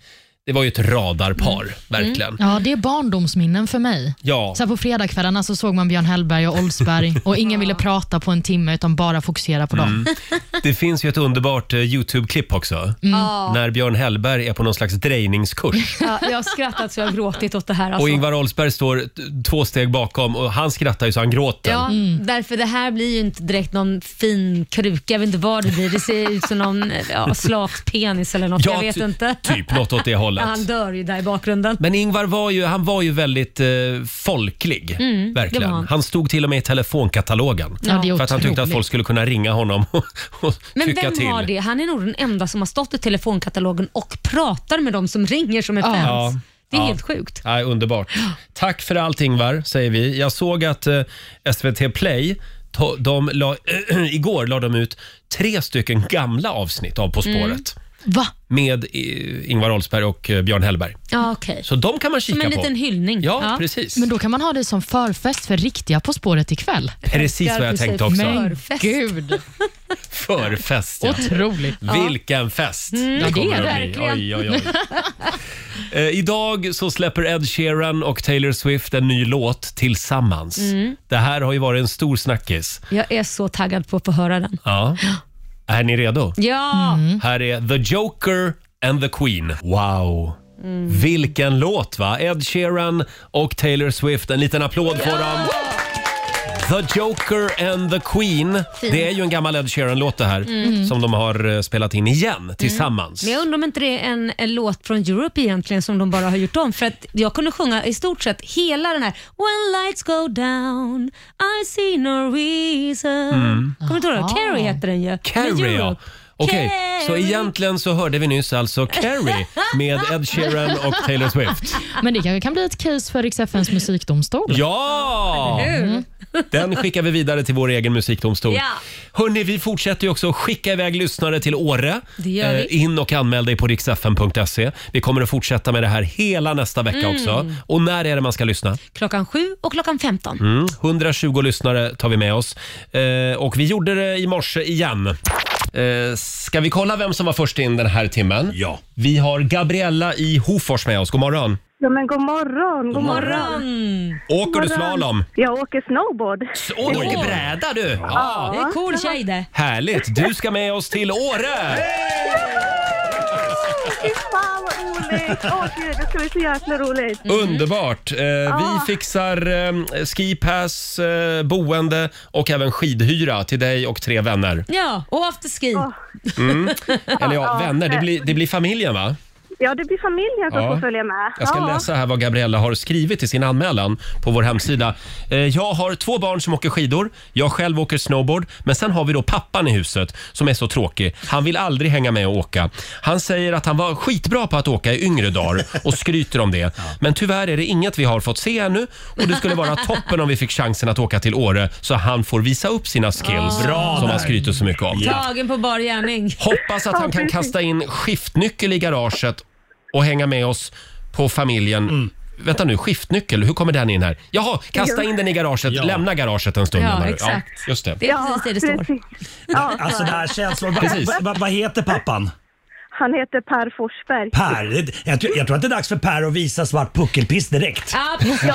Speaker 1: det var ju ett
Speaker 2: Mm.
Speaker 1: radarpar, verkligen.
Speaker 4: Ja, det är barndomsminnen för mig.
Speaker 1: Ja.
Speaker 4: Så här på fredagskvällarna så såg man Björn Hellberg och Oldsberg och ingen ville prata på en timme utan bara fokusera på dem.
Speaker 1: Det finns ju ett underbart eh, YouTube-klipp
Speaker 2: Mm.
Speaker 1: också. När Björn Hellberg är på någon slags drejningskurs.
Speaker 2: Ja, jag har skrattat så jag har gråtit åt det här. Alltså.
Speaker 1: Och Ingvar Oldsberg står t- två steg bakom och han skrattar ju så han gråter.
Speaker 2: Ja, därför det här blir ju inte direkt någon fin kruka. Jag vet inte vad det blir. Det ser ut som någon ja, slavspenis eller något.
Speaker 1: Ja,
Speaker 2: jag vet
Speaker 1: ty-
Speaker 2: inte.
Speaker 1: Typ något åt det hållet.
Speaker 2: Han dör ju där i bakgrunden.
Speaker 1: Men Ingvar var ju, han var ju väldigt eh, folklig. verkligen.
Speaker 2: Mm, det var
Speaker 1: Han.
Speaker 2: han.
Speaker 1: stod till och med i telefonkatalogen.
Speaker 4: Ja, det är
Speaker 1: för att han tyckte att
Speaker 4: otroligt.
Speaker 1: folk skulle kunna ringa honom och, och
Speaker 2: Men
Speaker 1: tycka
Speaker 2: vem
Speaker 1: till.
Speaker 2: har det? Han är nog den enda som har stått i telefonkatalogen och pratar med de som ringer som är fans.
Speaker 1: Ja.
Speaker 2: Det är
Speaker 1: Ja.
Speaker 2: helt sjukt.
Speaker 1: Nej, underbart. Tack för allt Ingvar, säger vi. Jag såg att eh, SVT Play to- de la, igår la de ut tre stycken gamla avsnitt av På
Speaker 2: Mm.
Speaker 1: spåret
Speaker 4: Va?
Speaker 1: med eh, Ingvar Oldsberg och eh, Björn Hellberg.
Speaker 2: Ja, okej.
Speaker 1: Så de kan man kika
Speaker 2: Som en
Speaker 1: på.
Speaker 2: liten hyllning.
Speaker 1: Ja, precis.
Speaker 4: Men då kan man ha det som förfest för riktiga På spåret ikväll.
Speaker 1: Precis vad jag
Speaker 2: Precis.
Speaker 1: tänkte också.
Speaker 2: Men- Förfest.
Speaker 4: gud,
Speaker 1: Förfest, ja.
Speaker 4: otroligt.
Speaker 1: Vilken fest det
Speaker 4: Ja, det
Speaker 1: kommer
Speaker 4: är
Speaker 1: att bli. Oj, oj, oj. Eh, idag så släpper Ed Sheeran och Taylor Swift en ny låt tillsammans. Det här har ju varit en stor snackis.
Speaker 2: Jag är så taggad på att få höra den.
Speaker 1: Ja. Är ni redo?
Speaker 2: Ja!
Speaker 1: Här är The Joker and the Queen. Wow! Vilken låt va? Ed Sheeran och Taylor Swift. En liten applåd får dem. The Joker and the Queen. Det är ju en gammal Ed Sheeran-låt det här som de har eh, spelat in igen tillsammans.
Speaker 2: Men jag undrar om inte det är en, en låt från Europe egentligen som de bara har gjort om. För att jag kunde sjunga i stort sett hela den här When lights go down I see no reason. Kommer du inte ihåg det? Carrie heter den ju.
Speaker 1: Mm. Carrie
Speaker 2: Med
Speaker 1: ja.
Speaker 2: Europe.
Speaker 1: Okej, så
Speaker 2: Carrie.
Speaker 1: egentligen så hörde vi nyss alltså Carrie med Ed Sheeran och Taylor Swift.
Speaker 4: Men det kanske kan bli ett case för Riks-FNs musikdomstol.
Speaker 1: Ja! Den skickar vi vidare till vår egen musikdomstol.
Speaker 2: Ja.
Speaker 1: Hörni, vi fortsätter ju också att skicka iväg lyssnare till Åre.
Speaker 2: Det gör vi.
Speaker 1: Eh, in och anmäl dig på riksfn.se. Vi kommer att fortsätta med det här hela nästa vecka
Speaker 2: Mm.
Speaker 1: också. Och när är det man ska lyssna?
Speaker 2: Klockan 7 och klockan 15.
Speaker 1: Mm, 120 lyssnare tar vi med oss. Eh, och vi gjorde det i morse igen. Eh, ska vi kolla vem som var först in den här timmen?
Speaker 8: Ja.
Speaker 1: Vi har Gabriella i Hofors med oss. God morgon.
Speaker 5: Ja, men god morgon, god morgon.
Speaker 1: Åker du slalom?
Speaker 5: Jag åker snowboard.
Speaker 1: Åh, du åker bräda du! Ja.
Speaker 2: Det är cool tjej det.
Speaker 1: Härligt! Du ska med oss till Åre!
Speaker 5: Fy fan vad roligt! Åh gud, det ska bli så jäkla roligt.
Speaker 1: Underbart! Eh, Vi fixar eh, skipass, eh, boende och även skidhyra till dig och tre vänner.
Speaker 2: Ja, och afterski.
Speaker 1: Eller ja, vänner. Det blir, det blir familjen va?
Speaker 5: Ja, det blir familjen som
Speaker 1: Ja.
Speaker 5: får följa med.
Speaker 1: Jag ska
Speaker 5: ja.
Speaker 1: läsa här vad Gabriella har skrivit i sin anmälan på vår hemsida. Eh, Jag har två barn som åker skidor. Jag själv åker snowboard. Men sen har vi då pappan i huset som är så tråkig. Han vill aldrig hänga med och åka. Han säger att han var skitbra på att åka i yngre dagar och skryter om det. Men tyvärr är det inget vi har fått se ännu och det skulle vara toppen om vi fick chansen att åka till Åre så han får visa upp sina skills som han skryter så mycket om.
Speaker 2: Tagen på bar gärning.
Speaker 1: Hoppas att han kan kasta in skiftnyckel i garaget och hänga med oss på familjen. Vänta nu, skiftnyckel, hur kommer den in här? Jaha, kasta in den i garaget,
Speaker 8: Ja.
Speaker 1: lämna garaget en stund.
Speaker 2: Ja,
Speaker 1: menar du?
Speaker 2: exakt.
Speaker 1: Ja, just det.
Speaker 2: Det är precis det det står.
Speaker 5: precis. Ja,
Speaker 8: Alltså det här känns... Vad
Speaker 1: Precis.
Speaker 8: va, va, vad heter pappan?
Speaker 5: han heter Per Forsberg.
Speaker 8: Per? Det- Jag, tror- jag tror att det är dags för Per att visa svart puckelpist direkt.
Speaker 2: Ja, precis. Ut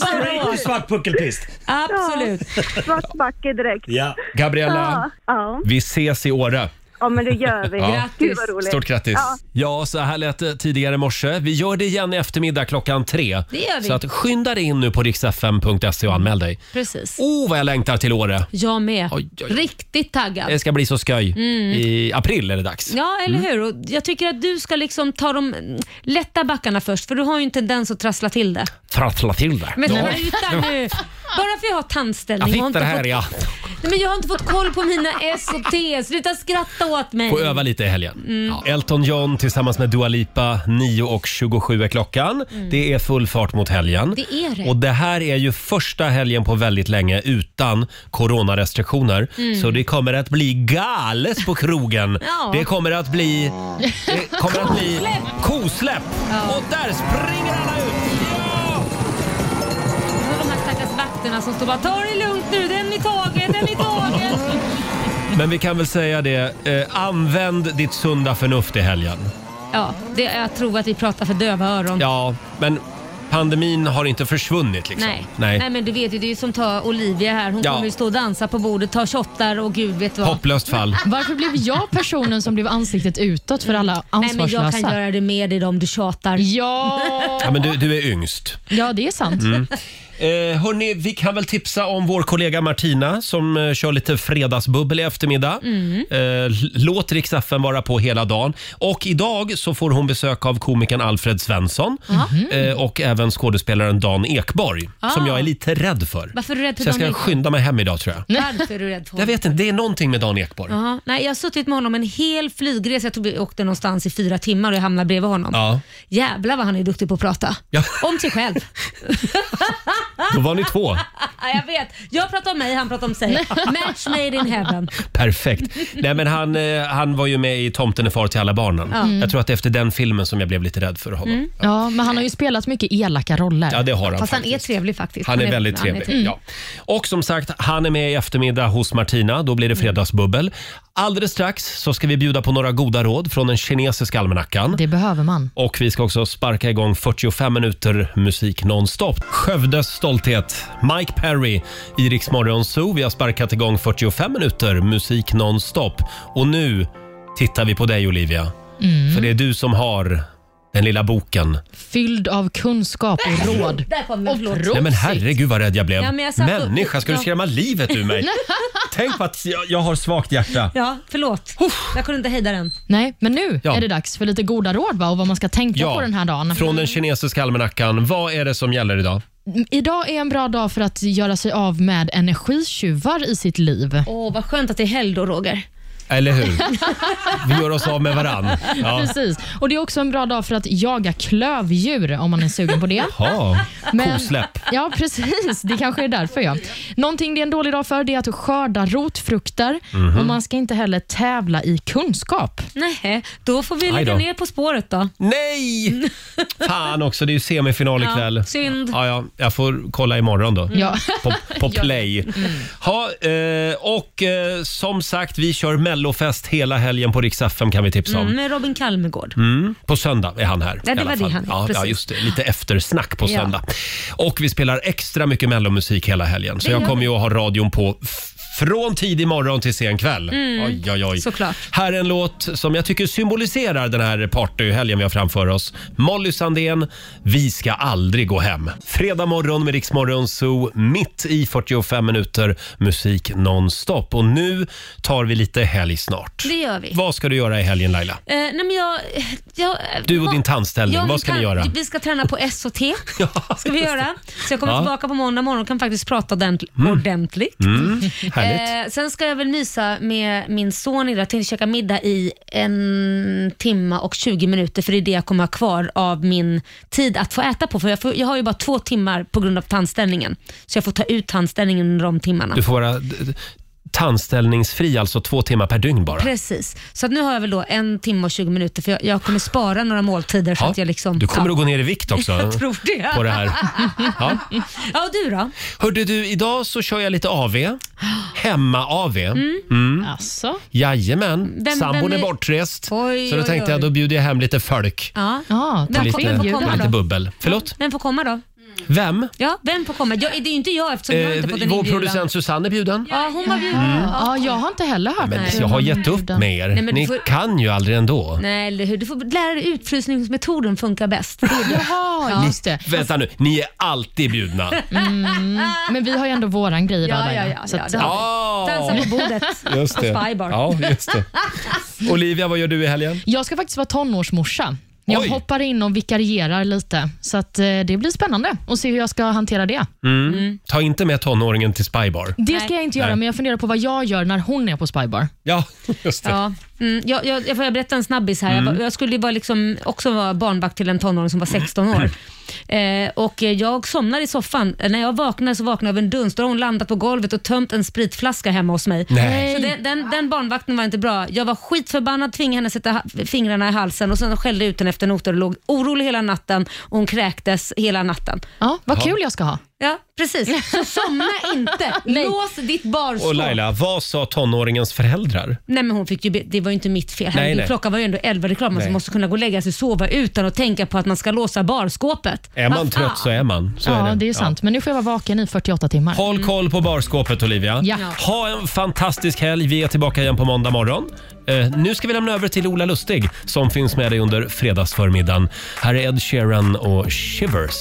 Speaker 2: bara.
Speaker 8: Straight svart puckelpist.
Speaker 2: Absolut.
Speaker 5: Svart backe direkt.
Speaker 8: Ja.
Speaker 1: Gabriella,
Speaker 5: Ja.
Speaker 1: vi ses i Åre.
Speaker 9: Ja, men det gör vi.
Speaker 1: Ja.
Speaker 9: Gud, vad roligt.
Speaker 1: Stort grattis. Ja.
Speaker 9: Ja.
Speaker 1: så här lät det tidigare i morse. Vi gör det igen i eftermiddag klockan tre.
Speaker 2: Det gör vi.
Speaker 1: Så att skynda dig in nu på riksfm.se och anmäl dig.
Speaker 2: Precis.
Speaker 1: Oh, vad jag längtar till Åre.
Speaker 2: Jag med.
Speaker 1: Oj, oj, oj.
Speaker 2: Riktigt taggad.
Speaker 1: Det ska bli så sköj. I april är det dags.
Speaker 2: Mm. Ja, eller
Speaker 1: Mm.
Speaker 2: hur? Och jag tycker att du ska liksom ta de mm, lätta backarna först, för du har ju en tendens att trassla till det.
Speaker 1: Trassla till det.
Speaker 2: Men
Speaker 1: Ja.
Speaker 2: sluta nu! Bara för jag har
Speaker 1: Jag
Speaker 2: tandställning
Speaker 1: fick
Speaker 2: inte
Speaker 1: det här
Speaker 2: fått,
Speaker 1: ja.
Speaker 2: Nej, men jag har inte fått koll på mina S och T. Sluta skratta åt mig.
Speaker 1: Får öva lite i helgen.
Speaker 2: Mm.
Speaker 1: Ja. Elton John tillsammans med Dua Lipa, 9.27 är klockan. Det är full fart mot helgen.
Speaker 2: Mm. Det är det.
Speaker 1: Och det här är ju första helgen på väldigt länge utan coronarestriktioner. Så det kommer att bli galet på krogen.
Speaker 2: Mm. Ja.
Speaker 1: Det kommer att bli... Det kommer att bli kosläpp! Och där springer alla ut!
Speaker 2: Och de här stackars vakterna som står bara ta det lugnt nu, den är tagen, den är tagen.
Speaker 1: Men vi kan väl säga det, eh, använd ditt sunda förnuft i helgen.
Speaker 2: Mm. Ja, det, jag tror att vi pratar för döva öron.
Speaker 1: Ja, men pandemin har inte försvunnit liksom.
Speaker 2: Nej. Nej. men du vet ju, det är ju som ta Olivia här. Hon
Speaker 1: Ja.
Speaker 2: kommer ju stå och dansa på bordet, ta shottar och gud vet vad.
Speaker 1: Hopplöst fall.
Speaker 4: Varför blev jag personen som blev ansiktet utåt för alla
Speaker 2: Nej men jag
Speaker 4: ansvarslösa?
Speaker 2: kan göra det med dig om du tjatar.
Speaker 1: Ja,
Speaker 4: Ja,
Speaker 1: men du, du är yngst.
Speaker 4: ja, det är sant.
Speaker 1: Mm. Eh, hörni, vi kan väl tipsa om vår kollega Martina som eh, kör lite fredagsbubbel i eftermiddag.
Speaker 2: Mm.
Speaker 1: Eh, l- låt Rix FM vara på hela dagen. Och idag så får hon besök av komikern Alfred Svensson
Speaker 2: Mm.
Speaker 1: eh, och även skådespelaren Dan Ekborg som jag är lite rädd för.
Speaker 2: Ah. Varför är du rädd för
Speaker 1: Så jag
Speaker 2: Dan
Speaker 1: ska
Speaker 2: Ekborg?
Speaker 1: skynda mig hem idag tror jag.
Speaker 2: Varför är du rädd för
Speaker 1: Jag
Speaker 2: honom?
Speaker 1: vet inte, det är någonting med Dan Ekborg.
Speaker 2: Ja, nej, jag har suttit med honom en hel flygresa. Jag tror vi åkte någonstans i fyra timmar och jag hamnade bredvid honom.
Speaker 1: Ja.
Speaker 2: Jävlar vad han är duktig på att prata.
Speaker 1: Ja.
Speaker 2: Om sig själv. Ah.
Speaker 1: Då var ni två.
Speaker 2: Ja, jag vet. Jag pratar om mig, han pratar om sig. Match made in heaven.
Speaker 1: Perfekt. Nej, men han, eh, han var ju med i Tomten är far till alla barnen. Jag tror att det är efter den filmen som jag blev lite rädd för honom.
Speaker 4: Ja, men han har ju spelat mycket elaka roller.
Speaker 1: Ja, det har han
Speaker 2: Fast han
Speaker 1: faktiskt.
Speaker 2: är trevlig faktiskt.
Speaker 1: Han är väldigt trevlig. Ja. Och som sagt, han är med i eftermiddag hos Martina. Då blir det fredagsbubbel. Alldeles strax så ska vi bjuda på några goda råd från den kinesiska almanackan.
Speaker 4: Det behöver man.
Speaker 1: Och vi ska också sparka igång 45 minuter musik nonstop. Skövdes stolthet, Mike Perry i Rix Morgon Zoo. Vi har sparkat igång 45 minuter musik nonstop. Och nu tittar vi på dig Olivia. För det är du som har den lilla boken.
Speaker 4: Fylld av kunskap och råd.
Speaker 2: Där kom den,
Speaker 4: Och
Speaker 2: förlåt.
Speaker 4: proffsigt.
Speaker 1: Nej men herregud vad rädd jag blev.
Speaker 2: Ja, men jag satt och-
Speaker 1: Människa, ska du
Speaker 2: Ja.
Speaker 1: skrämma livet ur mig? Tänk på att jag, jag har svagt hjärta.
Speaker 2: Ja, förlåt. Jag kunde inte hejda den.
Speaker 4: Nej, men nu
Speaker 1: Ja.
Speaker 4: är det dags för lite goda råd va? och vad man ska tänka på den här dagen.
Speaker 1: Från den kinesiska almanackan, vad är det som gäller idag?
Speaker 4: Idag är en bra dag för att göra sig av med energitjuvar i sitt liv.
Speaker 2: Åh, vad skönt att det är helg då, Roger.
Speaker 1: Eller hur? Vi gör oss av med varann. Ja.
Speaker 4: Precis. Och Det är också en bra dag för att jaga klövdjur om man är sugen på det.
Speaker 1: Ha,
Speaker 4: Men-
Speaker 1: kosläpp.
Speaker 4: Ja, precis. Det kanske är därför. Ja. Någonting det är en dålig dag för det är att skörda rotfrukter
Speaker 1: Mhm.
Speaker 4: och man ska inte heller tävla i kunskap.
Speaker 2: Mm. Nej, då får vi
Speaker 1: Aj
Speaker 2: lägga
Speaker 1: då.
Speaker 2: ner På spåret då.
Speaker 1: Nej! Fan också, det är ju semifinal
Speaker 2: Ja,
Speaker 1: ikväll.
Speaker 2: synd.
Speaker 1: Ja, ja, jag får kolla imorgon då.
Speaker 4: Ja. Mm.
Speaker 1: På, på play. Ha, eh, och eh, som sagt, vi kör mellofest hela helgen på Rix FM kan vi tipsa om.
Speaker 2: Mm, med Robin Kalmegård.
Speaker 1: På söndag är han här.
Speaker 2: Ja, det
Speaker 1: i alla
Speaker 2: var det
Speaker 1: fall.
Speaker 2: han-
Speaker 1: ja,
Speaker 2: precis.
Speaker 1: ja, just det. Lite eftersnack på
Speaker 2: Ja.
Speaker 1: söndag. Och vi spelar extra mycket mellomusik hela helgen. Så jag kommer ju att ha radion på f- från tidig morgon till sen kväll. Oj, oj, oj.
Speaker 2: Mm, såklart.
Speaker 1: Här är en låt som jag tycker symboliserar den här partyhelgen vi har framför oss. Molly Sandén, Vi ska aldrig gå hem. Fredag morgon med Riksmorgon Zoo, mitt i 45 minuter musik nonstop. Och nu tar vi lite helg snart.
Speaker 2: Det gör vi.
Speaker 1: Vad ska du göra i helgen Laila?
Speaker 2: Eh, nej men jag, jag,
Speaker 1: Du och
Speaker 2: vad-
Speaker 1: din tandställning,
Speaker 2: Ja,
Speaker 1: vad
Speaker 2: min
Speaker 1: ska ni
Speaker 2: tan-
Speaker 1: göra?
Speaker 2: Vi ska träna på S och T. ska vi göra. Så jag kommer
Speaker 1: Ja. Mm.
Speaker 2: tillbaka på måndag morgon och kan faktiskt prata ordentl- ordentligt.
Speaker 1: Härligt.
Speaker 2: Eh, sen ska jag väl mysa med min son idag. Jag tänkte käka middag i en timma och 20 minuter för det är det jag kommer ha kvar av min tid att få äta på. För jag, får, jag har ju bara två timmar på grund av tandställningen. Så jag får ta ut tandställningen under de timmarna.
Speaker 1: Du får vara d- d- tandställningsfri, alltså två timmar per dygn bara.
Speaker 2: Precis, så att nu har jag väl då en timme och 20 minuter för jag, jag kommer spara några måltider så
Speaker 1: Ja,
Speaker 2: att jag liksom...
Speaker 1: du kommer
Speaker 2: ja.
Speaker 1: att gå ner i vikt också.
Speaker 2: Jag tror det.
Speaker 1: På det här. Ja.
Speaker 2: Ja, och du då?
Speaker 1: Hörde du, idag så kör jag lite AV. Hemma-AV.
Speaker 4: Alltså.
Speaker 1: Jajamän.
Speaker 2: Mm. Vem-
Speaker 1: Sambon
Speaker 2: vem
Speaker 1: är
Speaker 2: är-
Speaker 1: bortrest.
Speaker 2: Oj,
Speaker 1: så då
Speaker 2: oj,
Speaker 1: tänkte jag
Speaker 2: oj.
Speaker 1: då bjuder jag hem lite folk.
Speaker 2: Ja.
Speaker 4: Ja,
Speaker 2: Men
Speaker 4: tack
Speaker 1: Lite,
Speaker 2: får
Speaker 4: för
Speaker 2: komma
Speaker 1: och
Speaker 4: inbjudan.
Speaker 1: lite
Speaker 2: då?
Speaker 1: bubbel. Förlåt?
Speaker 2: Vem får komma då?
Speaker 1: Vem?
Speaker 2: Ja, vem får komma? Jag, det är ju inte jag eftersom jag inte fått en
Speaker 1: Eh, vår
Speaker 2: inbjudan.
Speaker 1: producent Susanne är bjuden.
Speaker 2: Ja, hon var bjuden. Ja.
Speaker 4: Ja, jag har inte heller hört
Speaker 1: Men
Speaker 4: det.
Speaker 1: jag har gett upp med er.
Speaker 2: Nej, men du
Speaker 1: Ni
Speaker 2: får-
Speaker 1: kan ju aldrig ändå.
Speaker 2: Nej, eller hur? Du får lära dig utfrysningsmetoden funkar bäst.
Speaker 4: Jaha, just det.
Speaker 1: Vänta nu, ni är alltid bjudna.
Speaker 4: Men vi har ju ändå våran grej idag,
Speaker 2: Ja, ja,
Speaker 4: Laila.
Speaker 2: ja,
Speaker 4: Så
Speaker 2: ja,
Speaker 4: att-
Speaker 2: det har
Speaker 1: Ja.
Speaker 2: vi. Dansa på bordet
Speaker 1: Just det.
Speaker 2: på Spybar.
Speaker 1: Ja, just det. Olivia, vad gör du i helgen?
Speaker 4: Jag ska faktiskt vara tonårsmorsa. Jag
Speaker 1: Oj.
Speaker 4: hoppar in och vikarierar lite, så att, eh, det blir spännande att se hur jag ska hantera det.
Speaker 1: Mm. Ta inte med tonåringen till Spybar.
Speaker 4: Det ska jag inte göra, men jag funderar på vad jag gör när hon är på spybar.
Speaker 1: Ja, just det.
Speaker 2: Ja. Mm, jag, jag, jag får jag berätta en snabbis här.
Speaker 1: Mm.
Speaker 2: Jag, var, jag skulle ju vara liksom, också vara barnvakt till en tonåring som var 16 år. Eh, och eh, jag somnade i soffan. Eh, När jag vaknade så vaknade jag av en duns. Då hade hon landat på golvet och tömt en spritflaska hemma hos mig.
Speaker 1: Nej.
Speaker 2: Så den, den, den barnvakten var inte bra. Jag var skitförbannad, tvingade henne att sätta ha- fingrarna i halsen och sen skällde jag ut henne efter noter och låg orolig hela natten och hon kräktes hela natten.
Speaker 4: Ja, vad kul jag ska ha.
Speaker 2: Ja, precis. Så somna inte. Lås ditt barskåp.
Speaker 1: Och Laila, vad sa tonåringens föräldrar?
Speaker 2: Nej men hon fick ju, be- det var ju inte mitt fel. Herregud,
Speaker 1: nej.
Speaker 2: Klockan var ju ändå 11, det är klart man
Speaker 1: Nej.
Speaker 2: måste kunna gå och lägga sig och sova utan att tänka på att man ska låsa barskåpet.
Speaker 1: Är
Speaker 2: Vad
Speaker 1: man
Speaker 2: fan?
Speaker 1: trött så är man. Så
Speaker 4: ja,
Speaker 1: är
Speaker 4: det.
Speaker 1: det.
Speaker 4: är sant. Men nu får jag vara vaken i 48 timmar.
Speaker 1: Ja. Håll koll på barskåpet Olivia.
Speaker 4: Ja.
Speaker 1: Ha en fantastisk helg. Vi är tillbaka igen på måndag morgon. Eh, nu ska vi lämna över till Ola Lustig som finns med dig under fredagsförmiddagen. Här är Ed Sheeran och Shivers.